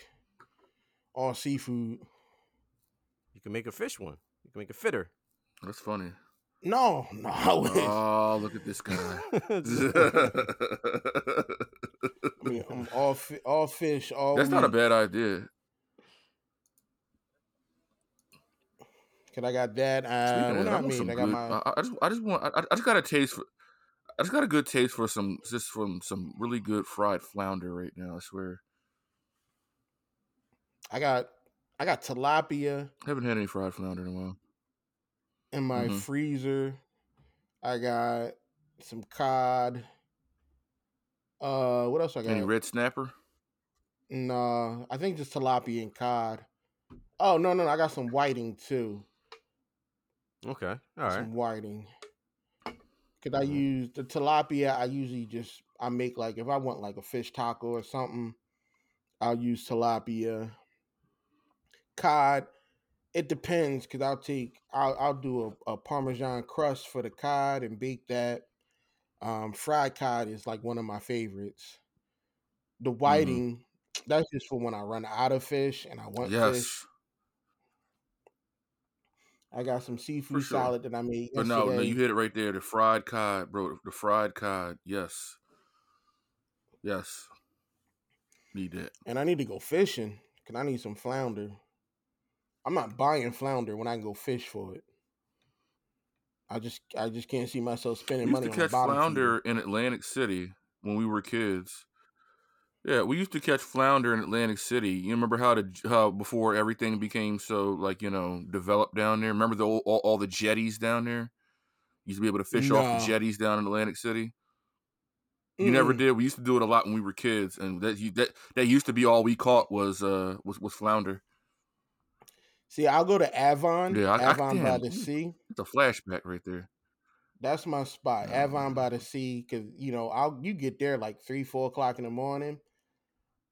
[SPEAKER 1] All seafood.
[SPEAKER 2] You can make a fish one. You can make it fitter.
[SPEAKER 3] That's funny.
[SPEAKER 1] No, (laughs) no, I wish.
[SPEAKER 3] Oh, look at
[SPEAKER 2] (laughs)
[SPEAKER 3] this (laughs) guy.
[SPEAKER 1] I mean, I'm all fi- all fish. All
[SPEAKER 3] That's not a
[SPEAKER 1] meat.
[SPEAKER 3] bad idea.
[SPEAKER 1] Cause I got that. Uh,
[SPEAKER 3] Speaking of
[SPEAKER 1] what
[SPEAKER 3] that,
[SPEAKER 1] do I
[SPEAKER 3] want some
[SPEAKER 1] mean? I got
[SPEAKER 3] good-
[SPEAKER 1] my.
[SPEAKER 3] I- I just, I just want, I, I just got a taste for, I just got a good taste for some, just from some really good fried flounder right now. I swear,
[SPEAKER 1] I got. I got tilapia
[SPEAKER 3] haven't had any fried flounder in a while.
[SPEAKER 1] in my
[SPEAKER 3] Mhm.
[SPEAKER 1] freezer. I got some cod. Uh, what else I got?
[SPEAKER 3] Any red snapper?
[SPEAKER 1] Nah, I think just tilapia and cod. Oh no, no, no I got some whiting too.
[SPEAKER 2] okay. All right.
[SPEAKER 1] Some whiting. Cause I
[SPEAKER 3] Mm-hmm.
[SPEAKER 2] Mhm.
[SPEAKER 1] use the tilapia. I usually just I make like if I want like a fish taco or something, I'll use tilapia. Cod, it depends. Cause I'll take I'll I'll do a, a parmesan crust for the cod and bake that. Um, fried cod is like one of my favorites. The
[SPEAKER 3] Mm-hmm.
[SPEAKER 1] whiting, that's just for when I run out of fish and I want fish.
[SPEAKER 3] Yes,
[SPEAKER 1] I got some seafood
[SPEAKER 3] sure.
[SPEAKER 1] salad that I made yesterday.
[SPEAKER 3] but no, no, you hit it right there. The fried cod, bro. The fried cod. Yes, yes. Need that.
[SPEAKER 1] and I need to go fishing because I need some flounder. I'm not buying flounder when I can go fish for it. I just I just can't see myself spending
[SPEAKER 3] We used
[SPEAKER 1] money
[SPEAKER 3] to
[SPEAKER 1] on a
[SPEAKER 3] catch
[SPEAKER 1] bottom
[SPEAKER 3] flounder in Atlantic City when we were kids. Yeah, we used to catch flounder in Atlantic City. You remember how the j- how before everything became so like you know developed down there. Remember the old, all, all the jetties down there. You used to be able to fish off
[SPEAKER 1] No.
[SPEAKER 3] the jetties down in Atlantic City.
[SPEAKER 1] feeder.
[SPEAKER 3] You never
[SPEAKER 1] Mm-mm.
[SPEAKER 3] did. We used to do it a lot when we were kids, and that you, that that used to be all we caught was uh was, was flounder.
[SPEAKER 1] See, I'll go to Avon.
[SPEAKER 3] Yeah, I- I-
[SPEAKER 1] Avon by
[SPEAKER 3] damn,
[SPEAKER 1] the
[SPEAKER 3] you-
[SPEAKER 1] sea.
[SPEAKER 3] It's a flashback right there.
[SPEAKER 1] That's my spot.
[SPEAKER 3] Oh,
[SPEAKER 1] Avon by
[SPEAKER 3] man.
[SPEAKER 1] the sea, because you know, I'll you get there like three, four o'clock in the morning.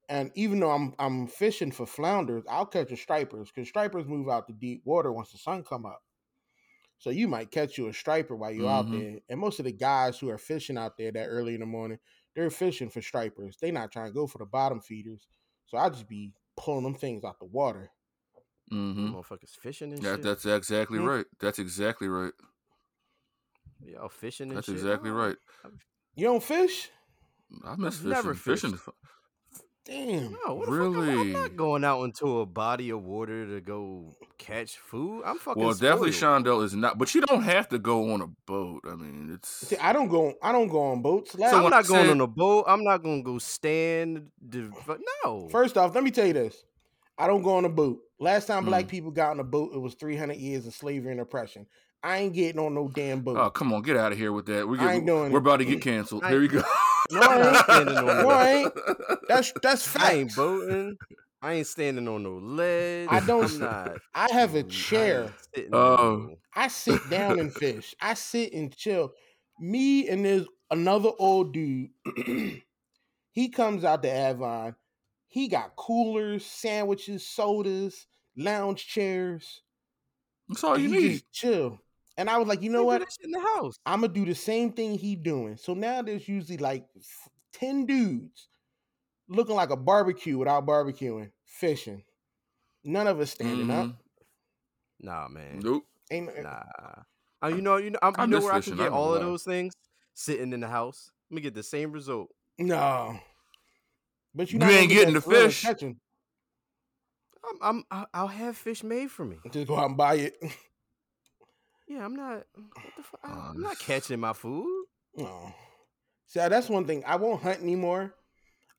[SPEAKER 1] And even though I'm I'm fishing for flounders, I'll catch the stripers because stripers move out to deep water once the sun come up. So you might catch you a striper while you're out
[SPEAKER 3] Mhm.
[SPEAKER 1] there. And most of the guys who are fishing out there that early in the morning, they're fishing for stripers. They're not trying to go for the bottom feeders. So I just be pulling them things out the water.
[SPEAKER 3] Mm-hmm.
[SPEAKER 2] Motherfuckers fishing and
[SPEAKER 3] That,
[SPEAKER 2] shit.
[SPEAKER 3] that's exactly
[SPEAKER 1] Hmm.
[SPEAKER 3] right. That's exactly right.
[SPEAKER 2] Y'all fishing and
[SPEAKER 3] That's
[SPEAKER 2] shit.
[SPEAKER 3] exactly
[SPEAKER 2] Oh,
[SPEAKER 3] right.
[SPEAKER 1] You don't fish?
[SPEAKER 3] I miss fishing.
[SPEAKER 2] never
[SPEAKER 3] fishing.
[SPEAKER 2] fished.
[SPEAKER 3] is fu-
[SPEAKER 1] Damn.
[SPEAKER 2] No, what the fuck? am I- I'm
[SPEAKER 3] Really?
[SPEAKER 2] not going out into a body of water to go catch food. I'm fucking
[SPEAKER 3] Well, definitely
[SPEAKER 2] spoiled.
[SPEAKER 3] Shondell is not, but you don't have to go on a boat. I mean, it's
[SPEAKER 1] See, I don't go I don't go on boats. Like,
[SPEAKER 3] So
[SPEAKER 2] I'm
[SPEAKER 3] when I
[SPEAKER 2] not going
[SPEAKER 3] said-
[SPEAKER 2] on a boat. I'm not gonna go stand. The, fu- no.
[SPEAKER 1] first off, let me tell you this. I don't go on a boat. Last time black
[SPEAKER 3] Mm.
[SPEAKER 1] people got on a boat, it was 300 years of slavery and oppression. I ain't getting on no damn boat.
[SPEAKER 3] oh, come on, get out of here with that. We
[SPEAKER 1] I ain't
[SPEAKER 3] get,
[SPEAKER 1] doing
[SPEAKER 3] we're
[SPEAKER 1] it.
[SPEAKER 3] about to get canceled.
[SPEAKER 2] I-
[SPEAKER 3] Here we go.
[SPEAKER 1] No, I
[SPEAKER 3] (laughs)
[SPEAKER 1] ain't.
[SPEAKER 2] standing on
[SPEAKER 1] No, I ain't. That's that's
[SPEAKER 2] I ain't
[SPEAKER 1] facts.
[SPEAKER 2] boating. I ain't standing on no ledge.
[SPEAKER 1] I don't
[SPEAKER 2] I'm not.
[SPEAKER 1] I have
[SPEAKER 2] I
[SPEAKER 1] a
[SPEAKER 3] Mm,
[SPEAKER 2] ain't
[SPEAKER 1] chair.
[SPEAKER 2] sitting
[SPEAKER 3] Oh.
[SPEAKER 2] on no-
[SPEAKER 1] I sit down
[SPEAKER 3] (laughs)
[SPEAKER 1] and fish. I sit and chill. Me and there's another old dude. (clears throat) he comes out to Avon. He got coolers, sandwiches, sodas, lounge chairs.
[SPEAKER 3] (laughs) That's all
[SPEAKER 1] and
[SPEAKER 3] Oh, you
[SPEAKER 1] he
[SPEAKER 3] need.
[SPEAKER 1] just chill. And I was like, you
[SPEAKER 2] They
[SPEAKER 1] know
[SPEAKER 2] do
[SPEAKER 1] what?
[SPEAKER 2] that shit in the house.
[SPEAKER 1] I'm gonna do the same thing he doing. So now there's usually like f- ten dudes looking like a barbecue without barbecuing, fishing. None of us standing up.
[SPEAKER 3] Mhm.
[SPEAKER 2] Nah, man.
[SPEAKER 3] Nope.
[SPEAKER 1] Ain't
[SPEAKER 2] Nah. Uh, you know, you know, I'm, you
[SPEAKER 3] I
[SPEAKER 2] know
[SPEAKER 3] miss
[SPEAKER 2] where I
[SPEAKER 3] fishing,
[SPEAKER 2] can
[SPEAKER 3] I
[SPEAKER 2] get
[SPEAKER 3] ain't gonna
[SPEAKER 2] all of
[SPEAKER 3] lie.
[SPEAKER 2] those things sitting in the house. Let me get the same result.
[SPEAKER 1] no. But you're
[SPEAKER 3] You
[SPEAKER 1] not gonna
[SPEAKER 3] ain't
[SPEAKER 1] get
[SPEAKER 3] getting
[SPEAKER 1] that
[SPEAKER 3] the
[SPEAKER 1] thrill of
[SPEAKER 3] fish.
[SPEAKER 1] Catching.
[SPEAKER 2] I'm, I'm, I'll- I'll have fish made for me.
[SPEAKER 1] Just go out and buy it. (laughs)
[SPEAKER 2] Yeah, I'm not. What the fuck?
[SPEAKER 3] Oh,
[SPEAKER 2] I'm not
[SPEAKER 3] this-
[SPEAKER 2] catching my food. (laughs)
[SPEAKER 1] No. See, that's one thing. I won't hunt anymore.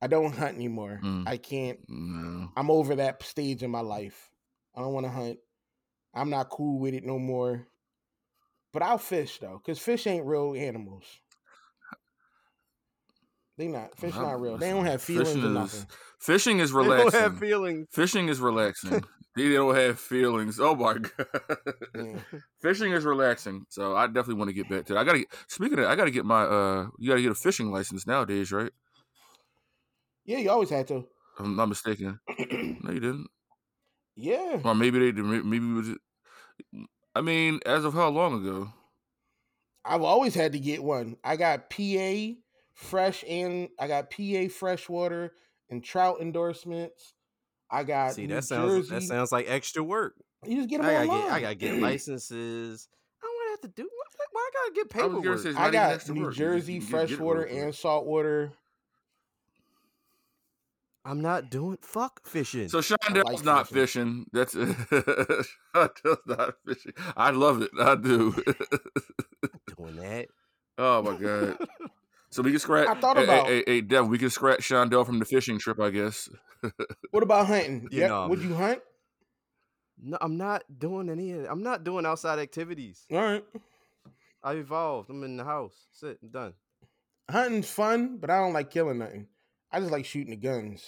[SPEAKER 1] I don't hunt anymore.
[SPEAKER 3] Mm.
[SPEAKER 1] I can't.
[SPEAKER 3] No.
[SPEAKER 1] I'm over that stage in my life. I don't want to hunt. I'm not cool with it no more. But I'll fish though, cause fish ain't real animals. They not fish
[SPEAKER 3] I-
[SPEAKER 1] not real. They
[SPEAKER 3] listen,
[SPEAKER 1] don't have feelings
[SPEAKER 3] fishing
[SPEAKER 1] or
[SPEAKER 3] is-
[SPEAKER 1] nothing.
[SPEAKER 3] Fishing is
[SPEAKER 2] They don't have
[SPEAKER 3] relaxing.
[SPEAKER 2] feelings.
[SPEAKER 3] Fishing
[SPEAKER 1] (laughs)
[SPEAKER 3] is relaxing. they don't have feelings. Oh my god.
[SPEAKER 2] (laughs)
[SPEAKER 1] Yeah.
[SPEAKER 3] Fishing is relaxing, so I definitely want to get back to that. I gotta get, speaking of, that, I gotta get my uh, you gotta get a fishing license nowadays, right?
[SPEAKER 1] yeah, you always had to. (clears throat)
[SPEAKER 3] If I'm not mistaken. No, you didn't.
[SPEAKER 1] yeah,
[SPEAKER 3] Or maybe they did. Maybe it was. I mean, as of how long ago?
[SPEAKER 1] I've always had to get one. I got PA fresh and I got PA freshwater and trout endorsements. I got
[SPEAKER 2] See,
[SPEAKER 1] New
[SPEAKER 2] that sounds
[SPEAKER 1] Jersey.
[SPEAKER 2] that sounds like extra work.
[SPEAKER 1] You just get them
[SPEAKER 2] I gotta
[SPEAKER 1] online.
[SPEAKER 2] get, I
[SPEAKER 1] (clears throat)
[SPEAKER 2] gotta get
[SPEAKER 3] (clears throat)
[SPEAKER 2] licenses. I don't want to have to do. Why, why I gotta get
[SPEAKER 3] I was gonna
[SPEAKER 2] paperwork?
[SPEAKER 3] say, it's
[SPEAKER 1] I
[SPEAKER 3] not even
[SPEAKER 1] got
[SPEAKER 3] next to
[SPEAKER 1] New
[SPEAKER 3] work. You just-
[SPEAKER 1] Jersey
[SPEAKER 3] you can get it real
[SPEAKER 1] freshwater
[SPEAKER 3] quick.
[SPEAKER 1] and saltwater.
[SPEAKER 2] I'm not doing fuck fishing.
[SPEAKER 3] So
[SPEAKER 1] like
[SPEAKER 3] Shondell's not fishing. That's (laughs) Shondell's not fishing. I love it. I do. (laughs)
[SPEAKER 2] doing that.
[SPEAKER 3] oh my god.
[SPEAKER 2] (laughs)
[SPEAKER 3] So we can scratch.
[SPEAKER 1] I thought
[SPEAKER 3] hey,
[SPEAKER 1] about-
[SPEAKER 3] Hey, hey, hey, Dev, we can scratch Shondell from the fishing trip, I guess.
[SPEAKER 1] What about hunting?
[SPEAKER 2] You
[SPEAKER 1] Yep.
[SPEAKER 2] know,
[SPEAKER 1] Would you hunt?
[SPEAKER 2] No, I'm not doing any. of- I'm not doing outside activities.
[SPEAKER 1] All right.
[SPEAKER 2] I evolved. I'm in the house. Sit.
[SPEAKER 1] (laughs)
[SPEAKER 2] I'm done. (laughs)
[SPEAKER 1] Hunting's fun, but I don't like killing nothing. I just like shooting the guns.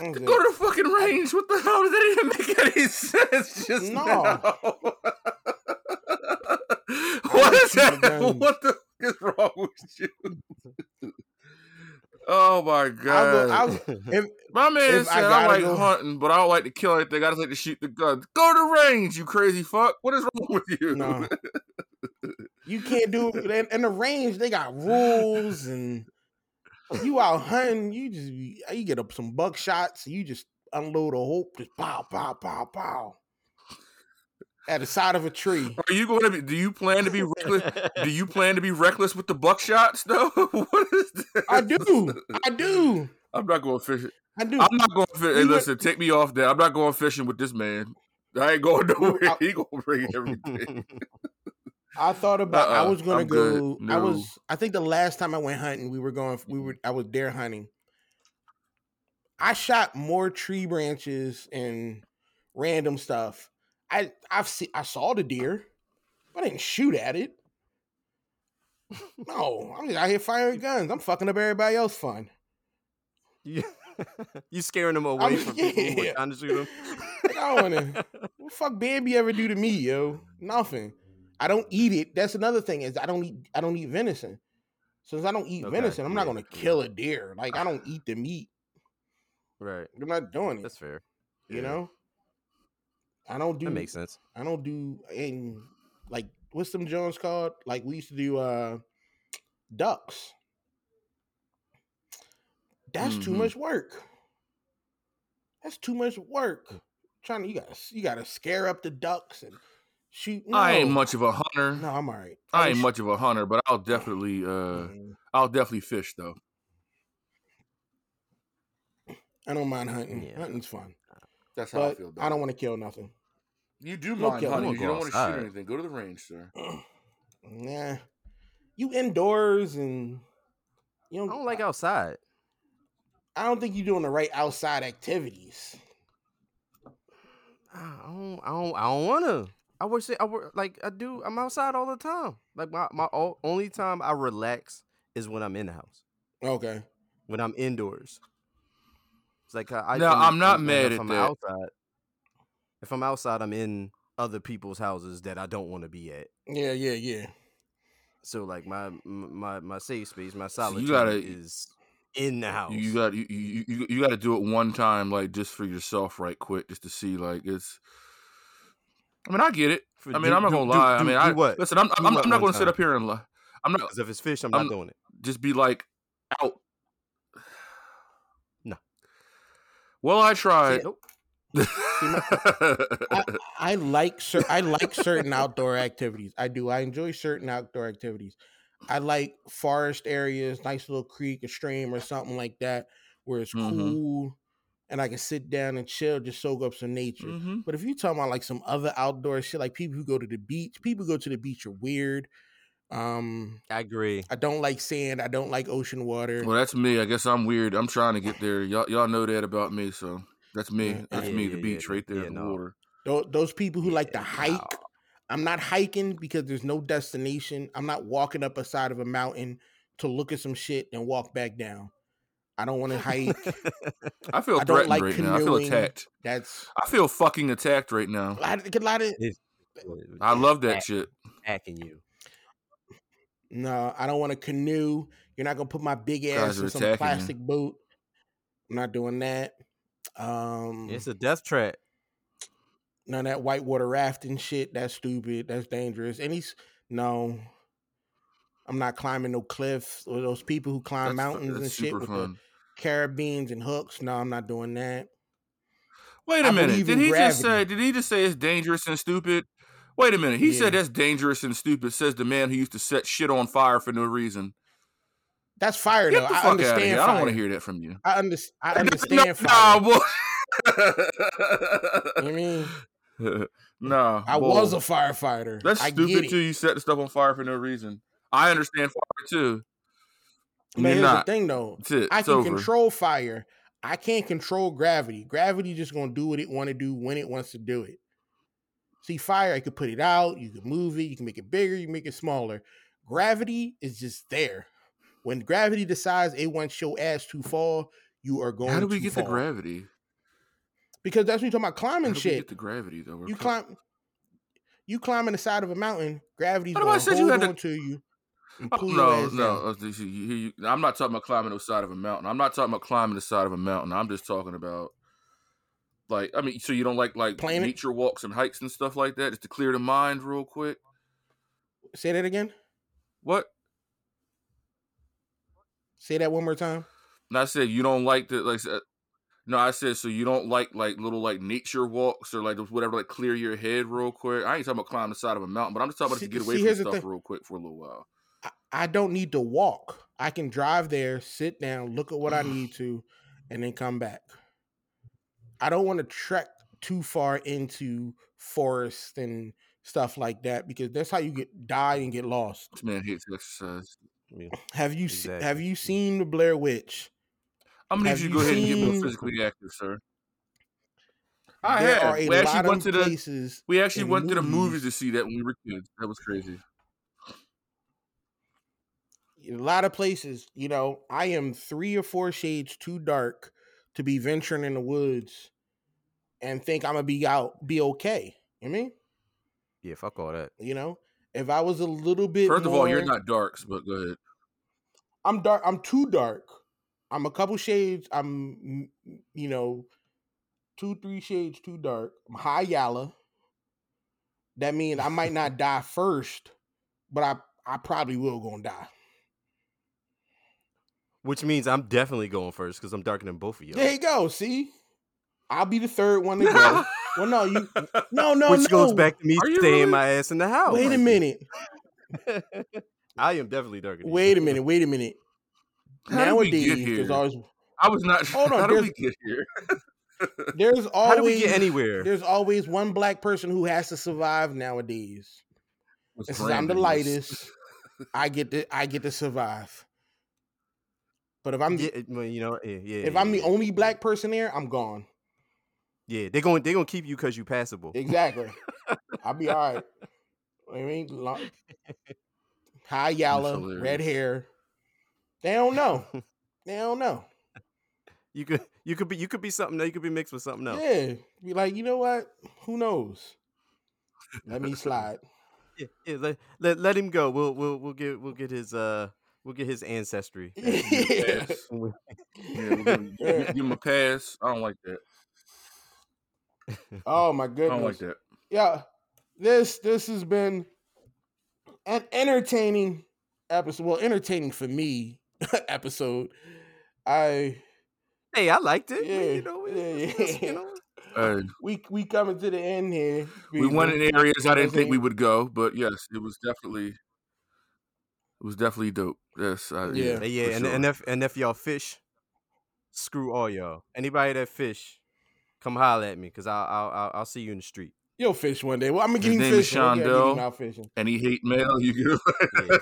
[SPEAKER 1] That was
[SPEAKER 3] Go
[SPEAKER 1] it.
[SPEAKER 3] to the fucking range. What the hell? That didn't make (laughs) any sense. Just
[SPEAKER 1] No.
[SPEAKER 3] now.
[SPEAKER 1] (laughs)
[SPEAKER 3] (laughs) what
[SPEAKER 1] shooting the
[SPEAKER 3] is that? (laughs)
[SPEAKER 1] guns.
[SPEAKER 3] What the fuck is wrong with you?
[SPEAKER 1] (laughs)
[SPEAKER 3] oh my
[SPEAKER 1] I
[SPEAKER 3] god!
[SPEAKER 1] was, I was,
[SPEAKER 3] My man
[SPEAKER 1] If I
[SPEAKER 3] said I,
[SPEAKER 1] gotta
[SPEAKER 3] like
[SPEAKER 1] go-
[SPEAKER 3] hunting, but I don't like to kill anything. I just like to shoot the guns. Go to range, you crazy fuck. What is wrong with you? (laughs)
[SPEAKER 1] no. You can't do it. In, in the range, they got rules, and you out hunting, you just be- uh, you get up some buck shots, and you just unload a hope, just pow, pow, pow, pow, at the side of a tree.
[SPEAKER 3] Are you going to be? Do you plan to be reckless? do you plan to be reckless with the buckshots though? (laughs) what is this?
[SPEAKER 1] I do, I do,
[SPEAKER 3] I'm not going fishing.
[SPEAKER 1] I do.
[SPEAKER 3] I'm not going fishing. Hey,
[SPEAKER 1] We went-
[SPEAKER 3] listen, take me off that. I'm not going fishing with this man. I ain't going nowhere.
[SPEAKER 1] out-
[SPEAKER 3] (laughs) He gonna bring
[SPEAKER 2] (laughs)
[SPEAKER 3] everything.
[SPEAKER 1] I thought about I
[SPEAKER 3] Uh-uh,
[SPEAKER 1] was gonna
[SPEAKER 3] I'm good.
[SPEAKER 1] go. I
[SPEAKER 3] No.
[SPEAKER 1] was. I think the last time I went hunting, we were going. We were. I was deer hunting. I shot more tree branches and random stuff. I I've seen. I saw the deer. but I didn't shoot at
[SPEAKER 3] (laughs)
[SPEAKER 1] it. No, I'm just out here firing guns. I'm fucking up everybody else's fun.
[SPEAKER 2] you, (laughs) you scaring them away
[SPEAKER 1] I'm-
[SPEAKER 2] from people who
[SPEAKER 1] yeah.
[SPEAKER 2] are trying to shoot
[SPEAKER 1] Like, I don't
[SPEAKER 2] (laughs)
[SPEAKER 1] wanna. What the fuck Bambi ever do to me, yo? Nothing. I don't eat it. That's another thing is I don't eat I don't eat venison. Since I don't eat
[SPEAKER 2] Okay,
[SPEAKER 1] venison, I'm not
[SPEAKER 2] yeah,
[SPEAKER 1] gonna
[SPEAKER 2] yeah.
[SPEAKER 1] kill a deer. Like I don't eat the meat.
[SPEAKER 2] Right.
[SPEAKER 1] I'm not doing it.
[SPEAKER 2] That's fair.
[SPEAKER 1] You
[SPEAKER 2] yeah.
[SPEAKER 1] know? I don't do
[SPEAKER 2] That makes sense.
[SPEAKER 1] I don't do and like what's them Jones called? Like we used to do uh ducks. That's too
[SPEAKER 3] Mhm.
[SPEAKER 1] much work. That's too much work. Trying to you gotta you gotta scare up the ducks and shoot.
[SPEAKER 3] I ain't
[SPEAKER 1] no.
[SPEAKER 3] much of a hunter.
[SPEAKER 1] No, I'm all right.
[SPEAKER 3] I
[SPEAKER 1] (laughs)
[SPEAKER 3] ain't
[SPEAKER 1] was-
[SPEAKER 3] much of a hunter, but I'll definitely, uh,
[SPEAKER 1] Mm,
[SPEAKER 3] I'll definitely fish though.
[SPEAKER 1] I don't mind hunting.
[SPEAKER 2] Yeah.
[SPEAKER 1] Hunting's fun,
[SPEAKER 3] That's how I
[SPEAKER 1] but
[SPEAKER 3] feel. Though.
[SPEAKER 1] I, don't want to kill nothing. (clears throat)
[SPEAKER 3] You do
[SPEAKER 1] No
[SPEAKER 3] mind
[SPEAKER 1] kill.
[SPEAKER 3] hunting.
[SPEAKER 2] I'm
[SPEAKER 3] You
[SPEAKER 2] gonna
[SPEAKER 3] don't
[SPEAKER 2] go
[SPEAKER 3] want to shoot
[SPEAKER 2] outside.
[SPEAKER 3] or anything. Go to the range, sir.
[SPEAKER 1] nah, you indoors and you
[SPEAKER 2] I
[SPEAKER 1] don't.
[SPEAKER 2] don't like outside.
[SPEAKER 1] I don't think you're doing the right outside activities.
[SPEAKER 2] Ah, I don't. I don't. I don't wanna. I wish I were like I do. I'm outside all the time. Like my my o- only time I relax is when I'm in the house.
[SPEAKER 1] Okay.
[SPEAKER 2] When I'm indoors. It's like I. I-
[SPEAKER 3] Now,
[SPEAKER 2] and-
[SPEAKER 3] I'm not
[SPEAKER 2] and
[SPEAKER 3] mad
[SPEAKER 2] if
[SPEAKER 3] at
[SPEAKER 2] I'm
[SPEAKER 3] that.
[SPEAKER 2] Outside, if I'm outside, I'm in other people's houses that I don't want to be at.
[SPEAKER 1] Yeah, yeah, yeah.
[SPEAKER 2] So like my m- my my safe space, my solitude
[SPEAKER 3] gotta-
[SPEAKER 2] is in the house.
[SPEAKER 3] You, you got you, you, you, you got to do it one time, like just for yourself, right quick, just to see. Like it's. I mean, I get it.
[SPEAKER 2] For-
[SPEAKER 3] I mean,
[SPEAKER 2] do-
[SPEAKER 3] I'm not
[SPEAKER 2] do-
[SPEAKER 3] gonna
[SPEAKER 2] do-
[SPEAKER 3] lie.
[SPEAKER 2] do-
[SPEAKER 3] I mean,
[SPEAKER 2] do
[SPEAKER 3] I
[SPEAKER 2] what?
[SPEAKER 3] listen. I'm,
[SPEAKER 2] Do
[SPEAKER 3] I'm,
[SPEAKER 2] what
[SPEAKER 3] I'm not
[SPEAKER 2] one
[SPEAKER 3] gonna sit
[SPEAKER 2] time?
[SPEAKER 3] up here and lie. I'm not
[SPEAKER 2] 'Cause if it's fish, I'm not
[SPEAKER 3] I'm-
[SPEAKER 2] doing it.
[SPEAKER 3] just be like out.
[SPEAKER 2] No.
[SPEAKER 3] Well, I tried.
[SPEAKER 2] Nope.
[SPEAKER 3] (laughs)
[SPEAKER 1] I, I like cer- I like certain outdoor activities. I do. I enjoy certain outdoor activities. I like forest areas, nice little creek, a stream, or something like that, where it's
[SPEAKER 3] Mhm.
[SPEAKER 1] cool, and I can sit down and chill, just soak up some nature.
[SPEAKER 3] Mhm.
[SPEAKER 1] But if you talking about like some other outdoor shit, like people who go to the beach, people who go to the beach are weird. Um,
[SPEAKER 2] I
[SPEAKER 3] (laughs)
[SPEAKER 2] agree. (laughs)
[SPEAKER 1] I don't like sand. I don't like ocean water.
[SPEAKER 3] Well, that's me. I guess I'm weird. I'm trying to get there. Y'all, y'all know that about me. So that's me.
[SPEAKER 1] Yeah,
[SPEAKER 3] That's
[SPEAKER 2] yeah,
[SPEAKER 3] me.
[SPEAKER 2] yeah,
[SPEAKER 3] the
[SPEAKER 2] yeah,
[SPEAKER 3] beach right there
[SPEAKER 2] yeah,
[SPEAKER 3] in the
[SPEAKER 2] no. (laughs)
[SPEAKER 3] water.
[SPEAKER 1] Tho- Those people who like to
[SPEAKER 2] Yeah,
[SPEAKER 1] hike.
[SPEAKER 2] no.
[SPEAKER 1] I'm not hiking because there's no destination. I'm not walking up a side of a mountain to look at some shit and walk back down. I don't want to
[SPEAKER 3] (laughs)
[SPEAKER 1] hike.
[SPEAKER 3] I feel
[SPEAKER 1] I don't
[SPEAKER 3] threatened
[SPEAKER 1] like
[SPEAKER 3] right now. I feel
[SPEAKER 1] canoeing.
[SPEAKER 3] attacked.
[SPEAKER 1] That's
[SPEAKER 3] I feel fucking attacked right now.
[SPEAKER 1] a lot of, a lot of
[SPEAKER 3] I love that
[SPEAKER 2] Attack-
[SPEAKER 3] shit.
[SPEAKER 2] attacking you.
[SPEAKER 1] no. I don't want to canoe. You're not gonna put my big ass
[SPEAKER 3] Guys are
[SPEAKER 1] in some
[SPEAKER 3] attacking you.
[SPEAKER 1] plastic boat. I'm not doing that. Um,
[SPEAKER 2] It's a death trap.
[SPEAKER 1] none of that whitewater rafting shit. That's stupid. That's dangerous. And he's no. I'm not climbing no cliffs or those people who
[SPEAKER 3] That's,
[SPEAKER 1] climb
[SPEAKER 3] fu-
[SPEAKER 1] mountains
[SPEAKER 3] that's
[SPEAKER 1] and shit
[SPEAKER 3] super
[SPEAKER 1] with the
[SPEAKER 3] fun.
[SPEAKER 1] carabines and hooks. No, I'm not doing that.
[SPEAKER 3] Wait a
[SPEAKER 1] I
[SPEAKER 3] minute.
[SPEAKER 1] believe
[SPEAKER 3] Did
[SPEAKER 1] in
[SPEAKER 3] he just say?
[SPEAKER 1] gravity.
[SPEAKER 3] Did he just say it's dangerous and stupid? Wait a minute. He said
[SPEAKER 1] Yeah.
[SPEAKER 3] that's dangerous and stupid. Says the man who used to set shit on fire for no reason.
[SPEAKER 1] That's fire
[SPEAKER 3] Get
[SPEAKER 1] though.
[SPEAKER 3] the
[SPEAKER 1] I
[SPEAKER 3] fuck out of
[SPEAKER 1] understand.
[SPEAKER 3] here.
[SPEAKER 1] Fire.
[SPEAKER 3] I don't want to hear that from you.
[SPEAKER 1] I, under- I
[SPEAKER 3] (laughs) No,
[SPEAKER 1] understand.
[SPEAKER 3] Nah,
[SPEAKER 1] fire.
[SPEAKER 3] boy.
[SPEAKER 1] You mean,
[SPEAKER 3] (laughs) nah.
[SPEAKER 1] I
[SPEAKER 3] boy.
[SPEAKER 1] was a firefighter.
[SPEAKER 3] That's
[SPEAKER 1] I get
[SPEAKER 3] stupid
[SPEAKER 1] it.
[SPEAKER 3] too. You set the stuff on fire for no reason. I understand fire too.
[SPEAKER 1] But
[SPEAKER 3] You're
[SPEAKER 1] here's
[SPEAKER 3] not.
[SPEAKER 1] the thing though.
[SPEAKER 3] That's it.
[SPEAKER 1] I
[SPEAKER 3] it's
[SPEAKER 1] can
[SPEAKER 3] over.
[SPEAKER 1] control fire. I can't control gravity. Gravity just gonna do what it want to do when it wants to do it. See, fire, I could put it out. You can move it. You can make it bigger. You can make it smaller. Gravity is just there. When gravity decides it wants your ass to fall, you are going.
[SPEAKER 3] How do we
[SPEAKER 1] to
[SPEAKER 3] get
[SPEAKER 1] fall.
[SPEAKER 3] the gravity?
[SPEAKER 1] Because that's when you talking about
[SPEAKER 3] How
[SPEAKER 1] climbing
[SPEAKER 3] do we
[SPEAKER 1] shit.
[SPEAKER 3] get the gravity though? We're
[SPEAKER 1] You
[SPEAKER 3] cl-
[SPEAKER 1] climb. You climbing the side of a mountain. Gravity's
[SPEAKER 3] What
[SPEAKER 1] going
[SPEAKER 3] about I
[SPEAKER 1] to
[SPEAKER 3] said
[SPEAKER 1] hold
[SPEAKER 3] you had to-
[SPEAKER 1] on to you. and
[SPEAKER 3] Oh,
[SPEAKER 1] pull your
[SPEAKER 3] no,
[SPEAKER 1] ass
[SPEAKER 3] no.
[SPEAKER 1] down.
[SPEAKER 3] uh, this- you- you- you- I'm not talking about climbing the side of a mountain. I'm not talking about climbing the side of a mountain. I'm just talking about like I mean, so you don't like like
[SPEAKER 1] Planet?
[SPEAKER 3] nature walks and hikes and stuff like that, just to clear the mind real quick.
[SPEAKER 1] Say that again.
[SPEAKER 3] What?
[SPEAKER 1] Say that one more time.
[SPEAKER 3] And I said you don't like the like. uh, No, I said so you don't like like little like nature walks or like whatever like clear your head real quick. I ain't talking about climbing the side of a mountain, but I'm just talking about
[SPEAKER 1] See-
[SPEAKER 3] to get away
[SPEAKER 1] see,
[SPEAKER 3] from
[SPEAKER 1] here's the
[SPEAKER 3] stuff
[SPEAKER 1] thing.
[SPEAKER 3] real quick for a little while.
[SPEAKER 1] I, I don't need to walk. I can drive there, sit down, look at what I
[SPEAKER 3] (sighs)
[SPEAKER 1] need to, and then come back. I don't want to trek too far into forest and stuff like that because that's how you get die and get lost.
[SPEAKER 3] This man hates exercise.
[SPEAKER 2] Yeah.
[SPEAKER 1] Have you se- have
[SPEAKER 2] Exactly.
[SPEAKER 1] you seen the Blair Witch?
[SPEAKER 3] I'm gonna
[SPEAKER 1] Have
[SPEAKER 3] need you to
[SPEAKER 1] you
[SPEAKER 3] go ahead and get more
[SPEAKER 1] seen-
[SPEAKER 3] physically active, sir. I
[SPEAKER 1] there
[SPEAKER 3] have.
[SPEAKER 1] are a
[SPEAKER 3] We
[SPEAKER 1] lot
[SPEAKER 3] actually
[SPEAKER 1] of
[SPEAKER 3] went to the
[SPEAKER 1] places.
[SPEAKER 3] we actually
[SPEAKER 1] in
[SPEAKER 3] went to the
[SPEAKER 1] movies-
[SPEAKER 3] movies to see that when we were kids. That was crazy.
[SPEAKER 1] a lot of places, you know, I am three or four shades too dark to be venturing in the woods and think I'm gonna be out, be okay. You mean,
[SPEAKER 2] Yeah, fuck all that.
[SPEAKER 1] you know, if I was a little bit
[SPEAKER 3] First of all, you're
[SPEAKER 1] more-
[SPEAKER 3] not darks, but go ahead.
[SPEAKER 1] I'm dark. I'm too dark. I'm a couple shades. I'm, mm, you know, two, three shades too dark. I'm high yalla. That means I might not die first, but I, I probably will gonna die.
[SPEAKER 2] Which means I'm definitely going first because I'm darker than both of y'all.
[SPEAKER 1] There you go. See, I'll be the third one to go. Well, no, you (laughs) no, no,
[SPEAKER 2] Which
[SPEAKER 1] no.
[SPEAKER 2] goes back to me
[SPEAKER 3] Are you
[SPEAKER 2] staying
[SPEAKER 3] really?
[SPEAKER 2] my ass in the house.
[SPEAKER 1] Wait a minute.
[SPEAKER 2] I am definitely darker. Than
[SPEAKER 1] Wait
[SPEAKER 2] you.
[SPEAKER 1] a minute. Wait a minute.
[SPEAKER 3] How did we
[SPEAKER 1] Nowadays,
[SPEAKER 3] get
[SPEAKER 1] there's
[SPEAKER 3] here?
[SPEAKER 1] always
[SPEAKER 3] I was not. (laughs)
[SPEAKER 1] Hold on,
[SPEAKER 3] how did
[SPEAKER 1] there's-
[SPEAKER 3] we get here?
[SPEAKER 1] there's
[SPEAKER 2] (laughs) How
[SPEAKER 1] always
[SPEAKER 2] did we get anywhere?
[SPEAKER 1] there's always one black person who has to survive nowadays.
[SPEAKER 3] Was
[SPEAKER 1] And since I'm the (laughs)
[SPEAKER 3] Brandon.
[SPEAKER 1] lightest, I get to I get to survive. But if I'm
[SPEAKER 2] yeah,
[SPEAKER 1] the,
[SPEAKER 2] it- well, you know, yeah, yeah.
[SPEAKER 1] if I'm the
[SPEAKER 2] yeah,
[SPEAKER 1] only
[SPEAKER 2] yeah.
[SPEAKER 1] black person there, I'm gone.
[SPEAKER 2] yeah, they're going, they're going to keep you because you passable.
[SPEAKER 3] (laughs)
[SPEAKER 1] Exactly. I'll be all right. I mean, lo- high yalla, red
[SPEAKER 3] hilarious.
[SPEAKER 1] hair. They don't
[SPEAKER 3] (laughs)
[SPEAKER 1] know. They don't know.
[SPEAKER 2] You could, (laughs) you could be, you could be something. that You could be mixed with something else.
[SPEAKER 1] Yeah. Be like, you know what? Who knows? Let me
[SPEAKER 3] (laughs)
[SPEAKER 1] slide.
[SPEAKER 2] Yeah, yeah, let, let let him go. We'll we'll we'll get we'll get his uh we'll get his ancestry.
[SPEAKER 1] yeah.
[SPEAKER 3] Pass.
[SPEAKER 2] When we-
[SPEAKER 3] Yeah,
[SPEAKER 1] (laughs)
[SPEAKER 3] we'll give, him- give him a pass. I don't like that.
[SPEAKER 1] Oh my
[SPEAKER 3] I
[SPEAKER 1] goodness.
[SPEAKER 3] don't like that.
[SPEAKER 1] Yeah. This this has been an entertaining episode. Well, entertaining for me (laughs) episode. I
[SPEAKER 2] (laughs) Hey, I liked it.
[SPEAKER 1] Yeah,
[SPEAKER 2] We, you know, it-
[SPEAKER 1] yeah,
[SPEAKER 2] (laughs) it's- it's,
[SPEAKER 1] yeah.
[SPEAKER 2] you know,
[SPEAKER 3] Uh,
[SPEAKER 1] we we coming to the end here.
[SPEAKER 3] we went in areas I didn't think we
[SPEAKER 1] Listen.
[SPEAKER 3] would go, but yes, it was definitely, it was definitely dope. Yes, I, yeah,
[SPEAKER 1] Yeah.
[SPEAKER 2] Hey, yeah,
[SPEAKER 3] for
[SPEAKER 2] and,
[SPEAKER 3] sure.
[SPEAKER 2] and if and if y'all fish, screw all y'all. Anybody that fish, come holler at me because I'll, I'll I'll I'll see you in the
[SPEAKER 1] (laughs)
[SPEAKER 2] street.
[SPEAKER 1] You'll fish one day. Well, I'm gonna
[SPEAKER 3] His
[SPEAKER 1] get him
[SPEAKER 3] name is
[SPEAKER 1] fishing. We'll get- I'll get him
[SPEAKER 3] Shondell.
[SPEAKER 1] out fishing.
[SPEAKER 3] Any hate mail (laughs) you give?
[SPEAKER 2] Yeah,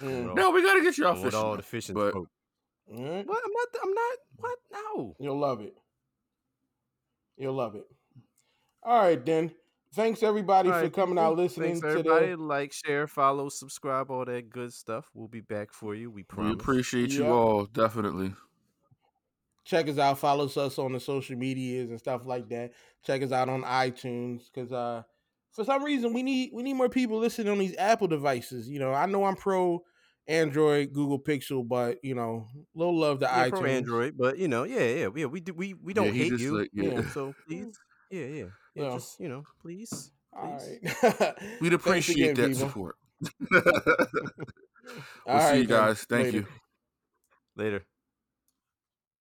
[SPEAKER 1] Mm.
[SPEAKER 2] Bro,
[SPEAKER 3] no, we gotta get you
[SPEAKER 2] I
[SPEAKER 3] off
[SPEAKER 2] want
[SPEAKER 3] fishing.
[SPEAKER 2] all
[SPEAKER 3] All
[SPEAKER 2] the fishing.
[SPEAKER 3] but-
[SPEAKER 2] spoke.
[SPEAKER 1] Alright.
[SPEAKER 2] What? I'm not. I'm not. What? No.
[SPEAKER 1] Mm-hmm. You'll love it. You'll love it. All right then. Thanks everybody
[SPEAKER 2] All
[SPEAKER 1] for
[SPEAKER 2] right,
[SPEAKER 1] coming
[SPEAKER 2] people.
[SPEAKER 1] out listening
[SPEAKER 2] Thanks
[SPEAKER 1] to
[SPEAKER 2] everybody.
[SPEAKER 1] the
[SPEAKER 2] Like, share, follow, subscribe, all that good stuff. We'll be back for you. We
[SPEAKER 3] we
[SPEAKER 2] promise.
[SPEAKER 3] appreciate you
[SPEAKER 1] Yep.
[SPEAKER 3] all definitely.
[SPEAKER 1] check us out. Follow us on the social medias and stuff like that. Check us out on iTunes because uh, for some reason we need we need more people listening on these Apple devices. You know, I know I'm pro Android, Google Pixel, but you know, little love to
[SPEAKER 2] yeah,
[SPEAKER 1] iTunes.
[SPEAKER 2] pro Android, but you know, yeah, yeah, yeah. We do. We we
[SPEAKER 3] Yeah,
[SPEAKER 2] don't
[SPEAKER 3] he
[SPEAKER 2] hate
[SPEAKER 3] just
[SPEAKER 2] you.
[SPEAKER 3] like- yeah.
[SPEAKER 1] Yeah.
[SPEAKER 3] (laughs)
[SPEAKER 2] So please, yeah, yeah, yeah.
[SPEAKER 1] Yeah.
[SPEAKER 2] Just you know, please.
[SPEAKER 1] All
[SPEAKER 2] please.
[SPEAKER 1] right, (laughs)
[SPEAKER 3] We'd appreciate that (laughs) support. we'll see you guys. Thank you.
[SPEAKER 2] Later.